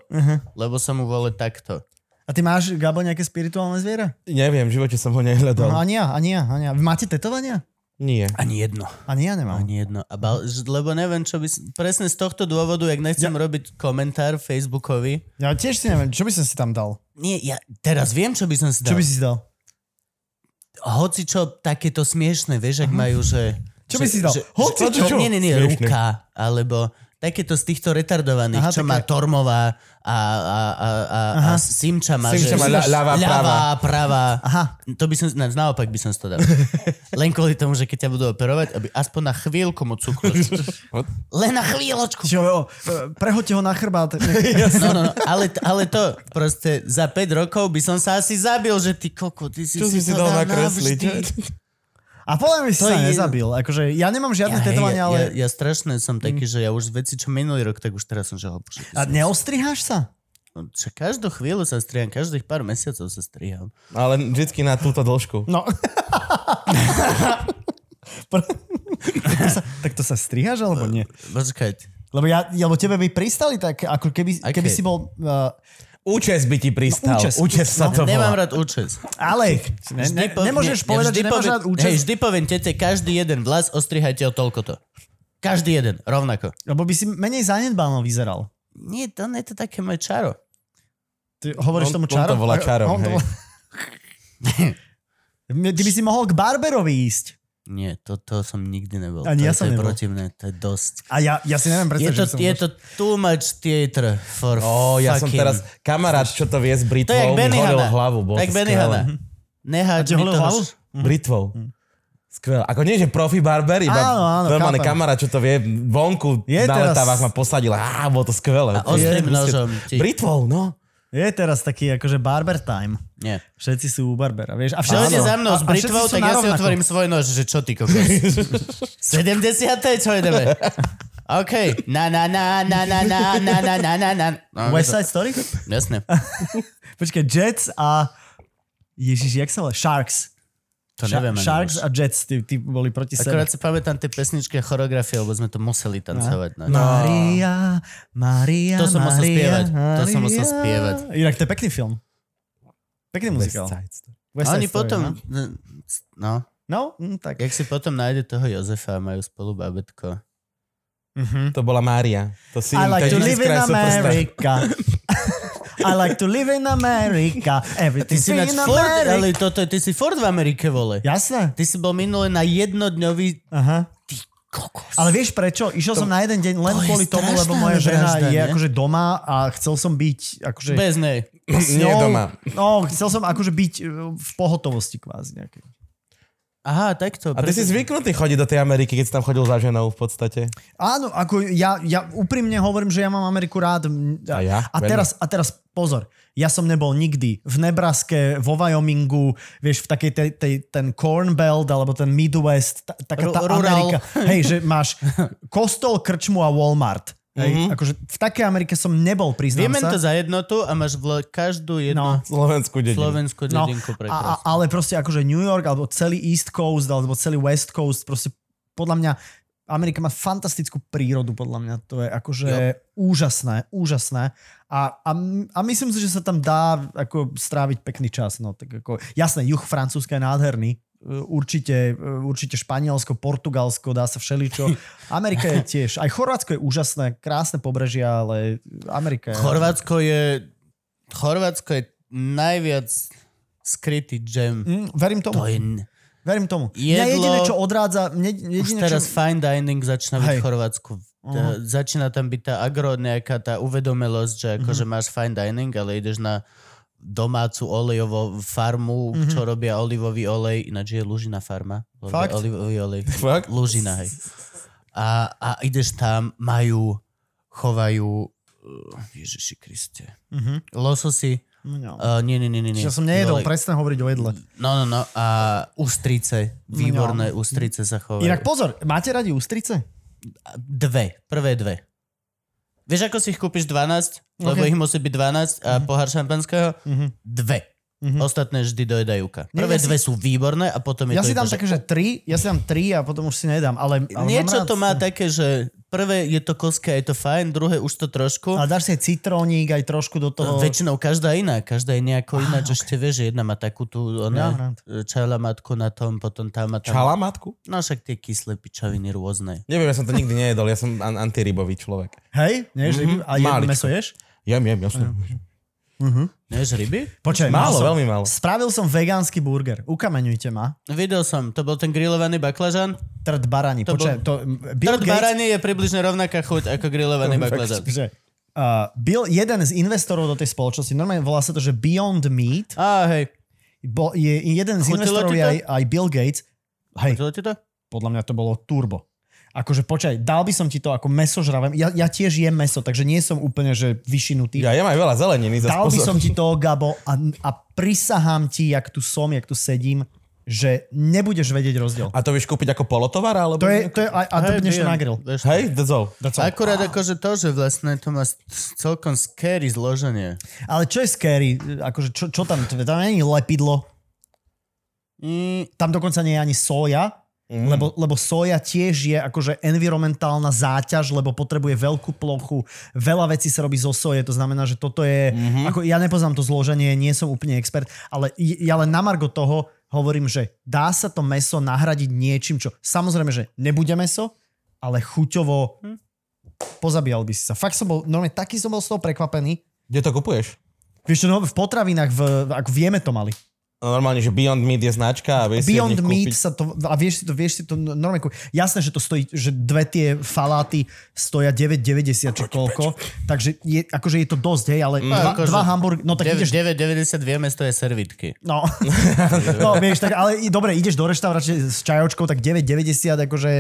C: Lebo som mu volil takto.
D: A ty máš, Gabo, nejaké spirituálne zviera?
B: Neviem, v živote som ho
D: No
B: nehľadal.
D: ani ja, ani ja, ani ja. Vy máte tetovania?
B: Nie.
C: Ani jedno.
D: Ani ja
C: No.
D: nemám.
C: Ani jedno. A bal, že- lebo neviem, čo by... s- Presne z tohto dôvodu, ak nechcem ja. robiť komentár Facebookovi.
D: Ja tiež si neviem, čo by som si tam dal?
C: Nie, ja teraz viem, čo by som si
D: Čo
C: dal.
D: by si si dal?
C: Hoci čo takéto smiešne, vieš,
B: Mhm.
C: ak majú, že...
D: Čo
C: že-
D: by si dal?
C: že- že-
D: Hocičo?
C: Nie, nie, nie,
B: Smiešne.
C: ruka, alebo takéto z týchto retardovaných,
D: Aha,
C: Aha, čo
D: také-
C: má Tormová a, a, a, a, a Simča má, že-
B: Simča má ľa- ľavá,
C: ľavá, pravá.
D: Aha.
C: To by som, ne, naopak by som si to dal. Len kvôli tomu, že keď ťa budú operovať, aby aspoň na chvíľku mu cukru. Len na chvíľočku.
D: Čo, o, e, prehoďte ho na chrbát. Ne-
C: No, no, no, ale, ale to, proste za 5 rokov by som sa asi zabil, že ty koko, ty si
B: Čo si si dal nakresliť?
C: navždy.
D: A podľa mňa by si
C: To
D: sa
C: je-
D: nezabil. Akože ja nemám žiadne
C: hej,
D: tetovanie, ale...
C: ja, ja strašne som taký, že ja už veci, čo minulý rok, tak už teraz som, že ho pošli.
D: Mm. A neostriháš sa?
C: Čo každú chvíľu sa striham, každých pár mesiacov sa striham.
B: Ale vždycky na túto dĺžku.
D: No. tak to sa striháš alebo nie?
C: Počkať.
D: Lebo, ja, lebo tebe by pristali tak, ako keby,
C: Aké?
D: keby si bol... Uh,
B: Účes by ti pristal.
D: účes.
B: Účes sa to
C: Nemám
B: volá.
C: rád účes.
D: ale ne, ne,
C: Vždy po-
D: nemôžeš
C: nie,
D: povedať,
C: vždy
D: že nemáš
C: poviem-
D: rád účes,
C: Hej, vždy poviem tete, každý jeden vlas ostrihajte o toľkoto. Každý jeden, rovnako.
D: lebo by si menej zanedbáno vyzeral.
C: Nie, to nie je to také moje čaro.
D: Ty hovoríš
B: On-
D: tomu
B: No, on to
D: čarom?
B: volá
D: A-
B: čarom,
D: on to
B: hej.
D: volá- Ty by si mohol k barberovi ísť.
C: Nie, to, to som nikdy nebol.
D: Ani
C: to,
D: ja
C: je-
D: som
C: to je
D: nebol.
C: protivné, to je dosť.
D: A ja, ja si
C: Je
D: neviem predstaviť,
C: to,
D: že by som
C: je
D: bol-
C: to too much theater for
B: Ó, ja som
C: fucking...
B: teraz kamarát, čo to vie s
C: To je jak
B: Britvou, mi
C: Benny
B: holil
C: Hanna.
B: hlavu. Bolo
C: Tak
B: to
C: Benny
B: skvelé. Mhm.
C: Hanna. Nehať
D: ti
C: mi
D: holil
C: toho-
D: hlavu?
B: Britvou. Skvelé. Ako nie, že profi barber, iba
D: Mhm. Áno, áno,
B: normálny
D: chápem.
B: kamarát, čo to vie, vonku je
D: Je
B: na
D: teraz-
B: letávach ma posadil. Á, bolo to skvelé.
C: A ostrým
B: Je-
C: nožom ti-
B: Britvou, no.
D: je teraz taký akože barber time.
C: Nie.
D: Všetci sú u barbera, vieš. A
C: Čo
D: všetci,
C: ide za mnou
D: a-
C: s
D: a všetci
C: britvou,
D: sú
C: tak ja si
D: narovnako.
C: otvorím svoj nož, že čo ty kokos. 70. čo ideme? OK. Na, na, na, na, na, na, na, na, na, na, na. No,
D: West Side Ah, Story?
C: Jasne.
D: Počkaj, Jets a... Ježiš, jak sa volá? Sharks.
C: To neviem. ani
D: Sharks
C: už.
D: a Jets, ty, ty boli proti sebe.
C: Akorát si pamätám tie pesničky a choreografie, lebo sme to museli tancovať. No.
D: Maria, Maria,
C: To som musel
D: Maria,
C: spievať. To som
D: Maria.
C: musel spievať.
D: Inak to je pekný film. Pekný muzikál. West
C: A oni
D: Side Story,
C: potom...
D: no?
C: No.
D: No, hm, tak.
C: Jak si potom nájde toho Jozefa a majú spolu babetko.
D: Mhm.
B: To bola Mária. To si
D: I like
B: to
D: to
B: je
D: live in
B: Kraj Superstar.
D: America. I like to live in America.
C: Ty
D: Everything's
C: si ináč
D: in
C: Ford,
D: America.
C: ale toto, je- ty si Ford v Amerike, vole.
D: Jasné.
C: Ty si bol minulý na jednodňový...
D: Aha.
C: Ty kokos.
D: Ale vieš prečo? Išiel som na jeden deň len
C: to je
D: kvôli tomu, lebo
C: strašná
D: moja žena
C: vražda,
D: je
C: ne?
D: akože doma a chcel som byť akože...
C: Bez nej.
D: s
B: Nie
D: ňou-
B: doma.
D: No, chcel som akože byť e, v pohotovosti kvázi nejakej.
C: Aha, takto.
B: A ty si zvyknutý chodiť do tej Ameriky, keď si tam chodil za ženou v podstate.
D: Áno, ako ja, ja úprimne hovorím, že ja mám Ameriku rád. M-
B: A ja?
D: A teraz, a teraz pozor, ja som nebol nikdy v Nebraske, vo Wyomingu, vieš, v takej tej, tej, ten Corn Belt, alebo ten Midwest, ta, taká
C: Ru-
D: tá
C: rural.
D: Amerika. Hej, že máš kostol, krčmu a Walmart. Hej, mm-hmm. akože v takej Amerike som nebol, priznám
C: Viemen Mhm.
D: sa.
C: to za jednotu a máš vl- každú jednu
D: No.
C: no.
B: Slovenskú dedinu.
C: slovenskú
D: No,
C: dedinku
D: a, a,
C: prekrásnu.
D: ale proste akože New York, alebo celý East Coast, alebo celý West Coast, proste podľa mňa Amerika má fantastickú prírodu, podľa mňa. To je akože
C: Jo.
D: úžasné, úžasné. A, a, a myslím si, že sa tam dá ako stráviť pekný čas. No, tak ako, jasné, juh Francúzska je nádherný. Uh, Určite, uh, určite Španielsko, Portugalsko, dá sa všeličo. Amerika je tiež. Aj Chorvátsko je úžasné, krásne pobrežia, ale Amerika je...
C: Chorvátsko je... Chorvátsko je najviac skrytý džem.
D: Mm, verím tomu.
C: To je... n-
D: Verím tomu. Jedlo... Mňa
C: Jedlo-
D: jediné, čo odrádza... Mne,
C: Už
D: jediné,
C: teraz
D: čo...
C: fine dining začína byť
D: Hej. Mhm.
C: v Chorvátsku.
D: Aha.
C: Uh-huh. Začína tam byť tá agro, nejaká tá uvedomelosť, že
D: Mhm.
C: akože uh-huh. máš fine dining, ale ideš na domácu olejovú farmu,
D: Mhm.
C: uh-huh. čo robia olivový olej, ináč je lužina farma. Robia
D: Fakt?
C: Olivový olej.
B: Fakt?
C: Lužina, hej. A, a ideš tam, majú, chovajú, eh, Ježiši Kriste,
D: Mhm.
C: lososy,
D: No.
C: uh, nie, nie, nie, nie. nie.
D: Čiže som nejedol,
C: Ty vole.
D: presne hovoriť o jedle.
C: No, no, no, a ústrice, výborné ústrice sa chovajú.
D: No, Inak pozor, máte radi ústrice?
C: Dve, prvé dve. Vieš, ako si ich kúpiš 12? Lebo
D: Ok. Mhm.
C: ich musí byť 12 a pohár šampanského? Dve. Ostatné vždy dojde juka.
D: Nie,
C: Prvé
D: ja si-
C: dve sú výborné a potom je
D: Ja
C: to
D: si
C: iba,
D: dám
C: že-
D: také, že tri, ja si dám tri a potom už si nedám, ale, ale
C: Niečo
D: mám rád
C: to má
D: sa-
C: také, že prvé je to koska, je to fajn, druhé už to trošku.
D: A dáš si aj citrónik, aj trošku do toho...
C: Väčšinou každá iná, každá je nejako iná, čo ešte vieš, že jedna má takú tú, ona, čalamatku na tom, potom tá má tam...
G: Čala matku?
C: No však tie kyslé pičoviny rôzne.
G: Neviem, ja som to nikdy nejedol, ja som an- antirybový človek.
D: Hej,
C: Mhm.
D: nie, mm-hmm. a jedno
G: Máličko.
D: meso ješ?
G: Jem, jem, jasne.
C: Vieš ryby?
D: Počkaj, mal
G: Málo,
D: som-
G: veľmi málo.
D: Spravil som vegánsky burger. Ukameňujte ma.
C: Videl som, to bol ten grillovaný baklažan.
D: Trd barani.
C: To
D: Počkaj,
C: bol-
D: to... Bill
C: Trd
D: Gates-
C: baranie je približne rovnaká chuť ako grillovaný baklažan.
D: že uh, byl jeden z investorov do tej spoločnosti, normálne volá sa to, že Beyond Meat,
C: Á, hej.
D: bo, je jeden z
C: Chutilo
D: investorov
C: ti
D: je
C: to?
D: aj, aj Bill Gates. Hej,
C: Videl ti to?
D: podľa mňa to bolo turbo. Akože počkaj, dal by som ti to ako meso žravem. Ja, ja tiež jem meso, takže nie som úplne, že vyšinutý.
G: Ja jem aj veľa zeleniny za
D: Dal by
G: spôsob.
D: som ti to, Gabo, a, a prisahám ti, jak tu som, jak tu sedím, že nebudeš vedieť rozdiel.
G: A to vieš kúpiť ako polotovar? Alebo...
D: To je, to je, a, a
C: Hej,
D: dopneš to
C: viem.
D: na grill.
C: Vieš,
G: Hej, that's all.
D: That's all.
C: Akurát akože to, že vlastne to má s- celkom scary zloženie.
D: Ale čo je scary? Akože čo, čo tam? Tam není lepidlo.
C: Mm,
D: Tam dokonca nie je ani soja, mm.
B: Mhm.
D: lebo, lebo soja tiež je akože environmentálna záťaž, lebo potrebuje veľkú plochu, veľa vecí sa robí zo soje, to znamená, že toto je, mm-hmm. ako ja nepoznám to zloženie, nie som úplne expert, ale j- ja len na margo toho hovorím, že dá sa to meso nahradiť niečím, čo samozrejme, že nebude meso, ale chuťovo mm. pozabíjal by si sa. Fakt som bol, normálne taký som bol z toho prekvapený.
G: Kde to kupuješ?
D: Vieš čo, no, v potravinách, v, ako vieme to mali.
G: No, normálne, že Beyond Meat je značka a vieš si od
D: Beyond
G: nich kúpiť.
D: Meat sa to, a vieš si to, vieš si to n- normálne kú... Jasné, že to stojí, že dve tie faláty stoja 9,90 či koľko, takže je, akože je to dosť, hej, ale
G: Mm.
D: dva,
C: akože
D: dva hamburg... No tak ideš...
C: 9,90 vieme, to je servítky.
D: No, no vieš, tak, ale i- dobre, ideš do reštaurácie s čajočkou, tak 9,90 akože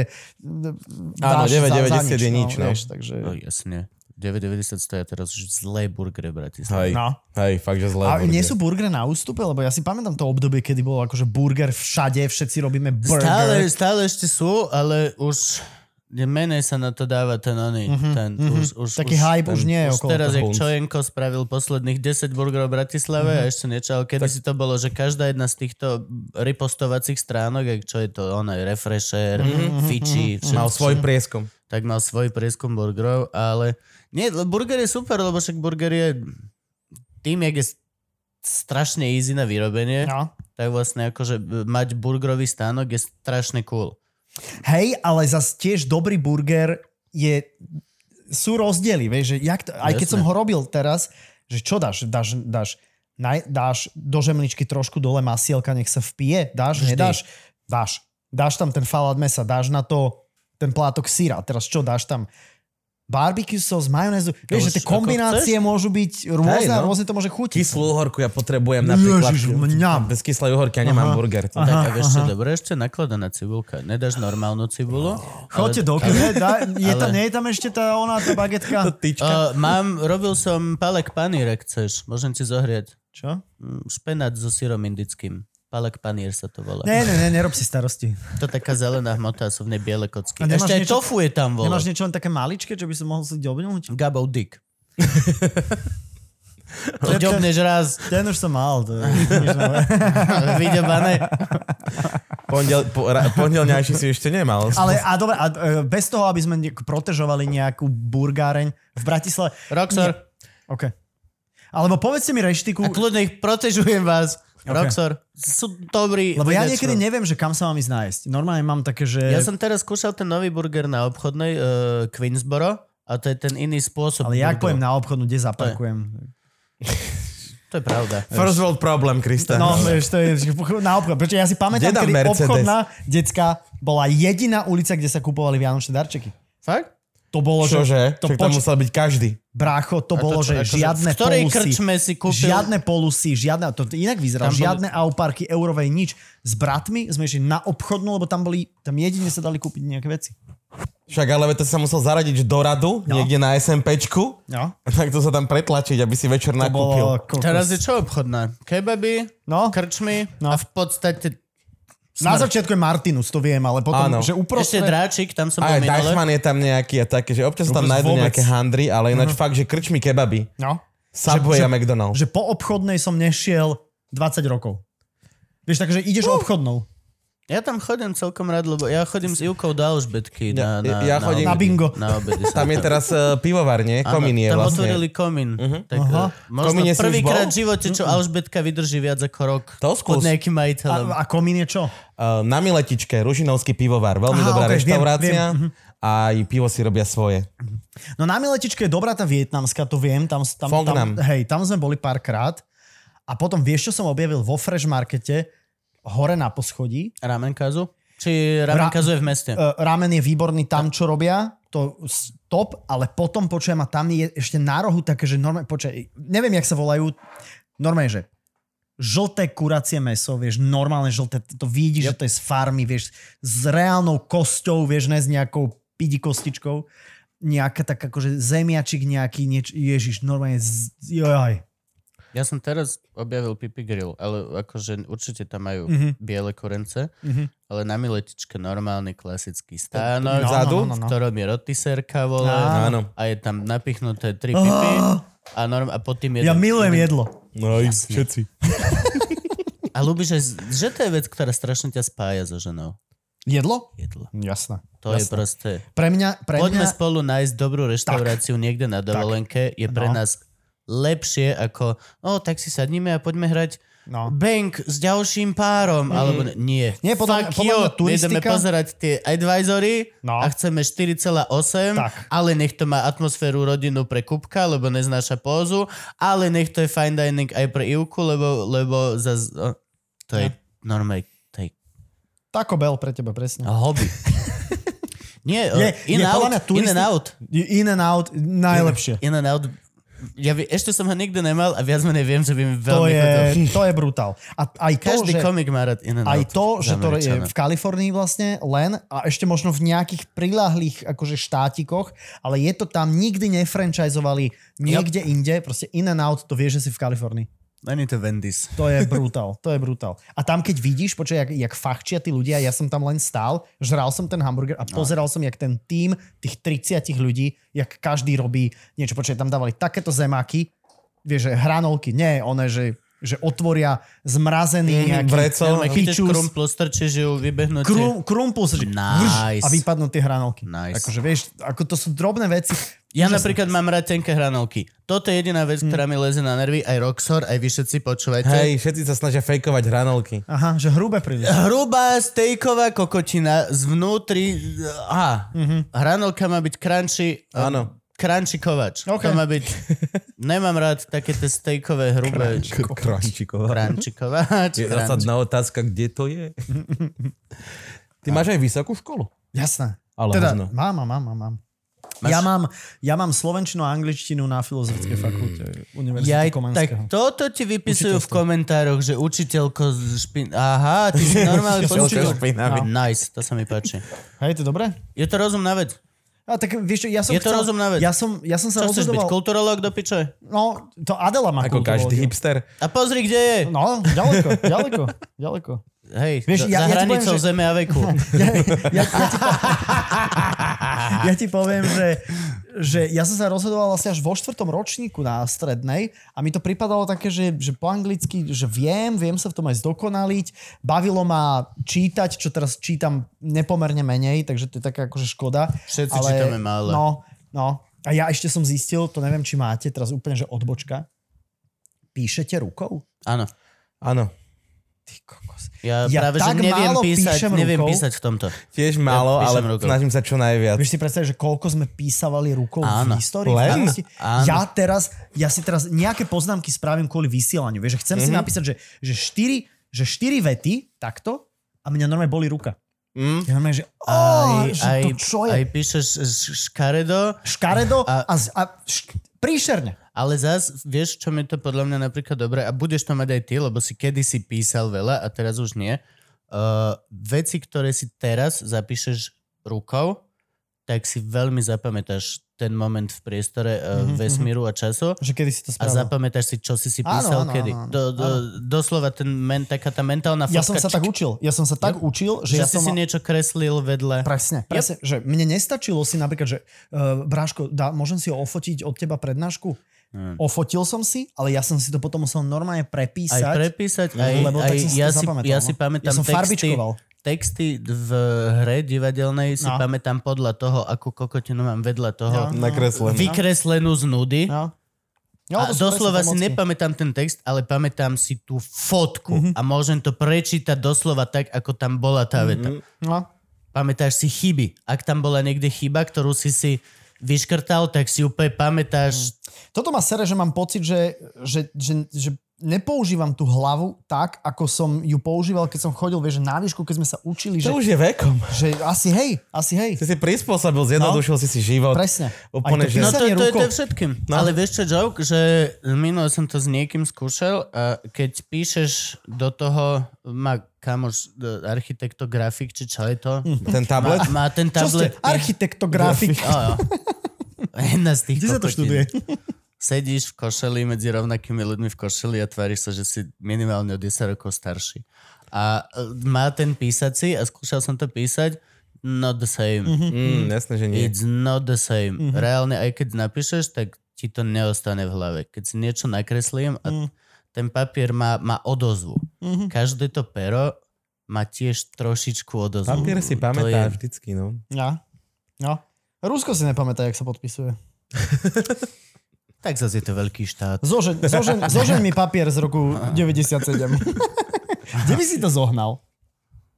D: mm,
G: Áno,
D: dáš za- za
G: 9,90 je nič, no.
D: Vieš, takže...
C: No jasne. 9,90 stoja teraz už zlé burgery,
G: Hej,
C: Bratislava.
D: No.
G: hej, fakt, že zle.
D: A
G: burger.
D: nie sú burgery na ústupe? Lebo ja si pamätám to obdobie, kedy bolo akože burger všade, všetci robíme burger.
C: Stále, stále ešte sú, ale už je menej sa na to dáva ten oný. Ten, už, už,
D: Mhm, Taký hype už nie je
C: už
D: okolo
C: teraz,
D: toho.
C: jak Čojenko spravil posledných 10 burgerov v Bratislave
D: Mhm.
C: a ešte niečo, ale kedy si to bolo, že každá jedna z týchto ripostovacích stránok, jak čo je to, ona je Refresher,
D: Mhm,
C: Fiči, všetko,
G: Mal svoj prieskom.
C: tak mal svoj prieskum burgerov, ale nie, le- burger je super, lebo však burger je tým, jak je s- strašne easy na vyrobenie,
D: No.
C: tak vlastne akože b- mať burgerový stánok je strašne cool.
D: Hej, ale zas tiež dobrý burger je... Sú rozdiely, vieš, že jak to, aj keď
C: Jasné.
D: som ho robil teraz, že čo dáš? Dáš, dáš, naj, dáš do žemličky trošku dole masielka, nech sa vpije? Dáš, Vždy. nedáš? Dáš. Dáš tam ten falát mesa, dáš na to ten plátok syra. Teraz čo dáš tam? Barbecue sos, majonézu.
C: už
D: Vieš, že tie
C: ako
D: kombinácie môžu byť rôzne,
G: Hej,
D: hey,
G: no.
D: no. rôzne to môže chutiť.
G: Kyslú uhorku ja potrebujem napríklad.
D: Ježiš, mňam.
G: Bez kyslej uhorky ja nemám
D: Aha.
G: burger. To
C: Tak
G: tak-
C: a vieš čo, dobre, ešte nakladaná cibulka. Nedáš normálnu cibulu.
D: Chodte do kine, daj- je tam, nie je tam ešte tá ona, tá bagetka?
C: Uh, mám, robil som palek panír, ak chceš. Môžem ti zohrieť.
D: Čo?
C: Mm, Špenát so sírom indickým. Palek panír sa to volá.
D: Ne, ne, ne, nerob si starosti.
C: To taká zelená hmota, sú v nej biele kocky.
D: A nemáš
C: Ešte aj
D: niečo-
C: tofu je tam, vole.
D: Nemáš niečo len také maličké, čo by som mohol si ďobnúť?
C: Gabov dick. to ďobneš raz,
D: Ten už som mal. To je, nič nové.
C: vyďobané.
G: Pondel, po, ra, pondelňajší si ešte nemal.
D: Ale a dobre, a, e, bez toho, aby sme nejak protežovali nejakú burgáreň v Bratislave.
C: Roxor.
D: Nie. OK. Alebo povedzte mi
C: A
D: reštiku,
C: kľudne ich protežujem vás.
D: Ok.
C: Roxor. Sú dobrí.
D: lebo ja
C: vynecnú.
D: niekedy neviem, že kam sa mám ísť nájsť. Normálne mám také, že...
C: Ja som teraz skúšal ten nový burger na obchodnej uh, Queensboro a to je ten iný spôsob.
D: Ale ja ak poviem
C: burgerov.
D: na obchodnú, kde zaparkujem.
C: To je pravda.
G: First world problem, Krista.
D: No, vieš, to je že na obchod. Prečo ja si
G: Kde
D: pamätám,
G: dám
D: kedy
G: Mercedes?
D: obchodná detská bola jediná ulica, kde sa kupovali vianočné darčeky.
C: Fakt?
D: To bolo,
G: Čože?
D: To
G: Však tam
D: poč-
G: musel byť každý.
D: Brácho, to bolo,
C: čo,
D: že
C: akože
D: žiadne
C: v ktorej
D: polusy.
C: krčme si kúpil?
D: Žiadne polusy, žiadne, to inak vyzeralo,
C: Tam boli-
D: žiadne auparky, eurovej, nič. S bratmi sme išli na obchodnú, lebo tam boli, tam jedine sa dali kúpiť nejaké veci.
G: Však ale to sa musel zaradiť do radu, niekde na SMPčku.
D: No.
G: A tak to sa tam pretlačiť, aby si večer
D: To bolo
G: nakúpil.
D: kokos.
C: Teraz je čo obchodná? Kebaby,
D: No.
C: krčmy
D: No.
C: a v podstate
D: Na začiatku je Martinus, to viem, ale potom,
G: Áno.
D: že
C: ešte
D: uprostred...
C: dráčik, tam som bol
G: Aj
C: minule.
G: Dachman je tam nejaký a také, že občas tam
D: Vôbec,
G: nájdú
D: vôbec.
G: nejaké handry, ale ináč fakt, že krčmi kebaby.
D: No.
G: Subway a
D: Že-
G: McDonald's.
D: Že po obchodnej som nešiel 20 rokov. Vieš, takže ideš uh. obchodnou.
C: Ja tam chodím celkom rád, lebo ja chodím s Ivkou do Alžbetky na, na,
G: Ja- ja chodím-
C: na,
D: Na bingo.
C: Na obedy sa
G: Tam je teraz uh, pivovar, nie?
C: Áno,
G: Komín je
C: tam
G: vlastne.
C: otvorili komín. Uh-huh. Tak,
D: Aha.
C: eh, Možno
G: Komíne si už
C: prvýkrát
G: bol?
C: v živote,
D: Mhm.
C: čo Alžbetka vydrží viac ako rok.
G: To
C: pod
G: skús.
C: nejakým majiteľom.
D: A, a komín je čo?
G: Uh, na Miletičke, Ružinovský pivovar. Veľmi
D: Aha,
G: dobrá
D: ok, viem,
G: reštaurácia.
D: viem, mhm.
G: A aj pivo si robia svoje.
D: No na Miletičke je dobrá tá vietnamská, to viem. Tam, tam,
G: Fong Nam.
D: tam, hej, tam sme boli párkrát. A potom vieš, čo som objavil vo Fresh Markete? Hore na poschodí.
C: Ramen kazu? Či ramen
D: Ra-
C: kazu je v meste?
D: E, ramen je výborný tam, čo robia. To s- top, ale potom počujem a tam je ešte na rohu také, že normálne, počujem, neviem, jak sa volajú, normálne, že žlté kuracie meso, vieš, normálne žlté, to vidíš, yep. že to je z farmy, vieš, s reálnou kosťou, vieš, ne s nejakou pidi kostičkou, nejaká tak akože zemiačik nejaký, nieč, ježiš, normálne, z, joj,
C: Ja som teraz objavil Pipi Grill, ale akože určite tam majú
D: Mhm.
C: biele korence, ale na miletičke normálny klasický stánok,
D: No,
G: Vzadu?
D: no, no, no, no.
C: v ktorom je rotiserka vole,
D: Á.
G: Áno.
C: a je tam napichnuté tri pipi a, norm, a potom jeden...
D: ja milujem jedlo.
G: No i všetci.
C: A ľúbiš, aj z- že to je vec, ktorá strašne ťa spája so ženou.
D: Jedlo?
C: Jedlo.
D: Jasné.
C: To je proste...
D: Pre mňa, pre
C: Poďme
D: mňa,
C: spolu nájsť dobrú reštauráciu niekde na dovolenke. Je pre
D: No.
C: nás lepšie ako, no tak si sadníme a poďme hrať
D: No.
C: bank s ďalším párom. Alebo ne- nie.
D: Mhm. Nie, podľa mňa-
C: Fuck
D: podľa
C: you.
D: mňa
C: Ideme
D: turistika-
C: pozerať tie advisory
D: No.
C: a chceme 4,8,
D: Tak.
C: ale nech to má atmosféru rodinu pre Kupka, lebo neznáša pózu, ale nech to je fine dining aj pre Ivku, lebo, lebo zas, o, to je
D: No.
C: normálne to je
D: Taco Bell pre teba, presne.
C: hobby. Nie,
D: Je-
C: je, in,
D: je podľa
C: out,
D: mňa
C: in
D: turisti-
C: and out.
D: In and out, najlepšie.
C: In and out. Ja vi- ešte som ho nikdy nemal a viac menej viem, že by mi
D: To
C: veľmi
D: je,
C: chodil.
D: to je brutál. A t- aj to,
C: Každý
D: že,
C: komik má rád in and
D: aj
C: out.
D: to, že to je
C: Američana.
D: v Kalifornii vlastne len a ešte možno v nejakých priláhlých akože štátikoch, ale je to tam, nikdy nefranchizovali niekde inde, proste in and out, to vieš, že si v Kalifornii.
C: Není to Wendy's.
D: To je brutál, to je brutál. A tam keď vidíš, počuj, jak, jak fachčia tí ľudia, ja som tam len stál, žral som ten hamburger
C: No.
D: a pozeral som, jak ten tým tých 30 ľudí, jak každý robí niečo. Počuj, tam dávali takéto zemáky, vieš, že hranolky, nie, one, že, že otvoria
C: Mhm,
D: zmrazený nejaký
G: vreco.
C: Normálne chytíš
D: pičus.
C: krumplu, strčíš ju, vybehnú ti.
D: Krum, krumpus, že
C: Nice.
D: vrš, a vypadnú tie hranolky.
C: Nice.
D: Akože vieš, ako to sú drobné veci.
C: Ja napríklad mám rád tenké hranolky. Toto je jediná vec, ktorá mi leze na nervy. Aj Roxor, aj vy všetci počúvajte.
G: Hej, všetci sa snažia fejkovať hranolky.
D: Aha, že hrubé príliš.
C: Hrubá stejková kokotina zvnútri... Aha,
D: Mhm.
C: hranolka má byť crunchy... e,
G: Áno.
C: Crunchy kovač.
D: OK.
C: To má byť... Nemám rád také tie stejkové hrubé...
G: Krančiková.
C: Crunchy
G: Je
C: kovač. crunchy.
G: zásadná otázka, kde to je? Ty máš aj vysokú školu?
D: Jasné.
G: Ale
D: teda,
G: hovno.
D: mám, mám, mám, mám. Ja mám, ja mám slovenčinu a angličtinu na Filozofickej
C: Mm.
D: fakulte Univerzity
C: Jaj, tak
D: Komenského.
C: toto ti vypisujú v komentároch, že učiteľko z špin... Aha, ty si normálne
G: Učiteľka
C: počul.
G: špinavý.
C: Nice, to sa mi páči.
D: Hej, to dobre?
C: Je to rozumná vec.
D: A tak vieš čo, ja som
C: Je to
D: chcel,
C: rozumná vec.
D: Ja som, ja som sa
C: Čo chceš byť,
D: rozhodoval...
C: kulturológ do piče?
D: No, to Adela má
G: Ako
D: kulturologiu.
G: každý hipster.
C: A pozri, kde je.
D: No, ďaleko, ďaleko, ďaleko.
C: Hej, za,
D: Vieš,
C: za
D: ja- ja ti
C: hranicou
D: poviem, že-
C: zeme a veku.
D: Ja, ja, ti, po- ja ti poviem, že, že ja som sa rozhodoval vlastne až vo štvrtom ročníku na strednej a mi to pripadalo také, že, že po anglicky, že viem, viem sa v tom aj zdokonaliť. Bavilo ma čítať, čo teraz čítam nepomerne menej, takže to je taká akože škoda.
C: Všetci čítame málo.
D: No, no. A ja ešte som zistil, to neviem, či máte teraz úplne, že odbočka. Píšete rukou?
C: Áno.
G: Áno.
D: Ty kokos.
C: Ja,
D: Ja
C: práve, že
D: tak
C: neviem
D: málo
C: písať,
D: píšem
C: neviem
D: rukou.
C: písať v tomto.
G: Tiež málo,
C: Ja píšem
G: ale
C: rukou.
G: snažím sa čo najviac.
D: Vieš si predstaviť, že koľko sme písavali rukou
C: Áno.
D: v histórii?
G: Len?
D: V minulosti?
C: Áno.
D: Ja teraz, ja si teraz nejaké poznámky spravím kvôli vysielaniu. Vieš, že chcem
C: Mhm.
D: mm-hmm. si napísať, že, že, štyri, že štyri vety takto a mňa normálne boli ruka. Mm. Ja normálne, že, ó,
C: Mhm. Aj,
D: že
C: aj,
D: to čo je?
C: aj píšeš š- škaredo,
D: Škaredo a, a, z- a šk- príšerne.
C: ale zas vieš, čo mi to podľa mňa napríklad dobre, a budeš to mať aj ty, lebo si kedysi písal veľa a teraz už nie. Uh, veci, ktoré si teraz zapíšeš rukou, tak si veľmi zapamätáš ten moment v priestore uh,
D: Mhm,
C: vesmíru a času.
D: Že kedy si to
C: A
D: spravil.
C: zapamätáš si, čo si si
D: Áno,
C: písal
D: áno,
C: kedy.
D: áno, áno.
C: Do, do, doslova ten men, taká tá mentálna fotka.
D: ja som sa tak učil. Ja som sa tak učil, že,
C: že
D: ja
C: si
D: som...
C: si niečo kreslil vedľa.
D: Presne, presne. Že mne nestačilo si napríklad, že uh, Bráško, dá, môžem si ofotiť od teba prednášku? Mm. Ofotil som si, ale ja som si to potom musel normálne
C: aj
D: prepísať.
C: prepísať, aj,
D: lebo
C: aj
D: tak som si
C: ja,
D: to
C: si,
D: zapamätal,
C: ja
D: no.
C: si pamätám
D: Ja som
C: texty,
D: farbičkoval.
C: texty v hre divadelnej si
D: No.
C: no. pamätám podľa toho, akú kokotinu mám vedľa toho no.
G: Nakreslený.
C: vykreslenú z nudy. No.
D: No.
C: No, a
D: to sú
C: doslova
D: presne
C: si
D: pomocky.
C: nepamätám ten text, ale pamätám si tú fotku
D: Mhm.
C: mm-hmm. a môžem to prečítať doslova tak, ako tam bola tá veta. Mm-hmm.
D: No.
C: Pamätáš si chyby. Ak tam bola niekde chyba, ktorú si si vyškrtal, tak si úplne
D: Mhm.
C: pamätáš
D: Toto ma sere, že mám pocit, že, že, že, že nepoužívam tú hlavu tak, ako som ju používal, keď som chodil, vieš, že na výšku, keď sme sa učili, že,
G: To už je vekom.
D: že asi hej, asi hej.
G: Si si prispôsobil, zjednodušil si si život.
D: No. Presne.
G: Úplne,
D: Aj to
G: že...
C: No to, to, je,
D: Písanie
C: to je
D: rukou.
C: všetkým. No. Ale vieš čo, joke, že minule som to s niekým skúšal a keď píšeš do toho, má kamoš e, architektografik, či čo je to?
G: Ten tablet?
C: Má, má ten
D: Hm. Čo ste?
C: tablet.
D: Architektografik.
C: Á, jo. Jedna z tých
D: Kde sa to
C: kokotín.
D: študuje?
C: Sedíš v košeli medzi rovnakými ľuďmi v košeli a tváriš sa, že si minimálne o 10 rokov starší. A e, má ten písací a skúšal som to písať, not the same.
D: Mhm.
G: Mm, jasné, že nie.
C: It's not the same. Mm-hmm. Reálne, aj keď napíšeš, tak ti to neostane v hlave. Keď si niečo nakreslím a mm. ten papier má, má odozvu. Mm-hmm. Každé to pero má tiež trošičku odozvu.
G: Papier si
C: To
G: pamätá
C: je-
G: vždycky, no.
D: Ja. No. Rusko si nepamätá, jak sa podpisuje.
C: Tak zase je to veľký štát.
D: Zožeň, zožeň, zožeň mi papier z roku 97. Kde by si to zohnal?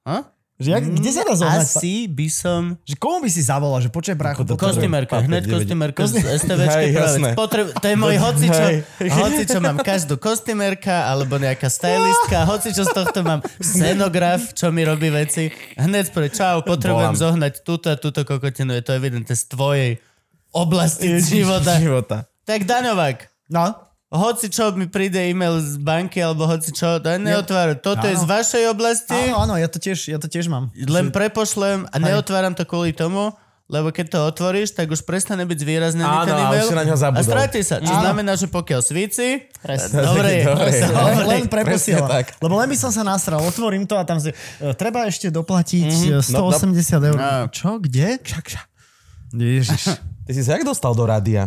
C: A?
D: Že jak, kde sa dá zohnať?
C: Hm?
D: pa-
C: Asi by som...
D: Že komu by si zavolal, že počuje
C: No,
G: Ako
D: brácho?
G: do-
D: potrebujem-
C: Kostýmerka,
G: Papier
C: hneď
G: 9.
C: kostýmerka z STVčky
G: Hej,
C: práve.
G: jasné.
C: Potreb- to je môj hocičo,
G: Hej.
C: hocičo mám každú kostýmerka, alebo nejaká stylistka, hocičo z tohto mám scenograf, čo mi robí veci. Hneď pre čau, potrebujem
G: Volám.
C: zohnať túto a túto kokotinu, je to evidentné z tvojej oblasti života.
G: Života.
C: Tak Daňovák,
D: No.
C: hoci čo mi príde e-mail z banky alebo hoci čo, daj neotvárať. Toto je z vašej oblasti
D: Áno, áno, ja to tiež, ja to tiež mám.
C: len prepošlem a neotváram to kvôli tomu, lebo keď to otvoríš, tak už prestane byť zvýraznený
G: Áno,
C: ten
G: a
C: e-mail
G: už si na ňo zabudol.
C: a stráti sa. Čo
D: Áno.
C: znamená, že pokiaľ svíci,
D: Presne.
C: dobre je.
G: Dobre je.
C: Dobre.
D: Len, len preposielam.
G: presne tak.
D: Lebo len by som sa nasral, otvorím to a tam si... e, Treba ešte doplatiť mm-hmm. 180 no, eur.
C: No.
D: Čo, kde? Ježiš.
G: Ty si sa jak dostal do rádia?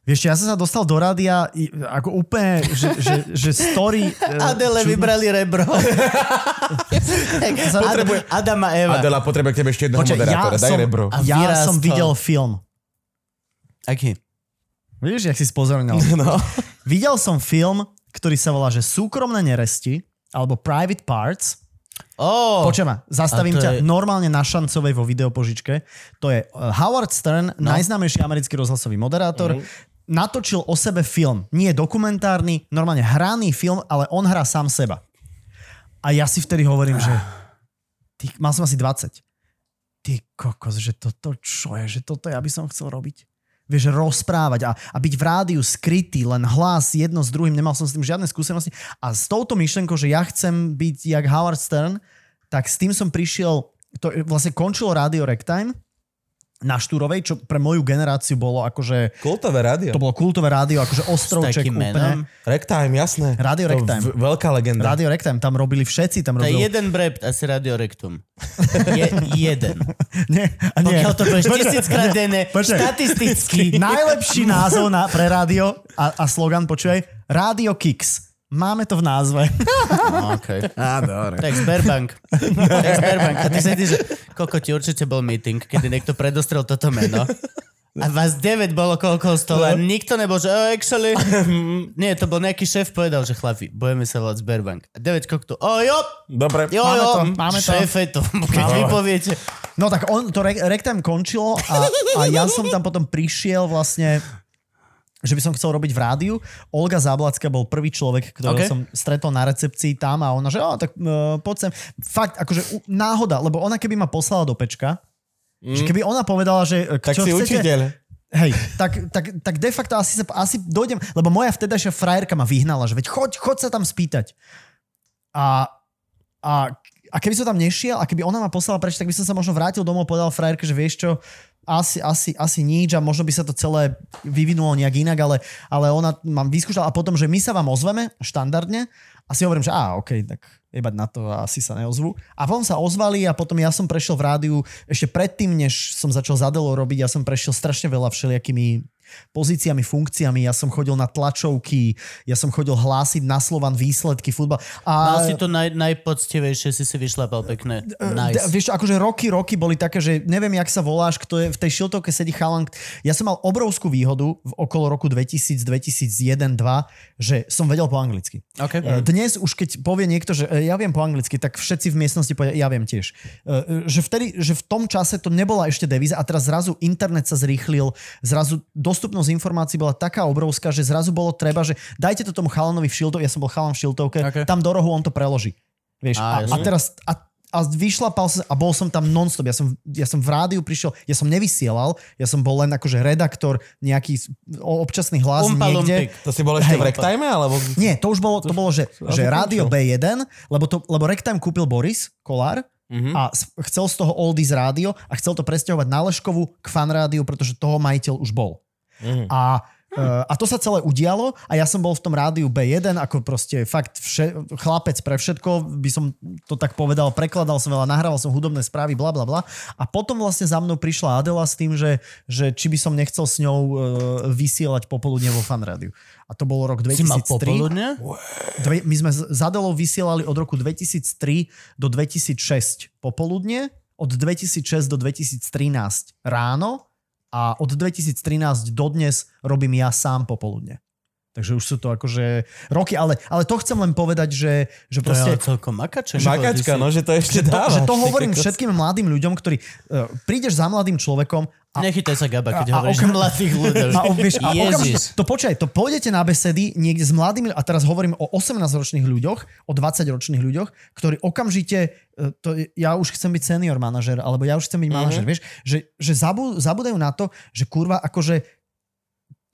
D: Vieš, čo, ja som sa dostal do rádia i- ako úplne, že, že, že story... e,
C: Adele vybrali rebro.
D: sa-
C: Potrebuje. Adam a Eva.
G: Adela, potrebuje k tebe ešte jedného
D: Počkaj,
G: moderátora. Daj
D: som,
G: rebro.
C: A
D: ja
C: vyrástol.
D: som videl film.
C: Aký?
D: Vieš, jak si spozornil.
G: No.
D: videl som film, ktorý sa volá, že Súkromné neresti, alebo Private Parts,
C: Ó,
D: Počujem ma, zastavím
C: Oh. A to
D: ťa
C: je-
D: normálne na šancovej vo videopožičke. To je eh, Howard Stern, no. najznámejší americký rozhlasový moderátor.
C: Mhm.
D: Natočil o sebe film. Nie dokumentárny, normálne hraný film, ale on hrá sám seba. A ja si vtedy hovorím, že ty, mal som asi 20. Ty kokos, že toto čo je, že toto ja by som chcel robiť. Vieš, rozprávať a, a byť v rádiu skrytý, len hlas jedno s druhým, nemal som s tým žiadne skúsenosti. A s touto myšlenkou, že ja chcem byť jak Howard Stern, tak s tým som prišiel, to vlastne končilo rádio Rectime na Štúrovej, čo pre moju generáciu bolo akože,
G: Kultové rádio.
D: to bolo kultové rádio, akože ostrovček
C: takým menom?
D: úplne.
G: Ragtime, jasné.
D: Radio
G: To
D: Ragtime.
G: v- Veľká legenda.
D: Rádio Rectime, tam robili všetci, tam
C: to je
D: robili...
C: jeden brept, asi radiorektum. Je jeden.
D: Nie, a nie.
C: Pokiaľ to budeš tisíckrát denne,
D: Počkaj.
C: štatisticky.
D: Najlepší názov na, pre rádio a, a slogan, počúvaj, Rádio Kicks. Máme to v názve.
C: Okay. Á, dobre. Tak Sberbank. tak Sberbank. A ty sedíš, že kokoti, určite bol meeting, kedy niekto predostrel toto meno. A vás 9 bolo koľko stola. No. Nikto nebol, že oh, actually... Nie, to bol nejaký šéf, povedal, že chlapi, budeme sa volať Sberbank. A 9 koktu, oh, jo,
G: Dobre.
C: jo,
D: Máme
C: jo,
D: to, máme to.
C: šéfe to, keď vy poviete.
D: No tak on, to re- Rectime končilo a, a ja som tam potom prišiel vlastne že by som chcel robiť v rádiu. Olga Záblacka bol prvý človek, ktorého okay.
C: Okay.
D: som stretol na recepcii tam a ona, že o, tak uh, poď sem. Fakt, akože u, náhoda, lebo ona keby ma poslala do pečka, mm. že keby ona povedala, že e,
G: Tak
D: čo
G: si
D: chcete,
G: učiteľ.
D: Hej, tak, tak, tak de facto asi, sa, asi dojdem, lebo moja vtedajšia frajerka ma vyhnala, že veď choď, choď sa tam spýtať. A, a, a keby som tam nešiel a keby ona ma poslala preč, tak by som sa možno vrátil domov a povedal frajerke, že vieš čo, asi, asi, asi nič a možno by sa to celé vyvinulo nejak inak, ale, ale ona ma vyskúšala a potom, že my sa vám ozveme štandardne a si hovorím, že á, ok, tak jebať na to a asi sa neozvu. A potom sa ozvali a potom ja som prešiel v rádiu ešte predtým, než som začal zadelo robiť, ja som prešiel strašne veľa všelijakými pozíciami, funkciami. Ja som chodil na tlačovky, ja som chodil hlásiť na Slovan výsledky futbal.
C: Mal
D: A
C: si to naj, najpoctivejšie, si si vyšlapal pekné.
D: nice.
C: Nice.
D: vieš, čo, akože roky, roky boli také, že neviem, jak sa voláš, kto je v tej šiltovke sedí chalan. Ja som mal obrovskú výhodu v okolo roku 2000, 2001, 2, že som vedel po anglicky.
C: Okay.
D: E, Dnes už keď povie niekto, že e, ja viem po anglicky, tak všetci v miestnosti povedia, ja viem tiež. E, e, Že, vtedy, že v tom čase to nebola ešte devíza a teraz zrazu internet sa zrýchlil, zrazu dostupnosť informácií bola taká obrovská, že zrazu bolo treba, že dajte to tomu chalanovi v šiltovke, ja som bol chalan v šiltovke,
C: Okay.
D: okay. tam do rohu on to preloží. Vieš,
C: Á,
D: a, a
C: jasne.
D: teraz... A, a vyšlapal som a bol som tam nonstop. Ja som, ja som v rádiu prišiel, ja som nevysielal, ja som bol len akože redaktor, nejaký s- o- občasný hlas
C: Umpa lumpik.
D: niekde.
G: To si bol ešte v ragtime, alebo...
D: Nie, to už bolo, to bolo že,
G: asi
D: že Rádio
G: končil.
D: B1, lebo, to, lebo Rectime kúpil Boris Kolár
G: Mhm.
D: a s- chcel z toho Oldies rádio a chcel to presťahovať na Leškovu k fan rádiu, pretože toho majiteľ už bol.
G: Mhm.
D: A, e, a to sa celé udialo a ja som bol v tom rádiu B1 ako proste fakt vše, chlapec pre všetko, by som to tak povedal, prekladal som veľa, nahrával som hudobné správy, bla bla bla. A potom vlastne za mnou prišla Adela s tým, že, že či by som nechcel s ňou e, vysielať popoludne vo fan rádiu. A to bolo rok 2003.
C: Si mal popoludne?
D: Dve, my sme z- zadelov vysielali od roku 2003 do 2006 popoludne, od 2006 do 2013 ráno a od 2013 do dnes robím ja sám popoludne. Takže už sú to akože roky, ale, ale to chcem len povedať, že, že
C: To je
D: proste...
C: ale celkom makače.
G: Makačka, no, že to ešte
D: To,
G: dáva.
D: že to hovorím všetkým mladým ľuďom, ktorí... Uh, prídeš za mladým človekom a
C: Nechytaj sa Gaba, keď
D: A- a
C: hovoríš
D: okam-
C: mladých ľudí.
D: No, a, o- vieš, a
C: Ježiš.
D: okamžite, to počkaj, to pôjdete na besedy niekde s mladými, a teraz hovorím o 18-ročných ľuďoch, o 20-ročných ľuďoch, ktorí okamžite, e, to, je- ja už chcem byť senior manažer, alebo ja už chcem byť mm-hmm. manažer, vieš, že, že zabú, zabudajú na to, že kurva, akože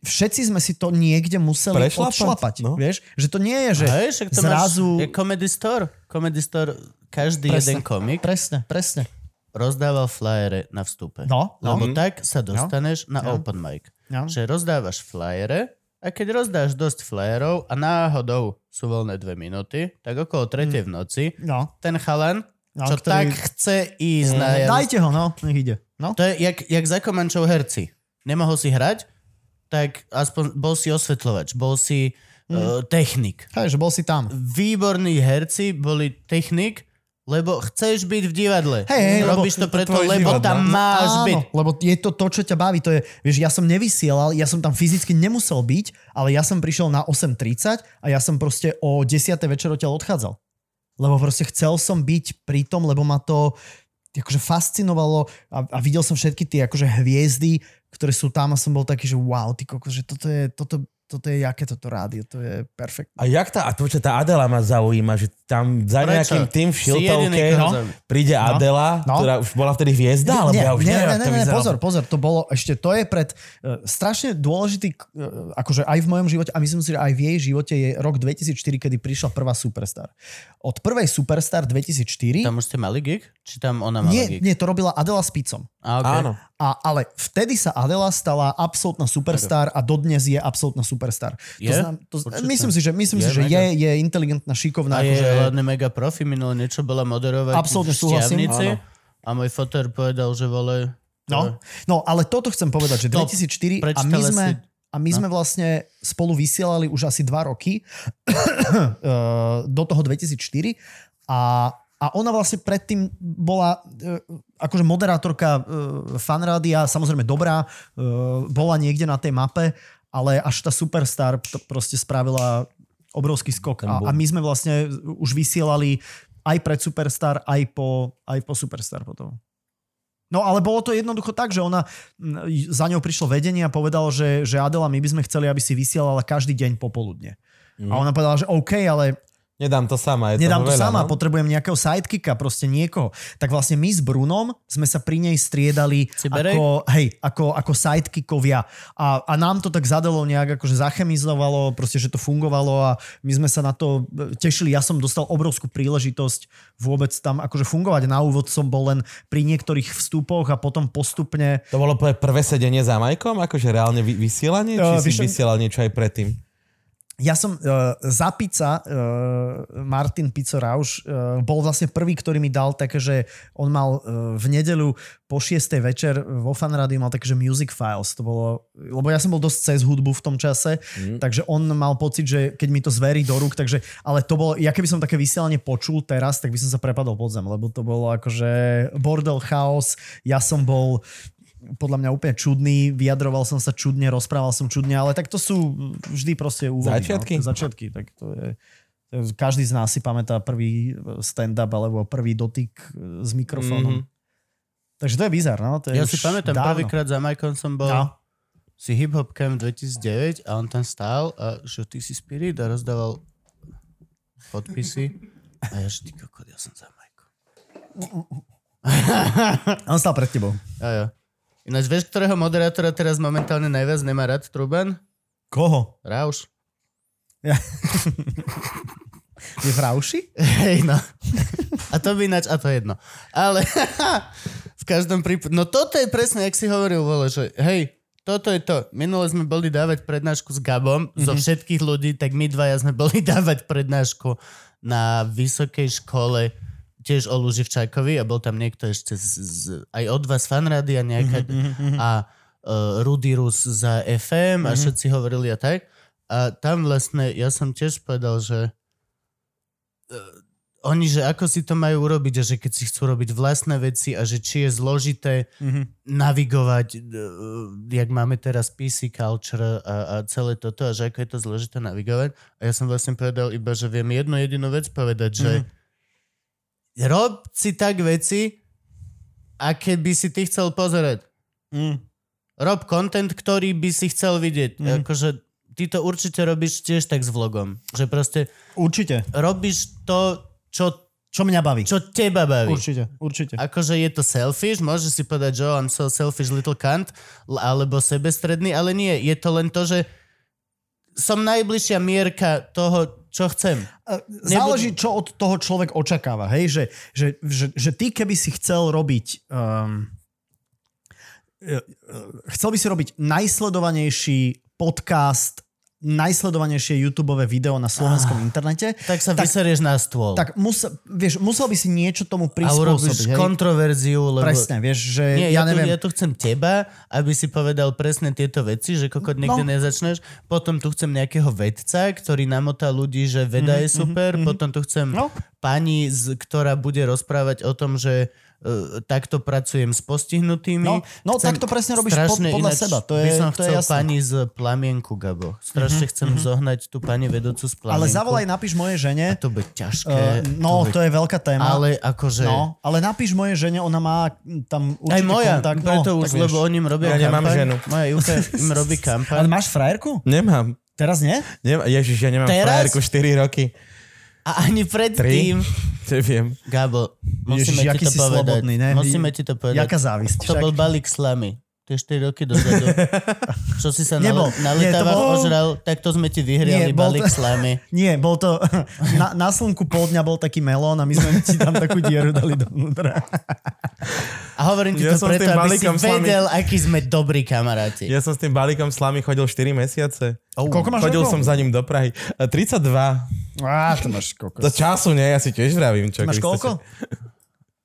D: všetci sme si to niekde museli
G: Prešlapať,
D: Prešlapať, odšlapať,
G: no.
D: no. vieš, že to nie je, že
C: Hej, však to
D: zrazu...
C: máš, je Comedy Store. Comedy Store, každý
D: Presne.
C: jeden komik
D: Presne, presne.
C: rozdával flyere na vstupe.
D: No, no.
C: Lebo tak sa dostaneš na open mic.
D: No.
C: Že rozdávaš flyere a keď rozdáš dosť flyerov a náhodou sú voľné dve minúty, tak okolo tretej v noci
D: no.
C: ten chalan,
D: No,
C: čo
D: ktorý-
C: tak chce ísť na javisko,
D: Dajte ho, no, nech ide. No.
C: To je jak, jak za Komančov herci. Nemohol si hrať, tak aspoň bol si osvetľovač, bol si uh,
D: Hmm.
C: technik.
D: Hej, že bol si tam.
C: Výborní herci boli technik, lebo chceš byť v divadle.
D: Hej, hej, lebo
C: Robíš to preto,
G: tvoje život,
C: lebo tam
G: no.
C: máš byť.
D: lebo je to to, čo ťa baví. To je, vieš, ja som nevysielal, ja som tam fyzicky nemusel byť, ale ja som prišiel na 8.30 a ja som proste o 10. večer odtiaľ odchádzal. Lebo proste chcel som byť pri tom, lebo ma to akože fascinovalo a, a videl som všetky tie akože hviezdy, ktoré sú tam a som bol taký, že wow, ty kokos, že toto je, toto, toto je, jaké toto rádio, to je perfekt.
B: A jak tá, a to, čo tá Adela ma zaujíma, že tam za
C: Prečo?
B: nejakým tým v
C: Si
B: šiltovke
C: jediný,
B: no,
C: koho zaujíma.
B: príde Adela,
D: no.
B: ktorá už bola vtedy hviezda, alebo ja už
D: nie,
B: neviem,
D: nie,
B: ako
D: nie,
B: to
D: nie,
B: vyzeralo.
D: pozor, pozor, to bolo ešte, to je pred uh, strašne dôležitý, uh, akože aj v mojom živote, a myslím si, že aj v jej živote je rok 2004, kedy prišla prvá Superstar. Od prvej Superstar 2004,
C: Tam už ste mali gig? Či tam ona mala
D: nie,
C: gig?
D: nie, to robila Adela s Picom.
C: A, okay.
G: Áno.
D: A, ale vtedy sa Adela stala absolútna superstar a dodnes je absolútna superstar.
C: Je?
D: To znam, to,
C: Určite.
D: myslím si, že, myslím
C: Je
D: si, že
C: mega.
D: je, je inteligentná, šikovná.
C: A je
D: akože-
C: hlavne mega profi, minulé niečo bola moderovať
D: Absolútne
C: v
D: súhlasím.
C: Štiavnici
G: Áno.
C: a môj fotér povedal, že vole...
D: No, no, ale toto chcem povedať, že
C: To
D: 2004 a my
C: prečítala
D: sme,
C: si-
D: a my sme vlastne spolu vysielali už asi dva roky eh, do toho 2004 a, a ona vlastne predtým bola eh, akože moderátorka eh, fanrádia, samozrejme dobrá, eh, bola niekde na tej mape, ale až tá superstar to proste spravila obrovský skok. A, a my sme vlastne už vysielali aj pred Superstar, aj po, aj po Superstar potom. No ale bolo to jednoducho tak, že ona mm, za ňou prišlo vedenie a povedal, že, že Adela, my by sme chceli, aby si vysielala každý deň popoludne. Mm. A ona povedala, že OK, ale
G: Nedám to sama, je
D: nedám
G: toho
D: to
G: veľa,
D: sama,
G: no.
D: potrebujem nejakého sidekicka, proste niekoho. Tak vlastne my s Brunom sme sa pri nej striedali
C: Ciberej?
D: ako, hej, ako, ako sidekickovia. A, a nám to tak zadelo nejak, akože zachemizovalo, proste, že to fungovalo a my sme sa na to e, tešili. Ja som dostal obrovskú príležitosť vôbec tam akože fungovať. Na úvod som bol len pri niektorých vstupoch a potom postupne
G: To bolo tvoje prvé sedenie za Majkom? Akože reálne vy- vysielanie? Či
D: Jo,
G: si
D: vyšiel-
G: vysielal niečo aj predtým?
D: ja som uh, za pizza, uh, Martin Pico Rauš, uh, bol vlastne prvý, ktorý mi dal také, že on mal uh, v nedelu po 6. večer vo fanrádiu mal také, že Music Files, to bolo, lebo ja som bol dosť cez hudbu v tom čase, mm. takže on mal pocit, že keď mi to zverí do rúk, takže, ale to bolo, ja keby som také vysielanie počul teraz, tak by som sa prepadol pod zem, lebo to bolo akože bordel, chaos, ja som bol podľa mňa úplne čudný, vyjadroval som sa čudne, rozprával som čudne, ale tak to sú vždy proste úvody.
G: Začiatky.
D: No, to je začiatky, tak to je... to je- Každý z nás si pamätá prvý stand-up alebo prvý dotyk e, s mikrofónom. Mm-hmm. Takže to je bizar, no? To je
C: Ja
D: už
C: si pamätám,
D: dávno.
C: prvýkrát za Majkom som bol no.
D: No.
C: si Hip Hop Camp 2009 a on tam stál a že ty si Spirit a rozdával podpisy. A ja že ty kokot, ja som za Majkom.
D: On stal pred tebou.
C: Jo, jo. Ináč, vieš, ktorého moderátora teraz momentálne najviac nemá rád Truban?
D: Koho?
C: Rauš.
D: Je v Rauši?
C: Hej, no. A to by ináč, a to je jedno. Ale v každom prípade, no toto je presne, jak si hovoril, vole, že hej, toto je to. Minule sme boli dávať prednášku s Gabom, mm-hmm. zo všetkých ľudí, tak my dvaja sme boli dávať prednášku na vysokej škole tiež o Luživčákovi a bol tam niekto ešte z, z, aj od vás fanrádia nejaká mm-hmm. a uh, Rudy Rus za FM mm-hmm. a všetci hovorili a tak. A tam vlastne ja som tiež povedal, že oni, že ako si to majú urobiť a že keď si chcú robiť vlastné veci a že či je zložité mm-hmm. navigovať, eh, jak máme teraz PC culture a, a celé toto a že ako je to zložité navigovať. A ja som vlastne povedal iba, že viem jednu jedinú vec povedať, že mm-hmm. rob si tak veci, aké by si ty chcel pozerať.
D: Mm.
C: Rob content, ktorý by si chcel vidieť. Mm-hmm. Akože ty to určite robíš tiež tak s vlogom. Že proste
D: Určite.
C: robíš to, čo
D: Čo mňa baví.
C: čo teba baví.
D: Určite, určite.
C: Akože je to selfish, môže si povedať, že oh, I'm so selfish little cunt, l- alebo sebestredný, ale nie, je to len to, že som najbližšia mierka toho, čo chcem.
D: Eh, Záleží, čo od toho človek očakáva. Hej? Že, že, že, že ty, keby si chcel robiť... Um, eh, eh, chcel by si robiť najsledovanejší podcast, najsledovanejšie YouTube video na slovenskom
C: Ah.
D: internete,
C: Tak sa tak,
D: Tak-
C: vyserieš na stôl.
D: tak musel, vieš, musel by si niečo
C: a
D: tomu
C: urobíš
D: prispôsobiť. hej?
C: kontroverziu, lebo...
D: Presne, vieš, že
C: Nie, ja,
D: ja,
C: Tu,
D: neviem...
C: ja tu chcem teba, aby si povedal presne tieto veci, že kokot niekde
D: No.
C: no. nezačneš. Potom tu chcem nejakého vedca, ktorý namotá ľudí, že veda mm-hmm, je super. Mm-hmm. Potom tu chcem
D: Mhm,
C: no.
D: No.
C: pani, z, ktorá bude rozprávať o tom, že uh, takto pracujem s postihnutými.
D: No, no, tak to presne robíš pod-
C: strašne
D: podľa
C: ináč
D: seba, to
C: by
D: je-
C: som
D: to je
C: chcel
D: jasné. Mhm,
C: pani z Plamienku, Gabo. Strašne mm-hmm, chcem mm-hmm. zohnať tú pani vedúcu z Plamienku.
D: Ale zavolaj, napíš mojej žene.
C: To bude ťažké.
D: Eh, no, to je veľká téma.
C: Ale akože...
D: No, ale napíš mojej žene, ona má tam určite
C: Aj moja,
D: kontakt. No,
C: preto
D: tak
C: už,
D: vieš.
C: lebo oni im robia
G: Ja nemám
C: kampaň.
G: ženu.
C: Moja Juka im robí kampaň.
D: Ale máš frajerku?
G: Nemám.
D: Teraz nie?
G: Nemá, ježiš, ja nemám
C: Teraz?
G: frajerku 4 roky.
C: A ani predtým...
G: Neviem.
C: Gabo, musíme
D: Ježiš,
C: ti
D: aký
C: to
D: si
C: povedať.
D: slobodný, ne?
C: Musíme ti to povedať.
D: Jaká závisť?
C: to
D: však?
C: bol balík slamy. Tie 4 roky dozadu. Čo si sa na,
D: Nebol.
C: na
D: Nie, to
C: letávach
D: bol-
C: ožral, tak to sme ti vyhriali
D: Nie, bol to-
C: balík slamy.
D: Nie, bol to... Na, na slnku pol dňa bol taký melón a my sme ti tam takú dieru dali dovnútra.
C: A hovorím ti
G: Ja
C: to
G: som s
C: preto,
G: tým
C: aby si
G: balíkom slamy.
C: vedel, akí sme dobrí kamaráti.
G: Ja som s tým balíkom slamy chodil 4 mesiace.
D: Oh. Koľko máš
G: Chodil
D: rokov?
G: som za ním do Prahy. A 32.
D: Á, to máš koľko.
G: Za času, nie? Ja si tiež vravím. Čo,
D: Máš
G: Kriste,
D: koľko?
G: čo-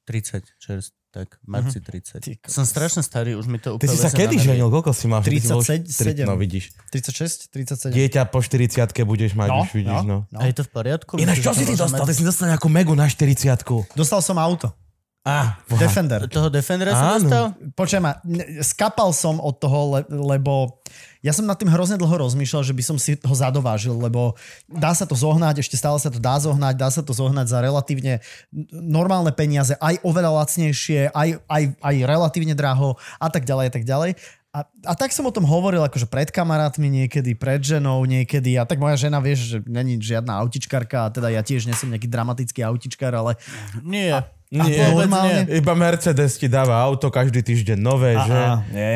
C: 30, čerst, tak, v marci 30. Som strašne starý, už mi to
G: Mhm. Ty
C: úplne...
G: si sa
C: leze
G: kedy
C: na nervy.
G: ženil? Koľko si mal? Ty si bol
D: 37.
G: štyri- No vidíš.
D: 36, 37.
G: Dieťa po 40 budeš mať,
D: No,
G: už vidíš, no.
D: no, no.
C: A je to v poriadku?
G: Ináč,
C: Myslíš,
G: čo
C: že
G: si
C: to
G: ty
C: môžeme-
G: dostal? Ty si dostal nejakú megu na 40
D: Dostal som auto.
G: Á, boha.
D: Defender.
C: Toho Defendera si
G: Áno.
C: dostal?
D: Počkaj ma, ne- skapal som od toho, le- lebo ja som nad tým hrozne dlho rozmýšľal, že by som si ho zadovážil, lebo dá sa to zohnať, ešte stále sa to dá zohnať, dá sa to zohnať za relatívne n- normálne peniaze, aj oveľa lacnejšie, aj, aj, aj relatívne draho a tak ďalej a tak ďalej. A, a tak som o tom hovoril akože pred kamarátmi niekedy, pred ženou niekedy a tak moja žena vieš, že není žiadna autičkarka a teda ja tiež nesom nejaký dramatický autičkar, ale
C: Nie.
G: Nie,
D: normálne?
G: normálne. Iba Mercedes ti dáva auto každý týždeň nové, že?
D: nie.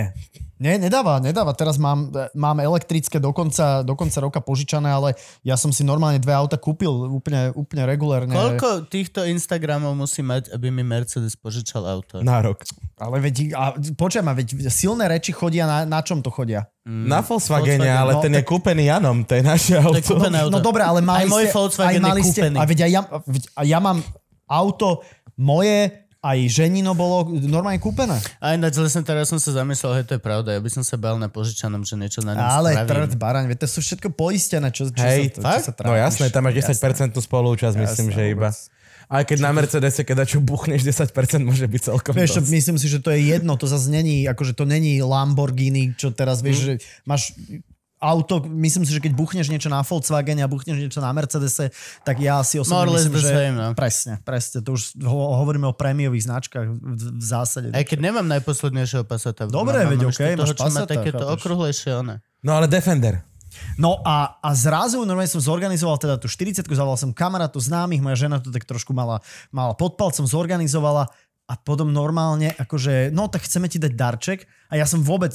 D: Nie, nedáva, nedáva. Teraz mám, mám elektrické do konca, do konca roka požičané, ale ja som si normálne dve auta kúpil úplne, úplne regulérne.
C: Koľko týchto Instagramov musí mať, aby mi Mercedes požičal auto?
G: Na rok.
D: Ale veď, a, počuj ma, veď silné reči chodia, na, na čom to chodia?
G: Na Volkswagene,
D: Volkswagen,
G: ale
D: no,
G: ten je kúpený Janom, to je naše
C: To je
G: auto.
C: kúpené auto.
D: No dobre, ale mali
C: Aj môj
D: ste,
C: Volkswagen
D: aj mali
C: je
D: ste,
C: kúpený.
D: a veď aj ja, veď aj ja mám auto moje, aj ženino bolo normálne kúpené.
C: A ináč, lesne teraz som sa zamyslel, hej, to je pravda, ja by som sa bál na požičanom, že niečo na ňom
D: Ale
C: spravím.
D: trd, baraň, veď to sú všetko poistené, čo, čo
G: Hej,
D: sa, čo sa
G: no
D: trápiš.
G: jasné, tam máš 10% spolúčasť, myslím, že iba. Aj keď na Mercedese, keď čo buchneš, 10% môže byť celkom
D: Vieš,
G: dosť.
D: myslím si, že to je jedno, to zase není, akože to není Lamborghini, čo teraz
C: Mhm.
D: vieš, že máš auto, myslím si, že keď buchneš niečo na Volkswagen a buchneš niečo na Mercedese, tak ja si
C: More
D: osobne
C: or less
D: myslím,
C: the
D: že...
C: same, no.
D: Presne, presne, to už ho- hovoríme o prémiových značkách v, v zásade.
C: Aj keď nemám najposlednejšieho pasata.
D: Dobre,
C: mám,
D: veď
C: mám
D: okej,
C: ešte toho,
D: máš
C: čo má
D: Passata,
C: takéto
D: chápeš.
C: okrúhlejšie, one.
G: No ale Defender.
D: No a, a zrazu normálne som zorganizoval teda tú 40 zavolal som kamarátu známych, moja žena to tak trošku mala, mala pod palcom, zorganizovala a potom normálne, akože, no tak chceme ti dať darček a ja som vôbec,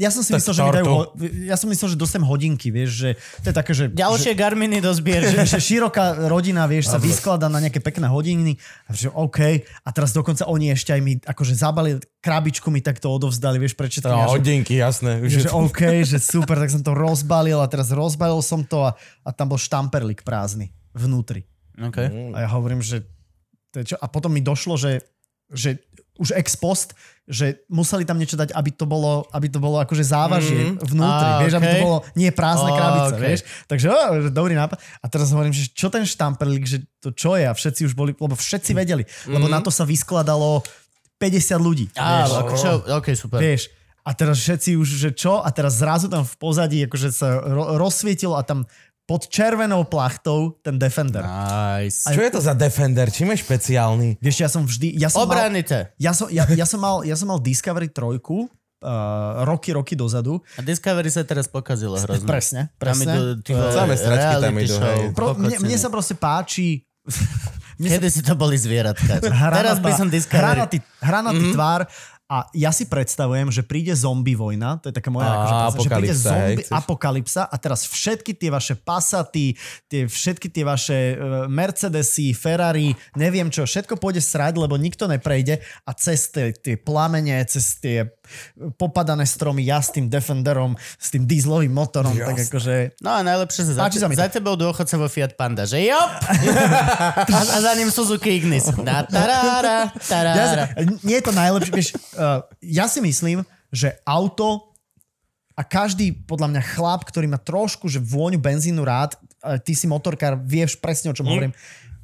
D: ja som si
G: Tak
D: myslel, že mi dajú,
G: tortu.
D: ho- ja som myslel, že dostanem hodinky, vieš, že to je také, že,
C: Ďalšie Garminy do
D: že,
C: zbierky.
D: že široká rodina, vieš, sa vyskladá na nejaké pekné hodiny a že OK, a teraz dokonca oni ešte aj mi, akože zabali krabičku mi takto odovzdali, vieš, prečítali.
G: No,
D: ja, že
G: hodinky, jasné. Už je
D: že
G: to...
D: OK, že super, tak som to rozbalil a teraz rozbalil som to a, a tam bol štamperlik prázdny vnútri.
C: okay.
D: A ja hovorím, že to je čo? A potom mi došlo, že, že už ex post, že museli tam niečo dať, aby to bolo, aby to bolo akože závažie mm. vnútri,
C: Mhm. Á,
D: vieš, aby to
C: okej.
D: bolo nie prázdna
C: Á,
D: krabica,
C: okej.
D: vieš. Takže ó, že dobrý nápad. A teraz hovorím, že čo ten štamperlik, že to čo je? A všetci už boli, lebo
C: Mhm.
D: všetci vedeli, lebo na to sa vyskladalo 50 ľudí.
C: Á,
D: vieš.
C: ok, čo, ok, super.
D: Vieš, a teraz všetci už, že čo? A teraz zrazu tam v pozadí akože sa ro- rozsvietilo a tam pod červenou plachtou ten Defender. No.
C: Nice.
G: Čo je to za Defender? Čím je špeciálny?
D: Vieš, ja som vždy... Ja som mal,
C: Obranite.
D: ja, som, ja, ja, som mal, ja som mal Discovery 3 uh, roky, roky dozadu.
C: A Discovery sa teraz pokazilo hrozne.
D: Presne,
C: Tam
D: presne.
C: idú tí vole,
G: Samé stračky tam
C: reality
G: idú,
C: show,
G: hej.
D: Pro, mne, mne
C: kokociny.
D: sa proste páči... mne
C: Kedy si to boli zvieratka.
D: Hranatá-
C: Teraz by som Discovery.
D: Hranatý, hranatý mm-hmm. tvár a ja si predstavujem, že príde zombie vojna, to je taká moja
G: Á,
D: akože, predstava, že príde
G: apokalypsa, hej,
D: zombie
G: chceš?
D: apokalypsa a teraz všetky tie vaše pasaty, tie, všetky tie vaše uh, Mercedesy, Ferrari, neviem čo, všetko pôjde srať, lebo nikto neprejde a cez tie, tie plamene, cez tie popadané stromy, ja s tým Defenderom, s tým dieselovým motorom, Jasne. tak akože...
C: No a najlepšie sa za,
D: Páči sa mi to.
C: za tebou dôchodca vo Fiat Panda, že jop! a, a za ním Suzuki Ignis. Na tarára,
D: Ja,
C: tarára.
D: si- nie je to najlepšie, vieš, uh, ja si myslím, že auto a každý, podľa mňa, chlap, ktorý má trošku, že vôňu benzínu rád, uh, ty si motorkár, vieš presne, o čom hovorím,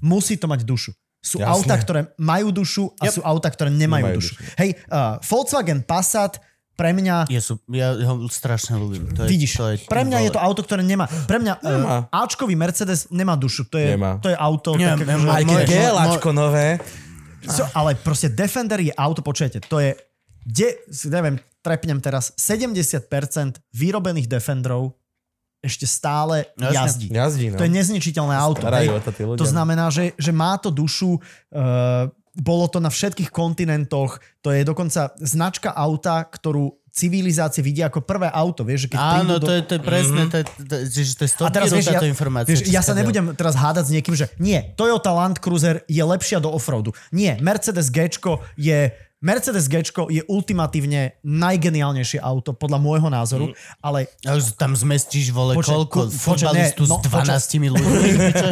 D: musí to mať dušu. Sú
G: Jasné.
D: auta, ktoré majú dušu a sú auta, ktoré nemajú,
G: Nemajú
D: dušu. Hej, uh, Volkswagen Passat pre mňa
C: Ja, sú, ja ho strašne ľúbim. To je,
D: Vidíš,
C: to je,
D: pre mňa je to auto, ktoré nemá. Pre mňa
G: Nemá.
D: nemá. Ačkový Mercedes nemá dušu. To je,
G: Nemá.
D: to je auto.
C: Nemá,
D: také,
C: nemá.
G: Aj keď
C: Moje-
G: GLAčko nové.
D: So, ale proste Defender je auto, počujete, to je, de, neviem, trepnem teraz, 70% vyrobených Defenderov ešte stále
C: No jasne.
D: jazdí.
G: Jazdí, no.
D: To je nezničiteľné auto.
G: Starajú
D: hej.
G: o to tí ľudia.
D: to znamená, že, že má to dušu, uh, bolo to na všetkých kontinentoch, to je dokonca značka auta, ktorú civilizácie vidia ako prvé auto, vieš, že keď prídu
C: Áno,
D: do...
C: to je, to je
G: Mhm.
C: presne, to je, to, je- čiže to je
D: A
C: stovky
D: teraz vieš, ja,
C: táto informácia.
D: vieš,
C: čo teda-
D: ja sa
C: dá.
D: nebudem teraz hádať s niekým, že nie, Toyota Land Cruiser je lepšia do offroadu. Nie, Mercedes G je Mercedes G je ultimatívne najgeniálnejšie auto, podľa môjho názoru, ale
C: A už tam zmestíš, vole,
D: Počkaj,
C: koľko
D: ko- počkaj,
C: futbalistu
D: ne, no,
C: s 12 ľuďmi. piče?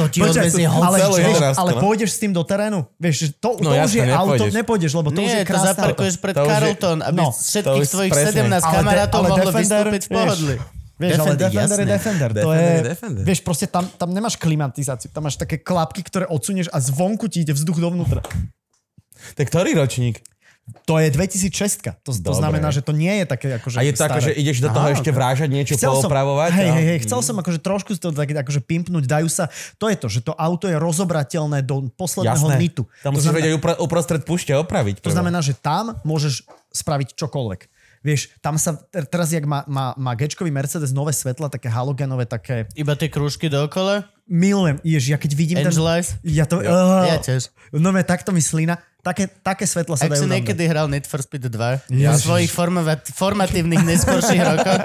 C: To ti
D: Počkaj,
C: odvezie
D: ale,
C: hoci.
G: celé
D: vieš,
G: Slovensko,
D: ale
G: no.
D: pôjdeš s tým do terénu? Vieš, že
G: No
D: to, to už
G: jasne,
D: je auto,
G: nepôjdeš.
D: nepôjdeš, lebo to už je
C: Nie, to
D: krásne auto.
C: zaparkuješ pred
G: To už je-
C: Carlton, aby
D: No,
C: všetkých
G: to už
C: tvojich
G: presne.
C: 17
D: Ale de-
C: kamarátov
D: ale
C: mohlo
D: Defender,
C: vystúpiť v
D: vieš,
C: pohodli.
D: Vieš, ale Defender je
C: jasné.
D: Defender. To je,
G: Defender je Defender.
D: Vieš, proste tam, tam nemáš klimatizáciu, tam máš také klapky, ktoré odsunieš a zvonku ti ide vzduch dovnútra.
G: To je ktorý ročník?
D: To je 2006. To, to
G: Dobre.
D: znamená, že to nie je také akože
G: A je to
D: staré.
G: ako, že ideš do toho ešte vrážať niečo, poopravovať? no.
D: Som, hej,
G: a-
D: hej, hej, chcel som akože trošku to tak akože pimpnúť, dajú sa, to je to, že to auto je rozobrateľné do posledného
G: Jasné.
D: nitu.
G: Tam
D: to,
G: musíš
D: znamená,
G: vedieť upra- uprostred púšte opraviť.
D: to znamená, že tam môžeš spraviť čokoľvek. Vieš, tam sa, ter- teraz jak má, má, má gečkový Mercedes nové svetla, také halogenové, také
C: Iba tie krúžky dookola?
D: Milujem, ježi, ja keď vidím ten...
C: Angel Eyes?
D: Ja to... Jo,
C: Ja tiež.
D: No me, takto mi slina. Také, také svetlo sa
C: Ak
D: dajú
C: si
D: na mňa.
C: niekedy hral Need for Speed 2 ja. v svojich formovat- formatívnych neskorších rokoch,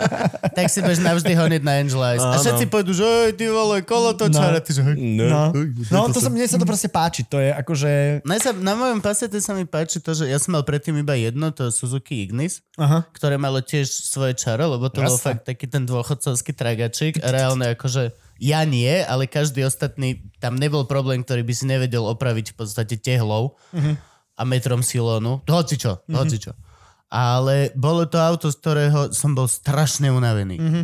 C: tak si budeš navždy honiť na Angel Eyes. A všetci pôjdu, že "Ej, ty vole, kolo to čara. Ty, že, "Hej."
D: No, no to sa, mne sa to proste páči. To je akože...
C: Mne sa, na mojom pasete sa mi páči to, že ja som mal predtým iba jedno, to je Suzuki Ignis,
D: Aha.
C: ktoré malo tiež svoje čaro, lebo to bol fakt taký ten dôchodcovský tragačik. A reálne akože ja nie, ale každý ostatný, tam nebol problém, ktorý by si nevedel opraviť v podstate tehlou
D: Mhm.
C: a metrom silónu. Hoci čo, hoci čo. Ale bolo to auto, z ktorého som bol strašne unavený.
D: Mhm.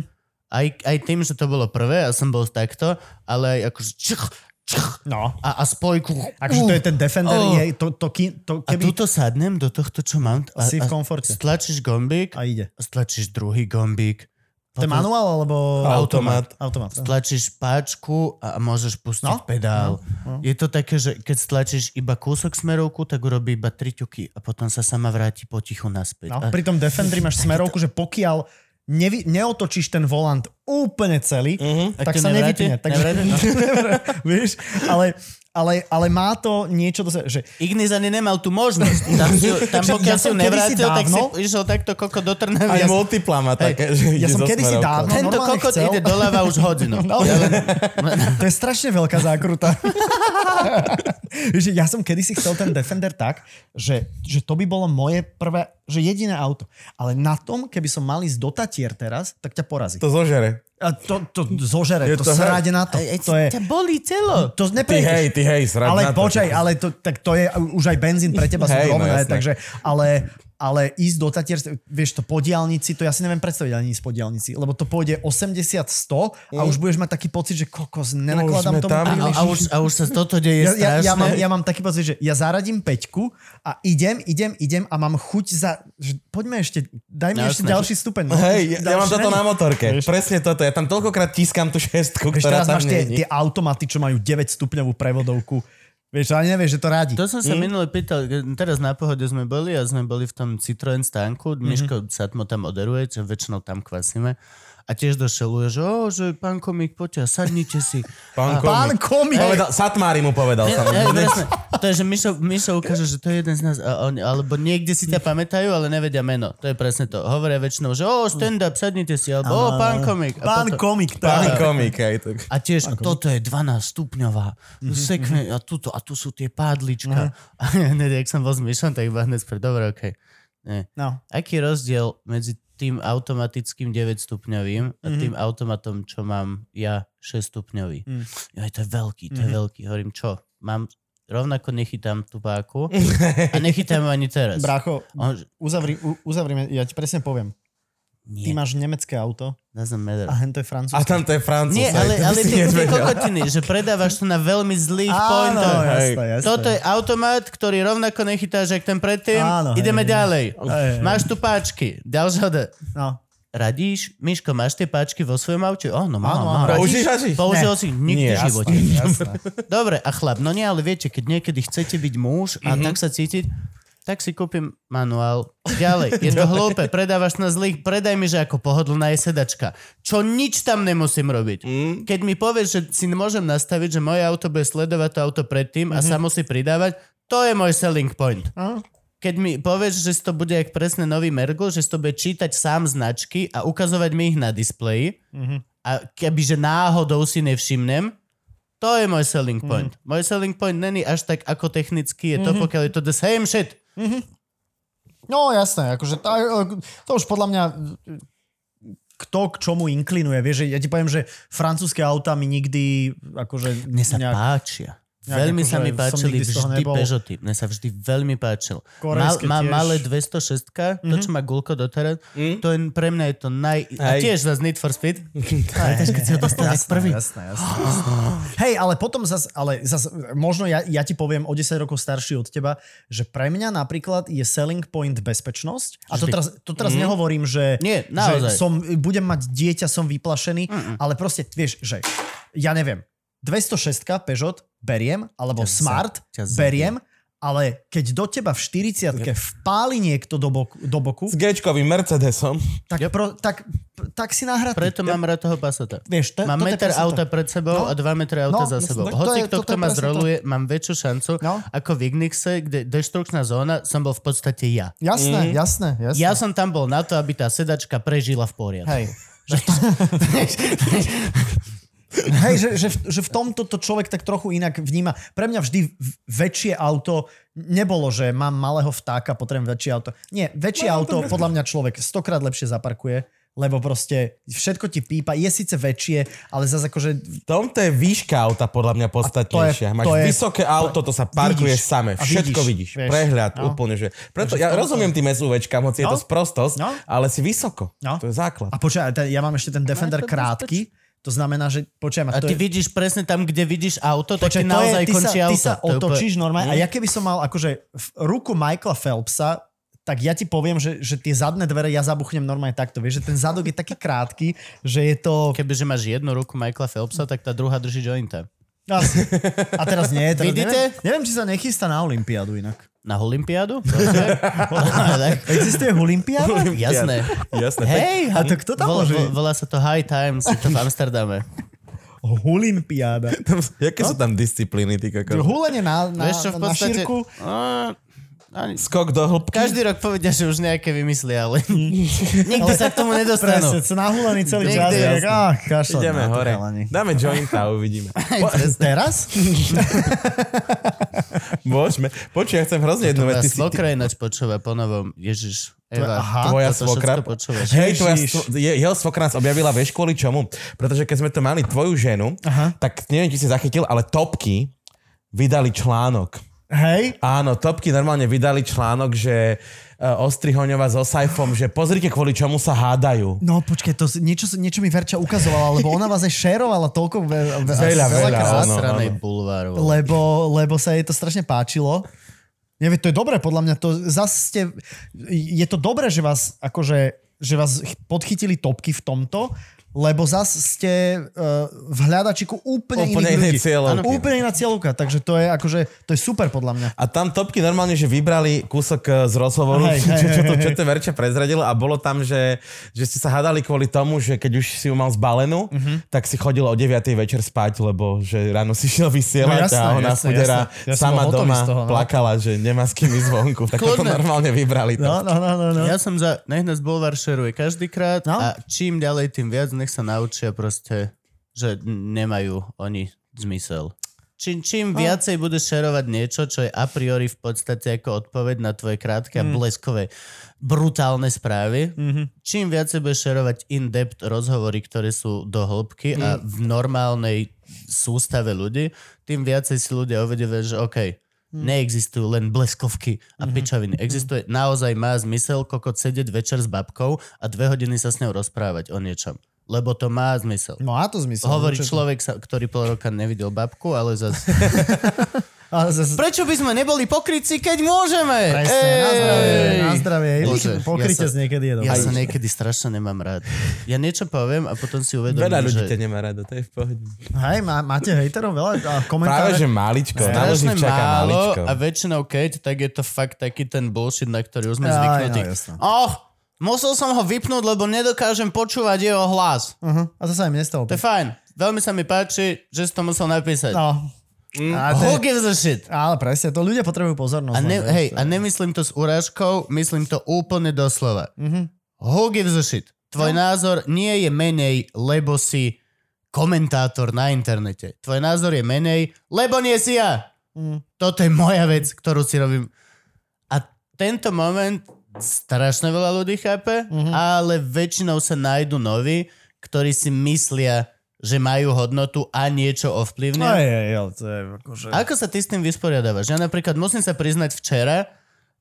C: Aj, aj tým, že to bolo prvé a som bol takto, ale aj akože čch, čch,
D: No.
C: a, a spojku.
D: Akože to je ten Defender,
C: Oh.
D: je to, to, ki, to
C: A
D: keby...
C: tuto sadnem do tohto, čo mám. A,
D: Si v
C: a
D: komforte.
C: Stlačíš gombík,
D: A ide.
C: stlačíš druhý gombík.
D: To je
C: potom
D: manuál alebo...
G: Automat.
D: Automat.
C: Stlačíš páčku a a môžeš pustiť
D: No,
C: no? pedál. No, no. Je to také, že keď stlačíš iba kúsok smerovku, tak urobí iba tri ťuky a potom sa sama vráti potichu naspäť.
D: No,
C: a...
D: pri tom Defendri máš smerovku, že pokiaľ nevy, neotočíš ten volant úplne celý, uh-huh. tak,
C: Tak to
D: sa
C: Mhm. nevráti? No.
D: nevypne. Takže, vieš, ale, ale, ale má to niečo do seba, že
C: Ignis ani nemal tú možnosť. Tam, si, ju- tam
D: Že
C: pokiaľ
D: ja
C: si ju
D: som kedysi
C: nevrátil, tak si
D: dávno-
C: išiel takto koko do
G: Aj
C: Trnavy. a-
G: multipla má také, že
D: ja
G: ide so
D: som kedysi
G: smerovkou.
D: dávno-
C: Tento
D: No, normálne
C: kokot
D: chcel.
C: ide doľava už hodinu.
D: No.
C: Ja len-
D: to je strašne veľká zákruta. že ja som kedysi chcel ten Defender tak, že, že to by bolo moje prvé, že jediné auto. Ale na tom, keby som mal ísť do Tatier teraz, tak ťa porazí.
G: To
D: To,
G: zožere.
D: a to, to zožere,
G: Je
D: to,
G: to-
D: sráde na to.
C: Aj- aj
D: to je,
C: Ťa bolí telo.
D: to
G: Ty
D: neprejdeš.
G: hej, ty hej, srad na
D: Ale
G: to.
D: počkaj, ale to, tak to je už aj benzín pre teba sú
G: Hej, no
D: rovné,
G: jasné.
D: takže, ale, ale ísť do Tatier, vieš to po diálnici, to ja si neviem predstaviť ani ísť po diálnici, lebo to pôjde 80-100 a už budeš mať taký pocit, že kokos,
G: No,
D: nenakladám
G: sme
D: tomu
G: tam.
C: A,
D: príliš.
C: a, už, a už sa toto deje
D: Ja, ja, ja,
C: strašne.
D: mám, ja mám taký pocit, že ja zaradím peťku a idem, idem, idem a mám chuť za... Že poďme ešte, daj mi
C: No,
D: ešte
C: jasné,
D: ďalší stupeň. no.
G: Hej, ja, ja mám
D: Ďalší
G: toto
D: není.
G: na motorke. Presne toto. Ja tam toľkokrát tiskam tú šestku,
D: Vieš,
G: ktorá
D: teraz
G: tam
D: máš
G: nie
D: tie,
G: je.
D: tie automaty, čo majú 9-stupňovú prevodovku. Vieš, ale nevieš, že to rádi.
C: To som sa minule pýtal, teraz na pohode sme boli a sme boli v tom Citroen stánku, Miško mm-hmm. Satmo tam oderuje, čo väčšinou tam kvasíme. A tiež došeluje, že, o, že pán komik, poďte, a sadnite si.
G: Pán komik.
D: Pán komik!
G: Povedal, Satmári mu povedal.
C: Ja,
G: samozrejme.
C: ja, presne. to je, že Mišo, Mišo ukáže, že to je jeden z nás, a on, alebo niekde si ťa pamätajú, ale nevedia meno. To je presne to. Hovoria väčšinou, že o, stand-up, sadnite si, alebo o, pán komik. A
D: Pán
C: potom-
D: komik,
G: Pán
D: tak.
G: komik, hej. tak.
C: A tiež, a toto je 12 stupňová, mm-hmm. sekne, a, tuto, a tu sú tie pádlička. A hneď, ak som bol zmyšľan, tak iba hneď pre, dobre, okej. Nie.
D: No.
C: Aký je rozdiel medzi tým automatickým 9-stupňovým a tým automatom, čo mám ja 6-stupňový? Mm. Joj, to je veľký, to je veľký. Hovorím, čo? Mám rovnako nechytám tú páku a nechytám ju ani teraz.
D: Bracho,
C: On, že-
D: uzavri, u, uzavrime, ja ti presne poviem.
C: nie,
D: Ty máš nemecké auto
C: doesn't
D: a
C: matter.
D: hento je francúzske.
G: A tam to je Francúz. hej,
C: Nie, ale,
G: to by
C: ale
G: si
C: ty, ty
G: nevedel.
C: kokotiny, že predávaš to na veľmi zlých
D: Áno,
C: pointoch.
D: jasné, jasné.
C: Toto je automat, ktorý rovnako nechytá, že ak ten predtým. Áno,
D: Áno,
C: Ideme
D: hej,
C: hej, ďalej.
D: Hej,
C: Hej,
D: hej.
C: Máš tu páčky. Ďalšia od...
D: No.
C: Radíš? Miško, máš tie páčky vo svojom aute? Áno, mám,
D: Áno, áno.
C: mám. Radíš?
G: Používaš ich?
C: Použil si ich nikdy
G: Nie,
C: v
G: jasné,
C: živote. Dobre, a chlap, no nie, ale viete, keď niekedy chcete byť muž a tak sa cítiť, tak si kúpim manuál. Ďalej, je to hlúpe, predávaš na zlých, predaj mi, že ako pohodlná je sedačka. Čo nič tam nemusím robiť. Keď mi povieš, že si môžem nastaviť, že moje auto bude sledovať to auto predtým a samo si pridávať, to je môj selling point.
D: Hm?
C: Keď mi povieš, že si to bude jak presne nový Mergo, že si to bude čítať sám značky a ukazovať mi ich na displeji
D: Mhm.
C: a kebyže náhodou si nevšimnem, to je môj selling
D: Mhm.
C: point. Mm. Môj selling point není až tak ako technicky, je to mm-hmm. pokiaľ je to the same shit.
D: No jasné, akože tá, to už podľa mňa kto k čomu inklinuje. Vieš, že ja ti poviem, že francúzske auta mi nikdy akože...
C: Mne sa
D: nejak-
C: páčia.
D: nejak
C: veľmi
D: akože
C: sa mi
D: som
C: páčili
D: nikdy z toho
C: vždy
D: nebol.
C: Peugeoty. Mne sa vždy veľmi páčil. Mal,
D: Korejské
C: má
D: tiež. Mhm.
C: malé 206, mm-hmm. to čo má Gulko doteraz, mm. to je, pre mňa je to naj... A
G: Hej.
C: tiež zase Need for Speed. Ale tiež, keď si ho dostal jak prvý.
D: Jasné, jasné, jasné. Hej, ale potom zas, ale zas, možno ja, ja ti poviem o 10 rokov starší od teba, že pre mňa napríklad je selling point bezpečnosť. A to teraz, to teraz mm. nehovorím, že,
C: Mhm. Nie,
D: že
C: naozaj.
D: som, budem mať dieťa, som vyplašený, Mm-mm. ale proste, vieš, že ja neviem, 206 Peugeot beriem, alebo Smart
C: ťa zabijem.
D: beriem, Ale keď do teba v 40 vpáli niekto do boku, do boku
B: S G-čkovým Mercedesom.
D: tak, pro, tak, tak si náhradný.
C: Preto mám rád toho pasata.
D: Vieš, to-
C: mám
D: toto je
C: meter
D: presne to.
C: auta pred sebou
D: No.
C: a dva metre auta
D: No,
C: za
D: presne
C: sebou.
D: tak. To
C: Hoci
D: je-
C: kto,
D: toto
C: kto
D: je
C: ma
D: presne to.
C: zroluje, mám väčšiu šancu
D: No.
C: ako v Ignixe, kde deštrukčná zóna som bol v podstate ja.
D: Jasné, mm. jasné, jasné.
C: Ja som tam bol na to, aby tá sedačka prežila v poriadku.
D: Hej. Že, hej, že, že, v, že v tomto to človek tak trochu inak vníma. Pre mňa vždy v- väčšie auto nebolo, že mám malého vtáka, potrebujem väčšie auto. Nie, väčšie no, auto podľa mňa človek stokrát lepšie zaparkuje, lebo proste všetko ti pípa, je síce väčšie, ale zase akože
B: V tomto je výška auta podľa mňa podstatnejšia.
D: to je-
B: Máš
D: to je-
B: vysoké auto, to sa parkuje
D: vidíš.
B: same.
D: A
B: Všetko
D: vidíš,
B: vidíš.
D: vieš.
B: Prehľad
D: No.
B: úplne. Že... Preto ja rozumiem tým SUVčkám, hoci je to
D: No.
B: sprostosť,
D: No.
B: ale si vysoko.
D: No.
B: To je základ.
D: A počkaj, ten- No, ja mám ešte ten Defender
C: to
D: krátky, to znamená, že počkaj, ma,
C: A
D: to
C: ty
D: je,
C: vidíš presne tam, kde vidíš auto, tak ti
D: Počkaj,
C: naozaj
D: ty
C: končí
D: sa,
C: auto.
D: Ty sa
C: To je úplne- Hm?
D: otočíš normálne a ja keby som mal akože v ruku Michaela Phelpsa, tak ja ti poviem, že, že tie zadné dvere ja zabuchnem normálne takto. Vieš, že ten zadok je taký krátky, že je to...
C: Kebyže máš jednu ruku Michaela Phelpsa, tak tá druhá drží jointa.
D: Asi. A teraz nie. Teraz
C: Vidíte?
D: Neviem, neviem, či sa nechystá na Olympiádu inak.
C: Na Olympiádu? Dobre. Tak,
D: Existuje Olympiáda?
C: Jasné.
B: Jasné.
C: Hej,
D: A to kto tam
C: vol,
D: môže?
C: vol, volá sa to High Times, je to v Amsterdame.
D: Olympiáda. No.
B: Jaké sú tam disciplíny? Ty, kokos?
D: Hulenie na, na,
C: Vieš čo, v
D: na
C: podstate- No,
D: šírku.
B: Skok do hĺbky.
C: Každý rok povedia, že už nejaké vymyslia, ale nikdy sa k tomu
D: Presne,
C: nedostanú.
D: sa nahúlený celý
C: Niekde
D: čas.
C: je
D: tak, Á, kašľať
B: Ideme
D: na
C: no,
D: to,
B: hore.
D: chalani.
B: Dáme jointa a uvidíme. Po-
D: Teraz?
B: Môžeme. Počuj, ja chcem hrozne jednu
C: Moja
B: vec. No, Ty si, ty,
C: svokra ináč počúva po novom. Ježiš, Eva,
D: aha,
C: toto
B: tvoja
C: všetko
B: svokra.
C: počúvaš.
B: Hej, tvoja,
D: Ježiš.
B: svo- je, jeho svokra nás objavila, vieš kvôli čomu? Pretože keď sme to mali tvoju ženu,
D: Aha.
B: tak neviem, či si zachytil, ale topky vydali článok.
D: Hej.
B: Áno, topky normálne vydali článok, že e, Ostrihoňová so Saifom, že pozrite, kvôli čomu sa hádajú.
D: No počkaj, to, si- niečo, niečo mi Verča ukazovala, lebo ona vás aj šerovala toľko ve, ve,
B: Veľa,
D: asi
B: veľa,
D: krát,
B: áno,
C: Zasranej
B: áno.
C: bulváru.
D: lebo, lebo sa jej to strašne páčilo. Neviem, to je dobré, podľa mňa to zase ste, je to dobré, že vás akože, že vás ch- podchytili topky v tomto, lebo zase ste uh, v hľadačiku úplne,
B: Úplne
D: iných
B: inej
D: ľudí.
B: cieľovky.
D: Áno, Úplne iná cieľovka, takže to je akože, to je super podľa mňa.
B: A tam topky normálne, že vybrali kúsok e, z rozhovoru,
D: Hej, hej,
B: čo, čo, to,
D: hej,
B: čo to Verča prezradila a bolo tam, že, že ste sa hádali kvôli tomu, že keď už si ju mal zbalenú,
D: Mhm.
B: tak si chodil o 9. večer spať, lebo že ráno si šiel vysielať
D: No jasné,
B: a ona
D: jasné,
B: chudera
D: jasné. Ja som
B: sama
D: bol hotový
B: doma
D: z toho, no.
B: plakala, že nemá s kým ísť vonku. Tak toto
C: Kľudne.
B: normálne vybrali.
D: No,
B: No.
D: no, no, no, no.
C: Ja som za, nech nás Bulvar šeruje každýkrát
D: No.
C: no. a čím ďalej, tým viac nech sa naučia proste, že n- nemajú oni zmysel. Čím, čím
D: No.
C: viacej budeš šerovať niečo, čo je a priori v podstate ako odpoveď na tvoje krátke
D: Mm.
C: a bleskové brutálne správy,
D: Mhm.
C: čím viacej budeš šerovať in-depth rozhovory, ktoré sú do hĺbky
D: Mm.
C: a v normálnej sústave ľudí, tým viacej si ľudia uvedia, že OK,
D: Hm.
C: Neexistujú len bleskovky a
D: Mhm.
C: pičoviny. Existuje, naozaj má zmysel kokot sedieť večer s babkou a dve hodiny sa s ňou rozprávať o niečom. Lebo to má zmysel.
D: No a to zmysel.
C: Hovorí
D: určite.
C: človek, sa, ktorý pol roka nevidel babku, ale zase...
D: Ale zase,
C: Prečo by sme neboli pokryci, keď môžeme?
D: Presne, na zdravie, na zdravie.
C: Bože,
D: Pokryte
C: ja
D: z
C: sa-
D: niekedy je
C: Ja
D: dobré.
C: sa niekedy strašne nemám rád. Ja niečo poviem a potom si uvedomím,
B: Veľa ľudí
C: že...
B: ťa nemá rada, to je v pohode.
D: Hej, má, máte hejterov veľa
B: Práve,
D: a
B: že
D: komentáre?
B: maličko. Na
C: Strašne
B: loži čaká
C: málo
B: maličko.
C: a väčšinou keď, tak je to fakt taký ten bullshit, na ktorý už sme
D: Aj,
C: zvyknutí.
D: no, jasné.
C: Och, musel som ho vypnúť, lebo nedokážem počúvať jeho hlas.
D: Uh-huh. A to sa im nestalo.
C: To je fajn. Veľmi sa mi páči, že si to musel napísať. Mm.
D: No. A to
C: Who
D: je,
C: gives a shit?
D: ale presne, to ľudia potrebujú pozornosť.
C: A, ne,
D: len, vieš,
C: hej,
D: to-
C: a nemyslím to s urážkou, myslím to úplne doslova. Mm-hmm.
D: Mhm,
C: Who gives a shit? Tvoj
D: No.
C: názor nie je menej, lebo si komentátor na internete. Tvoj názor je menej, lebo nie si ja.
D: mhm.
C: Mm. Toto je moja vec, ktorú si robím. A tento moment strašne veľa ľudí chápe, mm-hmm. ale väčšinou sa nájdu noví, ktorí si myslia, že majú hodnotu a niečo ovplyvnia.
D: Aj, aj, aj, to je akože...
C: Ako sa ty s tým vysporiadávaš? Ja napríklad musím sa priznať včera,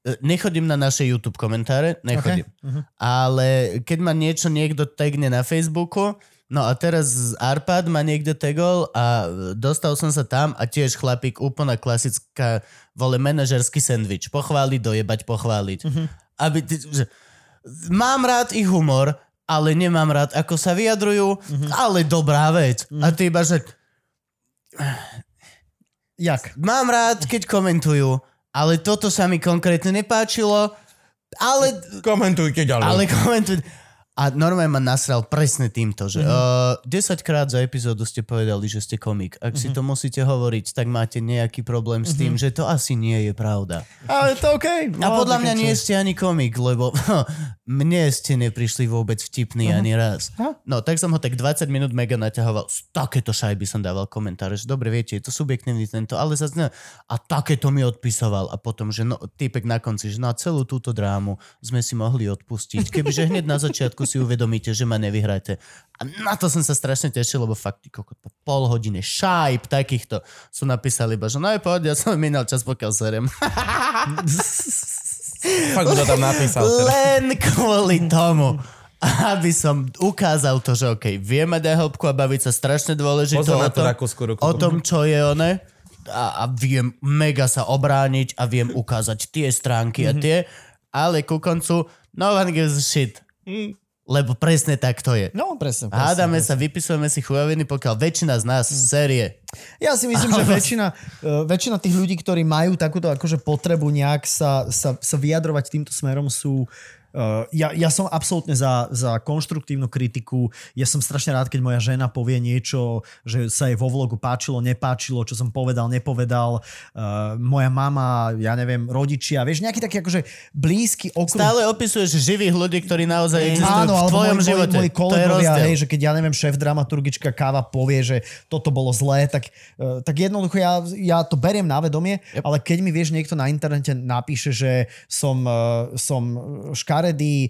C: e, nechodím na naše YouTube komentáre, nechodím. Okay. Uh-huh. Ale keď ma niečo niekto tagne na Facebooku, no a teraz Arpad ma niekde tagol a e, dostal som sa tam a tiež chlapík úplná klasická, vole, manažerský sendvič. Pochváliť, dojebať, pochváliť. Uh-huh. Aby, ty- že, mám rád ich humor, ale nemám rád, ako sa vyjadrujú, ale dobrá vec. A ty iba, že
D: Jak?
C: mám rád, keď komentujú, Ale toto sa mi konkrétne nepáčilo, ale,
G: Komentujte ďalej.
C: ale komentuj. A normálne ma nasral presne týmto, že mm-hmm. uh, 10 krát za epizódu ste povedali, že ste komik. Ak mm-hmm. si to musíte hovoriť, tak máte nejaký problém s tým, že to asi nie je pravda.
D: Ale to OK. no,
C: No, A podľa mňa nie ste ani komik, lebo mne ste neprišli vôbec vtipný ani raz. Mhm. No, tak som ho tak 20 minút mega naťahoval. Z takéto šajby som dával komentáre, že dobre, viete, je to subjektívny tento, ale sa ne... A takéto mi odpisoval. A potom, že no, týpek na konci, že na celú túto drámu sme si mohli odpustiť. Kebyže hneď na začiatku si uvedomíte, že ma nevyhráte. A na to som sa strašne tešil, lebo fakt, ty kokot, po pol hodine šajb takýchto sú napísali iba, že no je pohode, ja som minul čas, pokiaľ serem.
G: Fakt, kto tam napísal teraz.
C: Len kvôli tomu, aby som ukázal to, že okej, vieme dať hĺbku a baviť sa strašne dôležité
G: Pozor
C: o,
G: na tú
C: tom,
G: rakúsku ruku.
C: o tom, čo je one a, a viem mega sa obrániť a viem ukázať tie stránky
D: Mhm.
C: a tie, ale ku koncu no one gives a shit. Lebo presne tak to je.
D: Mm. No, presne. presne. Mm.
C: Hádame sa, vypisujeme si chujoviny, pokiaľ väčšina z nás z série
D: Ja si myslím, že väčšina, eh, väčšina tých ľudí, ktorí majú takúto akože potrebu nejak sa, sa, sa vyjadrovať týmto smerom sú eh, ja, ja som absolútne za, za konštruktívnu kritiku. Ja som strašne rád, keď moja žena povie niečo, že sa jej vo vlogu páčilo, nepáčilo, čo som povedal, nepovedal. Eh, moja mama, ja neviem, rodičia, vieš, nejaký taký akože blízky okruh.
C: Stále opisuješ živých ľudí, ktorí naozaj existujú
D: Hm. Áno,
C: v
D: alebo
C: tvojom
D: moji,
C: živote.
D: Moji,
C: to
D: moji
C: je
D: kolegovia,
C: rozdiel.
D: hej, že keď ja neviem, šéf dramaturgička káva povie, že toto bolo zlé, tak, eh, tak jednoducho ja, ja to beriem na vedomie, yep. ale keď mi vieš niekto na internete napíše, že som, eh, som škaredý, eh,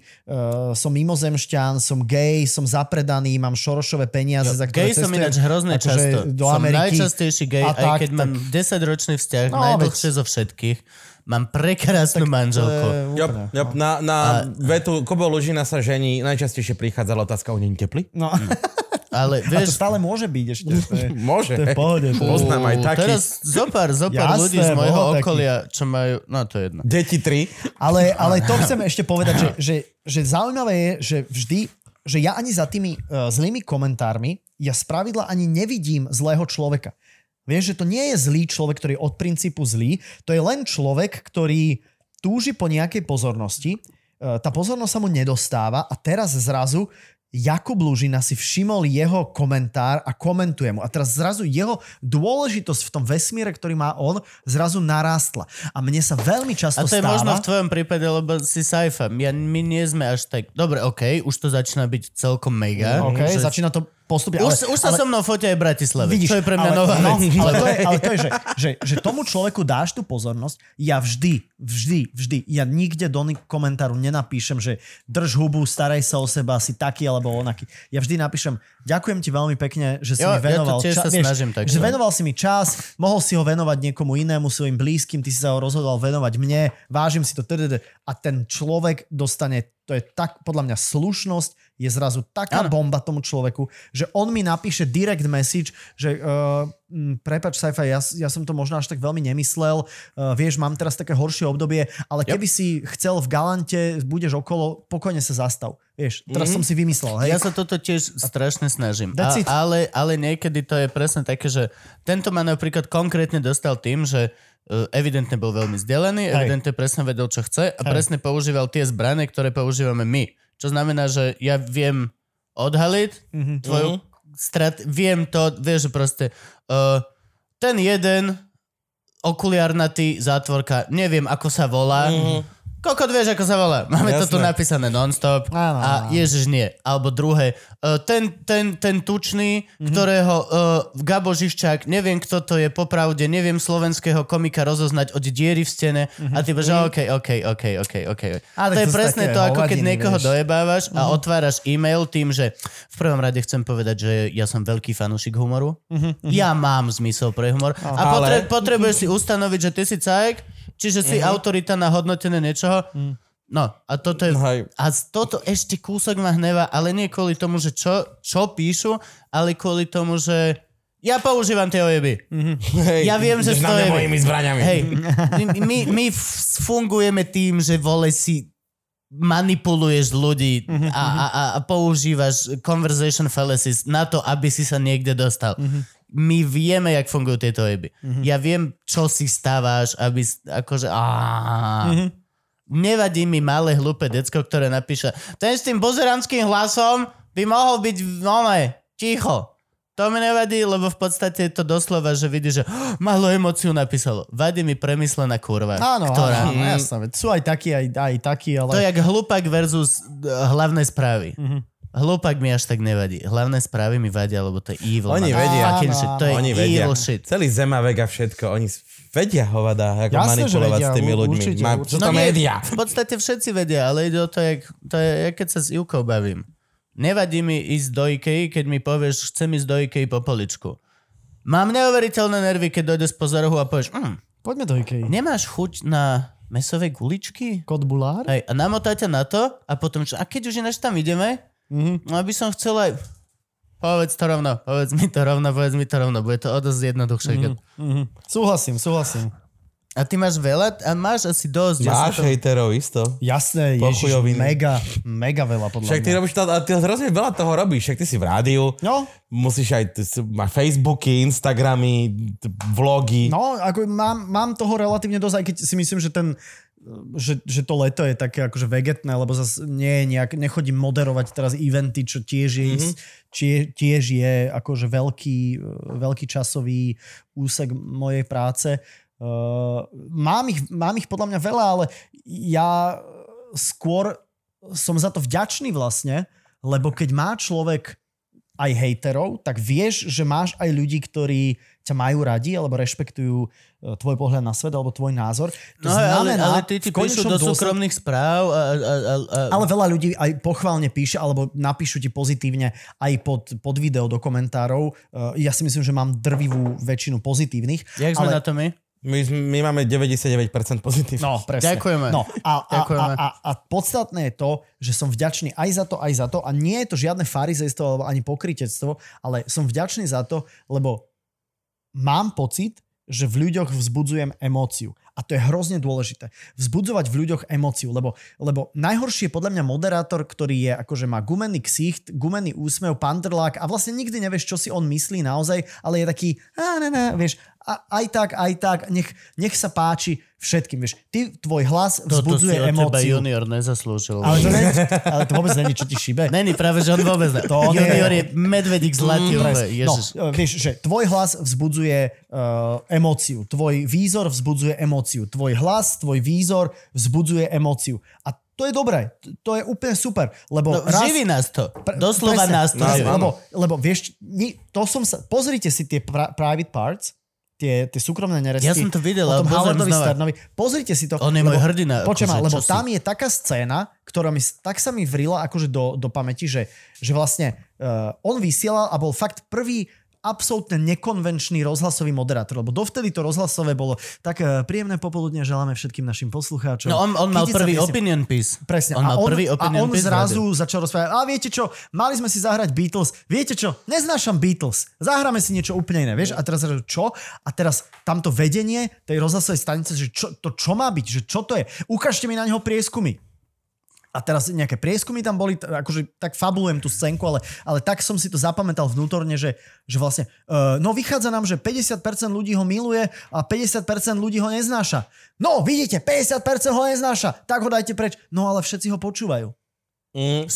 D: som mimozemšťan, som gay, som zapredaný, mám šorošové peniaze, jo, za
C: Gej
D: ktoré
C: No, som
D: cestujem
C: ináč hrozne
D: akože
C: často.
D: do
C: som
D: Ameriky.
C: najčastejší gej,
D: a
C: aj
D: tak,
C: keď
D: tak,
C: mám 10-ročný vzťah,
D: No,
C: najdlhšie zo všetkých. Mám prekrásnu manželku.
D: eh,
G: Jop,
D: úplne.
G: jop, na, na a... vetu Kobo Lužina sa žení, najčastejšie prichádzala otázka, on je teplý?
D: No,
C: Ale
D: a to
C: vieš,
D: stále môže byť ešte. To je,
G: Môže.
D: to je v pohode. To je.
G: Poznám aj
C: Ú,
G: taký.
C: Teraz zopár, zopár
D: Jasné,
C: ľudí z môjho
D: bol taký.
C: okolia, čo majú... No to je jedno.
G: Deti 3.
D: Ale, ale to chcem ešte povedať, že, že, že zaujímavé je, že vždy, že ja ani za tými uh, zlými komentármi, ja spravidla ani nevidím zlého človeka. Vieš, že to nie je zlý človek, ktorý je od princípu zlý, to je len človek, ktorý túži po nejakej pozornosti, uh, tá pozornosť sa mu nedostáva a teraz zrazu Jakub Lužina si všimol jeho komentár a komentuje mu. A teraz zrazu jeho dôležitosť v tom vesmíre, ktorý má on, zrazu narástla. A mne sa veľmi
C: A
D: často
C: to je
D: stáva...
C: možno v tvojom prípade, lebo si sajfa. Ja, my nie sme až tak... Dobre, okej, už to začína byť celkom mega.
D: OK,
C: Že-
D: začína to postupne.
C: Už,
D: ale,
C: už sa
D: ale,
C: so mnou fotia aj v Bratislave. Vidíš, čo je pre mňa
D: ale,
C: nová
D: no,
C: vec.
D: Ale to je, ale to je že, že, že tomu človeku dáš tú pozornosť, ja vždy, vždy, vždy, ja nikde do ni- komentáru nenapíšem, že drž hubu, staraj sa o seba, si taký alebo onaký. Ja vždy napíšem, ďakujem ti veľmi pekne, že si
C: Jo,
D: mi
C: ja to
D: venoval
C: tiež sa
D: vieš,
C: snažím tak,
D: že
C: no.
D: venoval si mi čas, mohol si ho venovať niekomu inému, svojim blízkym, ty si sa ho rozhodol venovať mne, vážim si to, tdd. a ten človek dostane, to je tak, podľa mňa slušnosť je zrazu taká ano. bomba tomu človeku, že on mi napíše direct message, že uh, prepač Saifa, ja, ja som to možno až tak veľmi nemyslel, uh, vieš, mám teraz také horšie obdobie, ale keby si chcel v Galante, budeš okolo, pokojne sa zastav. Vieš, teraz mm-hmm. som si vymyslel, hej.
C: Mhm. Ja sa toto tiež strašne snažím.
D: That's it.
C: A, ale, ale niekedy to je presne také, že tento ma napríklad konkrétne dostal tým, že e, evidentne bol veľmi vzdelaný, evidentne presne vedel, čo chce a presne používal tie zbrane, ktoré používame my. Čo znamená, že ja viem odhaliť
D: Mhm.
C: tvoju strat... Viem to, vieš, že proste e, ten jeden okuliarnatý zátvorka, neviem, ako sa volá, Kokot vieš, ako sa volá. Máme to tu
G: Jasné.
C: napísané non-stop.
D: Áno,
C: a
D: áno.
C: ježiš nie. Alebo druhé. e, ten, ten, ten tučný, mm-hmm. ktorého uh, Gabo Živčák, neviem kto to je, popravde, neviem slovenského komika rozoznať od diery v stene. Mm-hmm. A ty povieš, OK, OK, OK, OK, OK.
D: Ale
C: to je
D: to sú
C: presne
D: také
C: to, ako keď
D: hovadiny,
C: niekoho
D: vieš. Mhm.
C: dojebávaš a otváraš e-mail tým, že v prvom rade chcem povedať, že ja som veľký fanúšik humoru.
D: Mhm,
C: Ja mám zmysel pre humor. A
G: Ale-
C: potre- potrebuješ si ustanoviť, že ty si cajk, čiže
D: Mhm.
C: si autorita na hodnotenie niečoho. No a toto je...
G: Hej.
C: A z- toto ešte kúsok ma hneva, ale nie kvôli tomu, že čo, čo píšu, ale kvôli tomu, že ja používam tie ojeby.
G: Hej,
C: Ja viem, že
G: ideš na
C: to
G: mňa
C: je-
G: mojimi zbraňami.
C: Hej, my, my f- fungujeme tým, že vole si manipuluješ ľudí a, a, a, a používaš conversation fallacies na to, aby si sa niekde dostal. my vieme, jak fungujú tieto eby. Mm-hmm. Ja viem, čo si stávaš, aby s- akože...
D: Mhm.
C: Mm-hmm. Nevadí mi malé hlúpe decko, ktoré napíše ten s tým bozeranským hlasom by mohol byť no ne, ticho. To mi nevadí, lebo v podstate je to doslova, že vidí, že "Oh, malo emóciu napísalo. Vadí mi premyslená kurva.
D: Áno,
C: ktorá...
D: áno, jasné. veď Sú aj takí, aj, aj takí, ale...
C: To je jak hlupak versus eh, hlavné správy. Mm-hmm.
G: Mhm.
C: Hlupak mi až tak nevadí. Hlavné správy mi vadia, lebo to je evil.
G: Oni
C: man.
G: vedia.
C: Fucking shit. To je
G: Oni vedia.
C: evil shit.
G: Celý zemavek a všetko. Oni s- vedia hovada, ako
D: Jasné, že
G: manipulovať
D: vedia,
G: s tými
D: u-
G: ľuďmi.
D: určite,
G: Má,
D: určite.
G: Sú to
C: No nie,
G: média.
C: V podstate všetci vedia, ale ide o to, jak, to je, ja keď sa s Ivkou bavím. Nevadí mi ísť do Ikei, keď mi povieš, chcem ísť do Ikei po poličku. Mám neuveriteľné nervy, keď dojde z pozorohu a povieš, mm,
D: Poďme do Ikei.
C: nemáš chuť na mesové guličky?
D: Kod Bulár?
C: Hej, a namotá ťa na to a potom, čo, a keď už ináč tam ideme,
G: Mhm.
C: mm-hmm. no aby som chcel aj... Povedz to rovno, povedz mi to rovno, povedz mi to rovno, bude to o dosť jednoduchšie. Mm-hmm.
G: Mhm.
D: Súhlasím, súhlasím.
C: A ty máš veľa, a máš asi dosť. ja som
G: Máš
C: to-
G: hejterov, isto.
D: Jasné,
G: Po
D: ježiš,
G: chujoviny.
D: mega, mega veľa podľa
G: Však ty
C: no.
D: mňa.
G: robíš to, a ty hrozne veľa toho robíš, však ty si v rádiu,
D: No,
G: musíš aj, ty si- máš Facebooky, Instagramy, t- vlogy.
D: no ako mám, mám toho relatívne dosť, aj keď si myslím, že ten že, že to leto je také akože vegetné, lebo zase nie je nejak, nechodím moderovať teraz eventy, čo tiež je,
G: Mhm.
D: mm-hmm. tie, tiež je akože veľký, eh, veľký časový úsek mojej práce. Uh, mám, ich, mám ich podľa mňa veľa, ale ja e, skôr som za to vďačný vlastne, lebo keď má človek aj hejterov, tak vieš, že máš aj ľudí, ktorí ťa majú radi alebo rešpektujú e, tvoj pohľad na svet alebo tvoj názor.
C: No
D: To
C: hej, ale,
D: znamená,
C: ale ty, ty píšu
D: v konečnom
C: do
D: dôsledku-
C: súkromných správ a, a, a, a
D: ale veľa ľudí aj pochválne píše, alebo napíšu ti pozitívne aj pod, pod video do komentárov. Uh, ja si myslím, že mám drvivú väčšinu pozitívnych.
C: jak sme
D: ale...
C: na to my?
G: My, sme- my máme 99% pozitív.
D: No, presne.
C: Ďakujeme.
D: No, a, a, a,
C: Ďakujeme.
D: a, a podstatné je to, že som vďačný aj za to, aj za to. A nie je to žiadne farizejstvo alebo ani pokritectvo, ale som vďačný za to, lebo mám pocit, že v ľuďoch vzbudzujem emóciu. A to je hrozne dôležité. Vzbudzovať v ľuďoch emóciu, lebo, lebo najhoršie je podľa mňa moderátor, ktorý je akože má gumený ksicht, gumený úsmev, pandrlák a vlastne nikdy nevieš, čo si on myslí naozaj, ale je taký, a, na, na, vieš, a, aj tak, aj tak, nech, nech sa páči všetkým, vieš. Ty, tvoj hlas
C: Toto si
D: vzbudzuje
C: od teba
D: emóciu.
C: junior nezaslúžil.
D: Ale to, nie, ale to vôbec není, čo ti šíbe.
C: Není práve, že on vôbec ne.
D: To nie.
C: junior je medvedík zlatý. Mm,
D: Presne. No,
C: Ježiš.
D: e, vieš, že tvoj hlas vzbudzuje uh, emóciu, tvoj výzor vzbudzuje emóciu, tvoj hlas, tvoj výzor vzbudzuje emóciu. A to je dobré, t- to je úplne super,
C: No,
D: lebo raz...
C: živí nás to. Doslova
D: presne,
C: nás to
D: presne,
C: živí.
D: lebo, lebo vieš, ni- to som sa... Pozrite si tie pra, private parts, tie, tie súkromné neresti.
C: Ja som to videl,
D: o
C: ale
D: tom
C: pozriem
D: Howardovi
C: znova.
D: Starnovi. Pozrite si to.
C: On je môj hrdina,
D: Počujem,
C: akože,
D: ma, lebo
C: čo si-
D: tam je taká scéna, ktorá mi tak sa mi vrila akože do, do pamäti, že, že vlastne uh, on vysielal a bol fakt prvý absolútne nekonvenčný rozhlasový moderátor, lebo dovtedy to rozhlasové bolo tak uh, príjemné popoludne, želáme všetkým našim poslucháčom.
C: No on, on mal
D: Chytiť sa
C: prvý
D: piesne-
C: opinion piece.
D: Presne.
C: On
D: a
C: mal
D: on,
C: prvý
D: a
C: opinion
D: on
C: piece. v
D: zrazu
C: rádiu.
D: začal rozprávať, a viete čo, mali sme si zahrať Beatles, viete čo, neznášam Beatles, zahráme si niečo úplne iné, vieš, a teraz zrazu čo? A teraz tamto vedenie tej rozhlasovej stanice, že čo, to čo má byť, že čo to je? Ukážte mi na neho prieskumy. A teraz nejaké prieskumy tam boli, t- akože tak fabulujem tú scénku, ale, ale tak som si to zapamätal vnútorne, že, že vlastne, uh, no vychádza nám, že 50% ľudí ho miluje a 50% ľudí ho neznáša. No, vidíte, 50% ho neznáša, tak ho dajte preč. No, ale všetci ho počúvajú.
C: 100%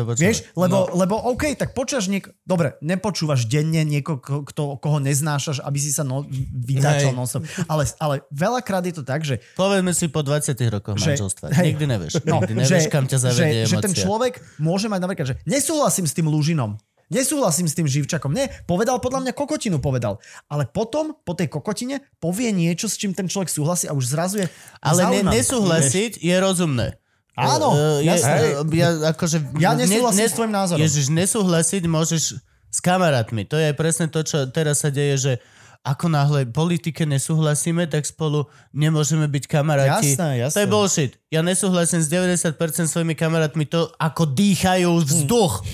C: obočuje.
D: Vieš, lebo, no. lebo OK, tak počúvaš niek... Dobre, nepočúvaš denne niekoho, ko- kto, koho neznášaš, aby si sa no, vytáčal
G: Hej.
D: nosom. Ale, ale veľakrát je to tak, že
C: Povedzme si po 20 rokoch
D: Že-
C: manželstva.
D: hej. No,
C: Nikdy nevieš. Nikdy nevieš, kam ťa zavedie
D: že, že ten
C: emócia.
D: človek môže mať napríklad, že nesúhlasím s tým lúžinom, nesúhlasím s tým živčakom. Nie, povedal podľa mňa kokotinu, povedal. Ale potom, po tej kokotine, povie niečo, s čím ten človek súhlasí a už zrazu je
C: Ale ne,
D: zaujímavý.
C: nesúhlasiť je rozumné.
D: Áno,
C: E, je,
D: jasné.
C: e, ja, akože,
D: Ja nesúhlasím s tvojim názorom.
C: Ježiš, nesúhlasiť môžeš s kamarátmi. To je aj presne to, čo teraz sa deje, že ako náhle v politike nesúhlasíme, tak spolu nemôžeme byť kamaráti.
D: Jasné, jasné.
C: To je bullshit. Ja nesúhlasím s 90% svojimi kamarátmi to, ako dýchajú vzduch.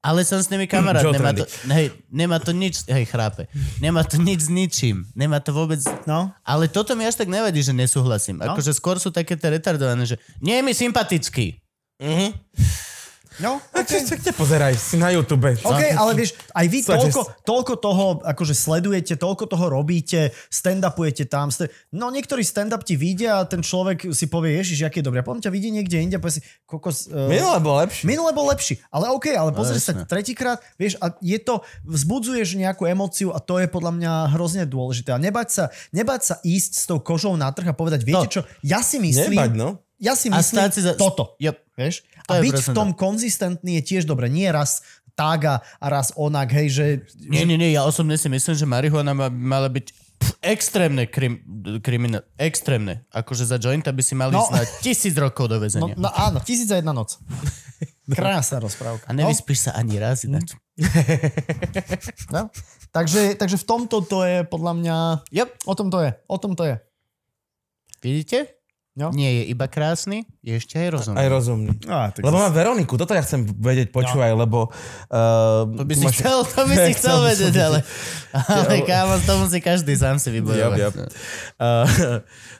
C: Ale som s nimi kamarát.
G: Joe
C: Nemá to,
G: Trendy.
C: hej, nemá to nič, hej, chrápe. Nemá to nič s ničím. Nemá to vôbec...
D: No.
C: Ale toto mi až tak nevadí, že nesúhlasím. Akože skôr sú také tie retardované, že nie je mi sympatický.
D: No,
G: Okay. Tak nepozeraj, si na YouTube.
D: OK, ale vieš, aj vy
G: Suggest.
D: toľko, toľko toho akože sledujete, toľko toho robíte, stand-upujete tam. Ste... No niektorý stand-up ti vyjde a ten človek si povie, ježiš, aký je dobrý. A potom ťa vidí niekde inde a povie si, kokos... Uh...
G: Minule bol lepší.
D: Minule bol lepší, ale OK,
C: No,
D: ale pozri sa tretíkrát, vieš, a je to, vzbudzuješ nejakú emóciu a to je podľa mňa hrozne dôležité. A nebať sa, nebať sa ísť s tou kožou na trh a povedať, viete
C: No.
D: čo, ja si myslím,
G: Nebať, no.
D: ja si
C: A
D: myslím
C: stáť si za-
D: toto.
C: Yep.
D: Vieš?
C: To
D: A
C: je
D: byť v
C: presne
D: tom konzistentný je tiež dobre. Nie raz tak a, a raz onak, hej, že...
C: Nie, nie, nie, ja osobne si myslím, že marihuana ma, mala byť pf, extrémne krim, kriminál, extrémne. Akože za jointa by si mali
D: No.
C: no. na tisíc rokov do
D: No,
C: väzenia.
D: no áno, tisíc a jedna noc. Krásna rozprávka.
C: A nevyspíš sa ani raz ináč.
D: Mm. No, no. Takže, takže v tomto to je podľa mňa...
C: Yep.
D: O tom to je. O tom to je.
C: Vidíte?
D: No.
C: Nie je iba krásny, je ešte aj rozumný.
G: Aj rozumný.
D: Á, tak
G: Lebo mám Veroniku, toto ja chcem vedieť, počúvaj, lebo... Uh,
C: To by si chcel, to by si chcel vedieť, ale, ale kámo, to musí každý sám si
G: Jab,
C: vybojovať.
G: jab. Uh,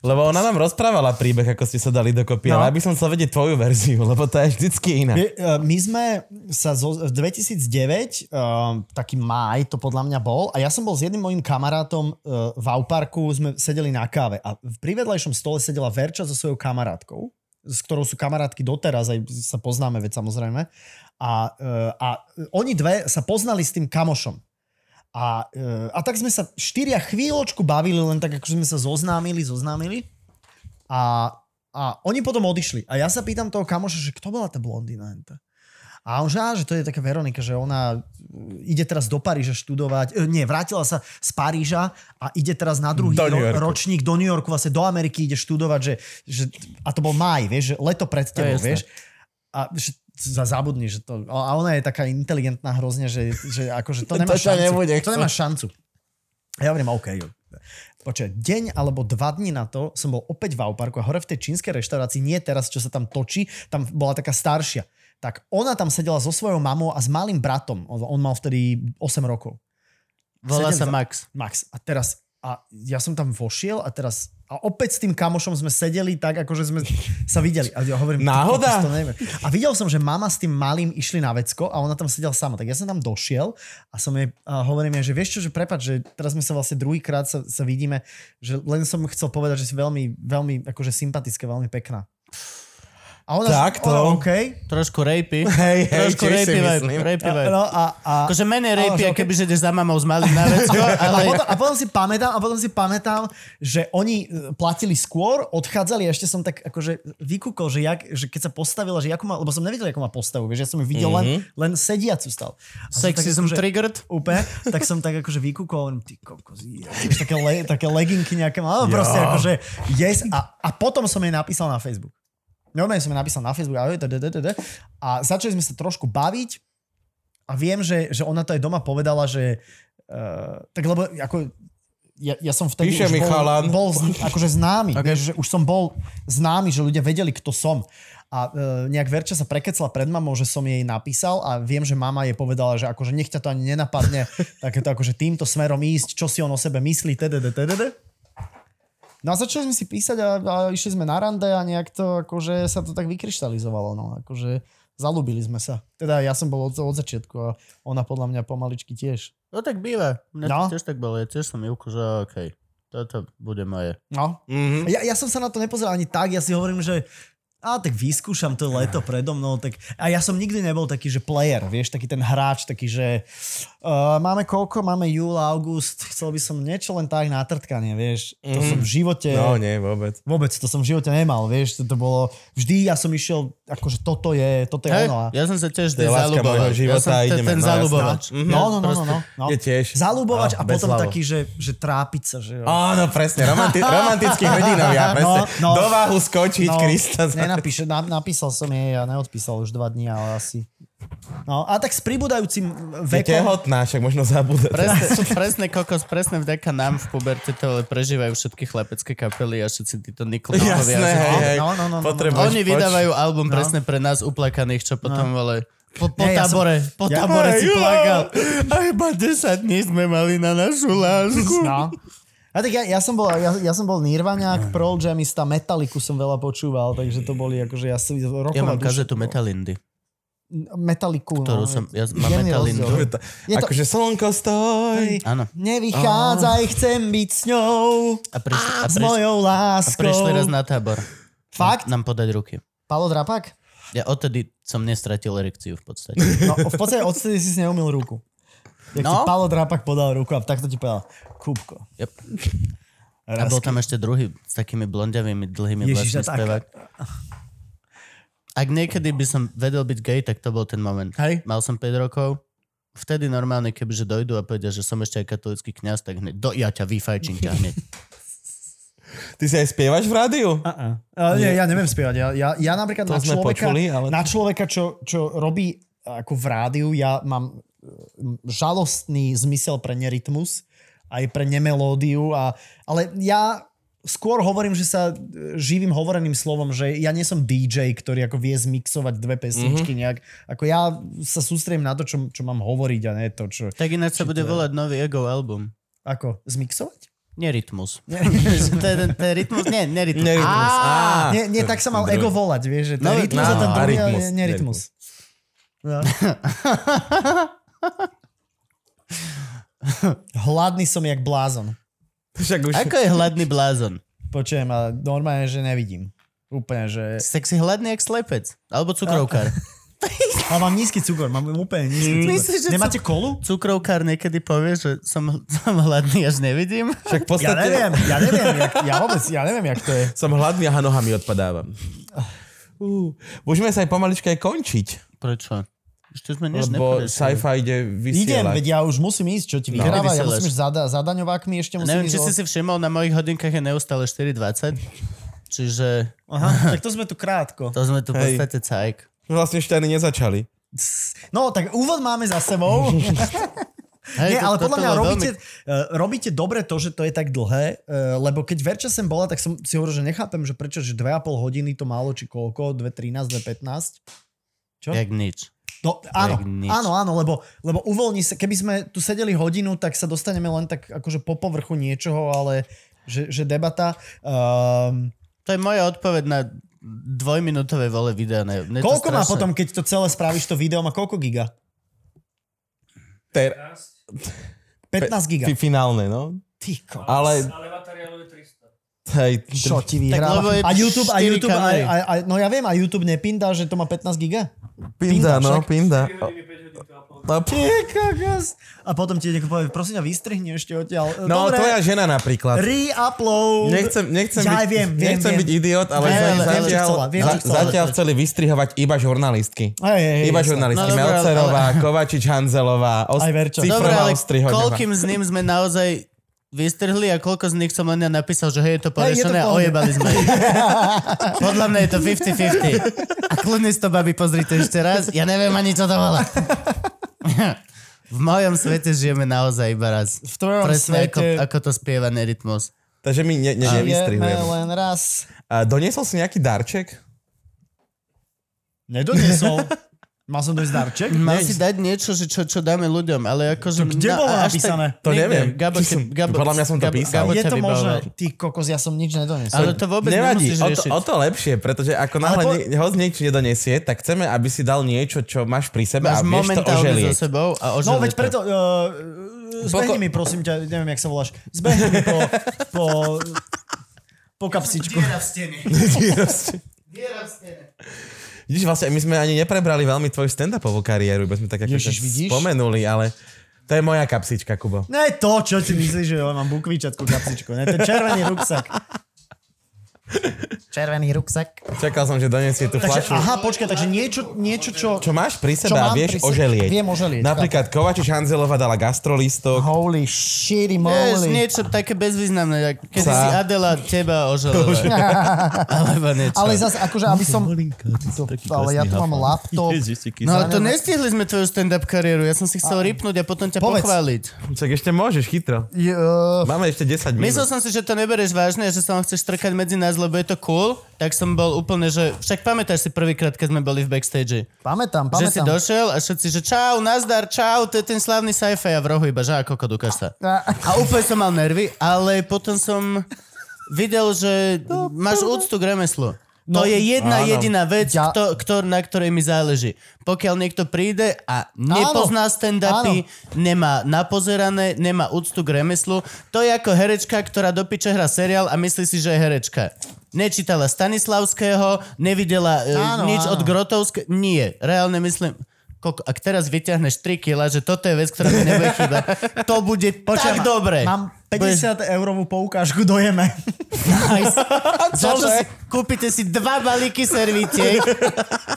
G: lebo ona nám rozprávala príbeh, ako ste sa dali dokopy, no.
D: No.
G: ale ja by som chcel vedieť tvoju verziu, lebo tá je vždycky iná.
D: Vie- eh, My sme sa zo, v 2009, ehm, taký máj to podľa mňa bol, a ja som bol s jedným mojim kamarátom eh, v Auparku, sme sedeli na káve a v- pri vedľajšom stole sedela Verča so svojou kamarátkou, s ktorou sú kamarátky doteraz, aj sa poznáme, veď samozrejme. A, eh, a oni dve sa poznali s tým kamošom. A, eh, a tak sme sa štyria chvíľočku bavili, len tak ako sme sa zoznámili, zoznámili. A, a oni potom odišli. A ja sa pýtam toho kamoša, že kto bola tá blondína? henta? A on že, á, že to je taká Veronika, že ona uh, ide teraz do Paríža študovať. E, nie, vrátila sa z Paríža a ide teraz na druhý
G: Do New
D: ro-
G: Yorku.
D: ročník do New Yorku, vlastne do Ameriky ide študovať. Že, že, a to bol maj, vieš, že leto pred tebou,
C: jasné.
D: vieš. A že za zabudni, že to... A ona je taká inteligentná hrozne, že, že akože to nemá
G: To ťa
D: šancu.
G: nebude
D: to nemá šancu. A ja hovorím, OK. Počkaj, deň alebo dva dní na to som bol opäť v Auparku a hore v tej čínskej reštaurácii, nie teraz, čo sa tam točí, tam bola taká staršia. Tak ona tam sedela so svojou mamou a s malým bratom. On on mal vtedy 8 rokov.
C: Volá sa
D: Sedem za-
C: Max.
D: Max. A teraz, a ja som tam vošiel a teraz, a opäť s tým kamošom sme sedeli tak, akože sme sa videli. A ja hovorím, ty
G: Náhoda?
D: kokos, to neviem. A videl som, že mama s tým malým išli na vecko a ona tam sedela sama. Tak ja som tam došiel a som jej, a hovorím jej, že vieš čo, že prepač, že teraz sme sa vlastne druhýkrát sa, sa vidíme, že len som chcel povedať, že si veľmi, veľmi akože sympatická, veľmi pekná. A ona,
G: Takto.
D: Ona, OK.
C: Trošku rapey.
G: Hej, hej,
C: Trošku
G: tiež si
C: rapey vibe.
G: myslím.
C: Rapey vibe.
D: No a, a,
C: Akože menej
D: Ale
C: rapey,
D: že
C: okay.
D: okej.
C: kebyže ideš za mamou s malým na vecko,
D: A
C: ale...
D: potom, a potom si pamätám, a potom si pamätám, že oni e, platili skôr, odchádzali a ešte som tak akože vykúkol, že, jak, že keď sa postavila, že ako má, lebo som nevidel, ako má postavu, vieš, ja som ju videl mm-hmm. len, len sediacu stav. A som tak
C: Sexism
D: akože-
C: triggered.
D: Úplne, tak som tak akože vykúkol, hovorím, ty kokos, je, vieš, také, le, také leginky nejaké, ale proste akože yes. A, a potom som jej napísal na Facebook. Normálne som jej napísal na Facebook ahoj, d, d, d, d, d. a začali sme sa trošku baviť a viem, že, že ona to aj doma povedala, že uh, tak lebo ako ja, ja som vtedy
G: Píše
D: už
G: mi chalan.
D: bol, bol z, akože známy, okay. vieš, že už som bol známy, že ľudia vedeli, kto som. A e, nejak Verča sa prekecla pred mamou, že som jej napísal a viem, že mama jej povedala, že akože nech ťa to ani nenapadne, takéto akože týmto smerom ísť, čo si on o sebe myslí, tdd, tdd. No a začali sme si písať a, a išli sme na rande a nejak to akože sa to tak vykryštalizovalo, no akože zalúbili sme sa. Teda ja som bol od, od začiatku a ona podľa mňa pomaličky tiež.
C: No tak býva. Mne
D: No.
C: no. to tiež tak bolo. Ja tiež som Júku, že okej, toto bude moje.
D: No.
G: Mhm.
D: Ja, ja som sa na to nepozeral ani tak, ja si hovorím, že a tak vyskúšam to leto predo mnou. Tak... A ja som nikdy nebol taký, že player, vieš, taký ten hráč, taký, že uh, máme koľko, máme júl, august, chcel by som niečo len tak na trtkanie, vieš. To som v živote...
G: No nie, vôbec.
D: Vôbec to som v živote nemal, vieš, to, to bolo, vždy ja som išiel, akože toto je, toto je
C: Hej,
D: ono. A...
C: ja som sa
G: To
C: tiež
G: je
C: vždy
G: láska
C: zalúboval.
G: mojho života,
C: ja som te-
G: ideme,
C: ten
G: no,
C: zalúbovač.
D: No, no, no, no, no, no.
G: Je tiež.
D: Zalúbovač
G: No,
D: a
G: bez
D: potom
G: hlavu.
D: taký, že, že trápiť sa, že jo.
G: Áno, presne, romanti- romantický hrdinovia, presne.
D: No, no.
G: Do váhu skočiť Krista. za-
D: nenapíše, na, napísal som jej a neodpísal už dva dní, ale asi. No, a tak s pribúdajúcim
G: Je
D: vekom...
G: tehotná, však možno zabudne.
C: Presne, presne kokos, presne vďaka nám v puberte to ale prežívajú všetky chlapecké kapely a všetci títo Nikolajovia.
G: Jasné, hej, hej.
D: No, no, no, no, no.
G: Potrebuješ
C: Oni
G: poč-
C: vydávajú album no. presne pre nás uplakaných, čo potom no. vole... Po, po
D: Ne, ja som-
C: tábore, po
D: ja-
C: tábore
G: Aj,
C: si
G: jo.
C: plakal. A iba 10 dní sme mali na našu lásku.
D: No. A tak ja, ja, som bol, ja, ja som bol Nirvaniak, Pearl Jamista, Metaliku som veľa počúval, takže to boli akože ja si roková
C: Ja mám
D: duša.
C: kazetu Metalindy.
H: metaliku.
C: ktorú
H: no.
C: som... Ja mám no.
H: Jemný
D: no.
C: metalindu.
H: rozdiel. Je to-
B: Akože slnko stojí.
C: Áno.
H: Nevychádzaj, chcem byť s ňou,
C: Ah. A prišli,
H: s
C: a prišli,
H: mojou
C: a
H: láskou.
C: prišli raz na tábor.
H: Fakt?
C: Nám podať ruky.
H: Palo Drapak?
C: Ja odtedy som nestratil erekciu v podstate.
D: No, v podstate odtedy si si neumil ruku. Jak no? ti
C: No.
D: Palo Drapak podal ruku a takto ti povedal, kúbko.
C: Yep. A bol tam ešte druhý s takými blondiavými dlhými
D: Ježiš,
C: vlasmi
D: a tak-
C: spevák. Ak niekedy by som vedel byť gay, tak to bol ten moment.
D: Hej.
C: Mal som 5 rokov. Vtedy normálne, kebyže dojdu a povedia, že som ešte aj katolický kňaz, tak hneď, do, ja ťa vyfajčím ťa hneď.
B: Ty si aj spievaš v rádiu?
D: Uh-uh. Uh, nie, ja neviem spievať. Ja, ja, ja napríklad
B: To
D: na
B: sme
D: človeka,
B: počuli, ale-
D: na človeka čo, čo robí ako v rádiu, ja mám eh, žalostný zmysel pre nerytmus, aj pre nemelódiu. A, ale ja skôr hovorím, že sa eh, živím hovoreným slovom, že ja nie som DJ, ktorý ako vie zmixovať dve
B: Mhm.
D: pesničky mm-hmm. nejak. Ako ja sa sústredím na to, čo, čo mám hovoriť a nie to, čo...
C: Tak ináč sa bude volať nový ego album.
D: Ako? Zmixovať?
C: Nerytmus. to je ten, ten rytmus? Nie, nerytmus.
B: Nerytmus. Á,
D: Nie, nie, tak sa mal ego volať, vieš, že ten
C: No,
D: rytmus a
B: no,
D: ten
B: a
D: druhý
B: rytmus,
D: je nerytmus. No. Hladný som jak blázon.
B: Však už...
C: Ako je hladný blázon?
D: Počujem, ale normálne, že nevidím. Úplne, že...
C: Tak si hladný jak slepec. Alebo cukrovkár.
D: Ale mám nízky cukor, mám úplne nízky cukor.
C: Myslíš, že
D: Nemáte kolu?
C: Cukrovkár niekedy povie, že som, som hladný, až nevidím.
B: Však v
D: Ja
B: podstate...
D: neviem, ja neviem, jak, ja vôbec, ja neviem, jak to je.
B: Som hladný a nohami odpadávam. Uh, môžeme sa aj pomaličke aj končiť,
C: Prečo? Ešte sme nič nepovedali.
B: lebo sci-fi ide
D: Idem,
B: vysielať.
D: veď ja už musím ísť, čo ti vyhráva, ja
C: Vysielaš.
D: musím ísť za, da- za daňovákmi, ešte musím
C: Neviem,
D: ísť...
C: či
D: o-
C: si si všimol, na mojich hodinkách je neustále 4.20. Čiže
D: Aha, tak to sme tu krátko.
C: to sme tu v
B: Hej.
C: podstate cajk.
B: Vlastne ešte ani nezačali.
D: No, tak úvod máme za sebou.
C: Hej,
D: Nie,
C: to-
D: ale
C: toto
D: podľa mňa
C: bolo
D: robíte,
C: veľmi-
D: eh, robíte dobre to, že to je tak dlhé, eh, lebo keď Verča sem bola, tak som si hovoril, že nechápem, že prečo, že 2,5 hodiny to málo, či koľko, 2,13, 2,15. Čo?
C: Jak nič.
D: No, áno,
C: Jak nič.
D: áno, áno, lebo, lebo uvoľní sa, keby sme tu sedeli hodinu, tak sa dostaneme len tak akože po povrchu niečoho, ale že, že debata. Um,
C: To je moja odpoveď na dvojminútové vole videa. Ne, ne
D: koľko
C: to
D: má
C: strašné.
D: potom, keď to celé spravíš, to video má koľko giga?
B: Ter,
D: 15 giga.
B: fi- finálne, no.
D: Ty ko-
B: Ale,
I: Ale materiálu je 300.
B: hej,
D: Čo ti
C: lebo
D: vyhráva?
C: je
D: A YouTube, a
C: štyri
D: YouTube, a,
C: kamery.
D: a, a, no ja viem, a YouTube nepindá, že to má 15 giga?
B: pinda, no, pinda.
I: 3 hodiny, 5 hodín, to a pol.
B: No, p-
D: Ty kokos. A potom ti niekto povie, prosím ťa, vystrihni ešte odtiaľ. E,
B: no
D: Dobre,
B: tvoja žena napríklad.
D: re-upload.
B: Nechcem, nechcem,
D: Ja
B: byť,
D: viem, viem,
B: nechcem
D: viem.
B: byť idiot, ale
D: Viem,
B: za-
D: ale- viem, čo
B: zatiaľ,
D: chcela, viem, čo
B: za-
D: chcela.
B: zatiaľ chceli vystrihovať iba žurnalistky.
D: Hej, hej, hej,
B: Iba
D: jasné.
B: žurnalistky.
C: No, dobré, ale-
B: Melcerová, Kovačič, Hanzelová, os-
D: Aj Verča.
C: Dobre,
B: Cifrová,
C: ale
B: Ostrihoňová.
C: koľkým z ním sme naozaj vystrhli a koľko z nich som len ja napísal, že hej, je to
D: Hej, je to
C: poriešené a
D: v pohode.
C: ojebali sme ich. Podľa mňa je to 50-50. A kľudne si to, babi, pozri to ešte raz. Ja neviem ani, čo to bola. V mojom svete žijeme naozaj iba raz.
D: V tvojom
C: Presne ako,
D: svete
C: ako to spieva Nerytmus.
B: Takže my ne, ne,
D: žijeme
B: nevystrihujeme.
D: len raz.
B: A doniesol si nejaký darček?
D: Nedoniesol. Mal som dojsť darček?
C: Mal si dať niečo, že čo, čo dáme ľuďom, ale akože...
D: To
C: na-
D: kde bolo
C: až tak-
D: napísané?
B: To
C: Niekde.
B: neviem.
C: Gabo,
B: Či som-
C: te- Gabo,
B: podľa mňa som to
C: Gabo-
B: písal.
C: Gabo
D: Je
C: ťa
D: to možné.
C: vybavoval.
D: Ty kokos, ja som nič nedoniesol.
C: Ale to vôbec
B: Nevadí,
C: nemusíš
B: o to,
C: riešiť.
B: o to lepšie, pretože ako náhle
D: po-
B: po... ho niečo nedonesie, tak chceme, aby si dal niečo, čo máš pri sebe
C: Máš
B: a vieš to
C: momentálne
B: oželieť.
C: za sebou a oželieť.
D: No veď
C: to.
D: preto, uh, zbehni
B: Poko-
D: mi prosím ťa, neviem, jak sa voláš, zbehni mi po, po, po kapsičku.
B: Vidíš, vlastne my sme ani neprebrali veľmi tvoju stand-upovú kariéru, iba sme tak ako
D: Ježiš,
B: sa
D: vidíš?
B: spomenuli, ale to je moja kapsička, Kubo.
D: Ne to, čo si myslíš, že ja mám bukvičatku kapsičku. Ne, ten červený ruksak.
H: Červený ruksak.
B: Čakal som, že donesie tú flašu.
D: Aha, počkaj, takže niečo, niečo čo...
B: Čo máš pri sebe
H: mám
B: a
H: pri
B: vieš
H: sebe,
B: oželieť.
H: viem oželieť,
B: Napríklad Kovačič Hanzelová dala gastrolistok.
H: Holy shitty
C: Vieš,
H: moly.
C: niečo také bezvýznamné, ako keď
B: Psa.
C: si Adela teba oželela. Alebo niečo.
H: Ale zase, akože, aby som... To, ale ja tu mám laptop.
C: No ale to nestihli sme tvoju stand-up kariéru, ja som si chcel ripnúť a potom ťa
D: Povedz.
C: pochváliť.
B: Čak ešte môžeš, chytro.
H: Jo,
B: Máme ešte 10 minút.
C: Myslel som si, že to nebereš vážne, že sa vám chceš trkať medzi nás, lebo je to cool, tak som bol úplne, že však pamätáš si prvýkrát, keď sme boli v backstage.
H: Pamätám,
C: Že si
H: pamätám.
C: došiel a všetci, že čau, nazdar, čau, to je ten slavný sci-fi a v rohu iba, že ako ukáž sa. A úplne som mal nervy, ale potom som videl, že máš úctu k remeslu. No, to je jedna
B: áno.
C: áno. jediná vec,
J: Ja-
C: ja... kto, kto, na ktorej mi záleží. Pokiaľ niekto príde a nepozná stand-upy, nemá napozerané, nemá úctu k remeslu, to je ako herečka, ktorá do piče hrá seriál a myslí si, že je herečka. Nečítala Stanislavského, nevidela
J: Áno,
C: áno, nič
J: áno.
C: od Grotovského. Nie, reálne myslím... Koko, ak teraz vyťahneš 3 kila, že toto je vec, ktorá mi nebude chýbať, to bude tak dobre.
J: Mám
D: 50 eurovú poukážku dojeme.
C: Nice. Za to si, kúpite si dva balíky servitiek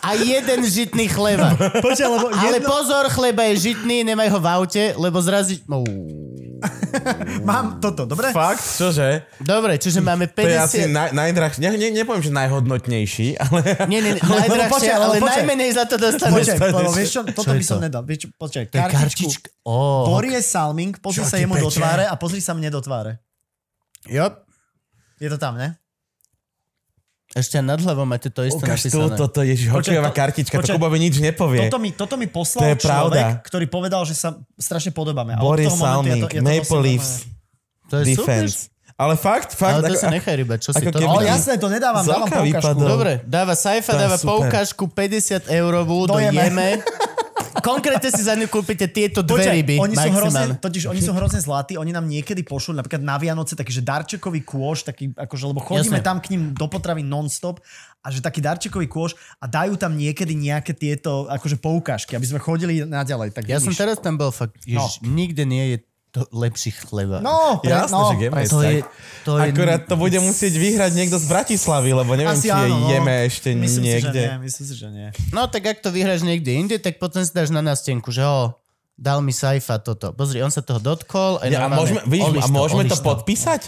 C: a jeden žitný chleba.
D: Počkaj, lebo
C: Ale
D: jedno,
C: pozor, chleba je žitný, nemaj ho v aute, lebo No, zrazi... Uú.
D: mám toto, dobre?
B: Fakt? Čože?
C: Dobre, čiže máme
B: To je asi
C: 50...
B: naj, najdrahší, ne, ne, nepoviem, že najhodnotnejší, ale... no,
C: Nie, nie, nie,
D: Lebo
C: najdrahšie,
D: počkaj, lebo
C: ale
D: počkaj.
C: najmenej za to dostaneš.
D: Počkaj, lebo vieš čo, toto
C: je
D: by som
C: to?
D: nedal. Vieš čo, počkaj,
C: To je
D: kartičku.
C: kartička. Oh.
D: Borie Salming, pozri
K: Čo
D: sa
K: ti
D: jemu do
K: peče?
D: tváre a pozri sa mne do tváre.
C: Yep.
D: Je to tam, ne?
C: Ešte nad hlavou máte to isté
B: Ukáž tu,
C: napísané.
B: toto je hokejová
D: Počkaj, to-
B: kartička, to
D: počkaj.
B: Kubovi nič nepovie.
D: Toto mi, toto mi
B: To je
D: poslal
B: pravda.
D: človek, ktorý povedal, že sa strašne podobáme. A od
B: Boris
D: toho momentu ja
B: Salming,
D: to- ja to
B: Maple
D: nosím
B: Leafs,
C: To je super.
B: Defense. Ale fakt,
C: Ale
B: fakt,
C: to
B: ako-
C: sa nechaj rybať, čo si
B: ako
C: to...
B: keby-
D: normálne. O,
C: robíš?
D: jasné, to nedávam, dávam
B: Zlaka
D: poukážku.
B: vypadol.
C: Dobre, dáva Saifa,
B: To je
C: dáva
B: super.
C: poukážku 50 eurovú do,
D: Do Jeme.
C: Jeme. Konkrétne si za ňu kúpite tieto dve
D: Počkaj,
C: ryby.
D: oni sú, hrozne,
C: maximálne.
D: totiž, oni sú hrozne zlatí, oni nám niekedy pošlú napríklad na Vianoce taký, že darčekový kôš, taký, akože, lebo chodíme
C: Jasné.
D: tam k ním do potravy non-stop a že taký darčekový kôš a dajú tam niekedy nejaké tieto akože poukážky, aby sme chodili naďalej. Tak
C: Ja som
D: vidíš.
C: teraz tam bol fakt, ježiš, nikde nie je to lepší chleba.
J: No, pre,
B: Jasné,
J: no,
B: že Game
J: pre-
B: je
C: to
B: tak.
C: je, to je...
B: Akurát to bude musieť vyhrať niekto z Bratislavy, lebo neviem, či
D: Asi
B: je
D: áno, no.
B: jeme ešte
D: myslím Si, že
B: niekde.
D: nie, myslím si, že nie.
C: No tak ak to vyhráš niekde inde, tak potom si dáš na nástenku, že ho, dal mi Saifa toto. Pozri, on sa toho dotkol. Aj
B: Ja, a
C: normálne,
B: môžeme, vidíš,
C: oliš
B: a môžeme to
C: oliš
B: podpísať?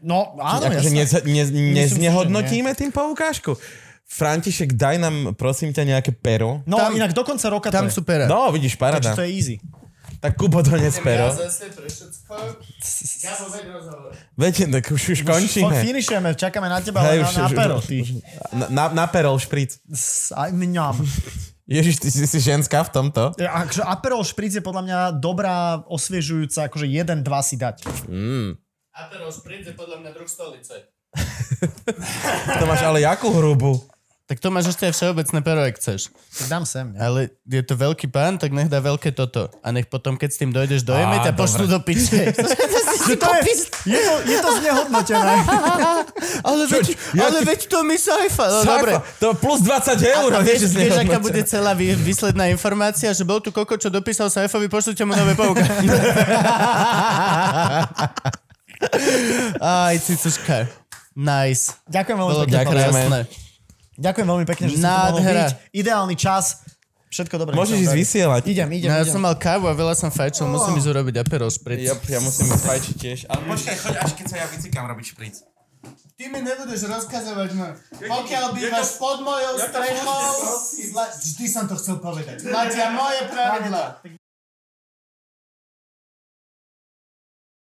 D: No, áno,
B: Akože
D: jasné.
B: nez, nez,
D: si, že
B: neznehodnotíme tým poukážku. František, daj nám prosím ťa nejaké pero.
D: No,
C: Tam-
D: inak do konca roka
C: Tam
D: to je.
C: super.
B: No, vidíš, paráda.
D: Takže to je easy.
B: Tak Kubo dones pero.
C: zase pre všetko. Ja som vedel rozhovor.
B: Viete, tak už, už končíme.
D: Finišujeme, čakáme na teba,
B: Hej,
D: ale na,
B: už-
D: na
B: už-
D: pero,
B: už-
D: ty.
B: Na, na, na perol špric.
D: S- Aj mňam.
B: Ježiš, ty si, si ženská v tomto?
D: Ja, Akože Aperol špric je podľa mňa dobrá, osviežujúca, akože jeden, dva si dať.
C: Aperol Sprint je podľa mňa druh stolice.
B: To máš ale jakú hrubu.
C: Tak to máš ešte aj všeobecné pero, ak chceš.
D: Tak dám sem. Ja.
C: Ale je to veľký pán, tak nech dá veľké toto. A nech potom, keď s tým dojdeš do jeme, ťa pošlu do piče.
D: Že to je, je, to, je to znehodnotené.
C: ale, veď,
B: ja
C: ale
B: ti-
C: veď to mi sajfa. No, dobre.
B: Sakra, To plus 20 eur.
C: A
B: vieš,
C: vieš,
B: že
C: vieš, aká
B: znehodnotené.
C: bude celá vý- výsledná informácia, že bol tu koko, čo dopísal Saifovi, pošlite mu nové pouka. Aj, cicuška. Nice.
D: Ďakujem veľmi
C: Bolo
D: pekne.
C: to
D: Pavel.
C: krásne.
D: Ďakujem veľmi pekne, že si tu mohol
C: Nádhera.
D: byť. Ideálny čas. Všetko dobré.
B: Môžeš ísť vysielať.
D: Idem, idem,
C: No, ja
D: idem.
C: som mal kávu a veľa som fajčil, musím ísť urobiť aperol spritz.
B: Ja, ja musím fajčiť tiež. Ale počkaj, choď, až keď sa ja vycikám robiť špric.
C: Ty mi nebudeš rozkazovať, no. Pokiaľ bývaš pod mojou strechou, vždy som to chcel povedať. Máte moje pravidla.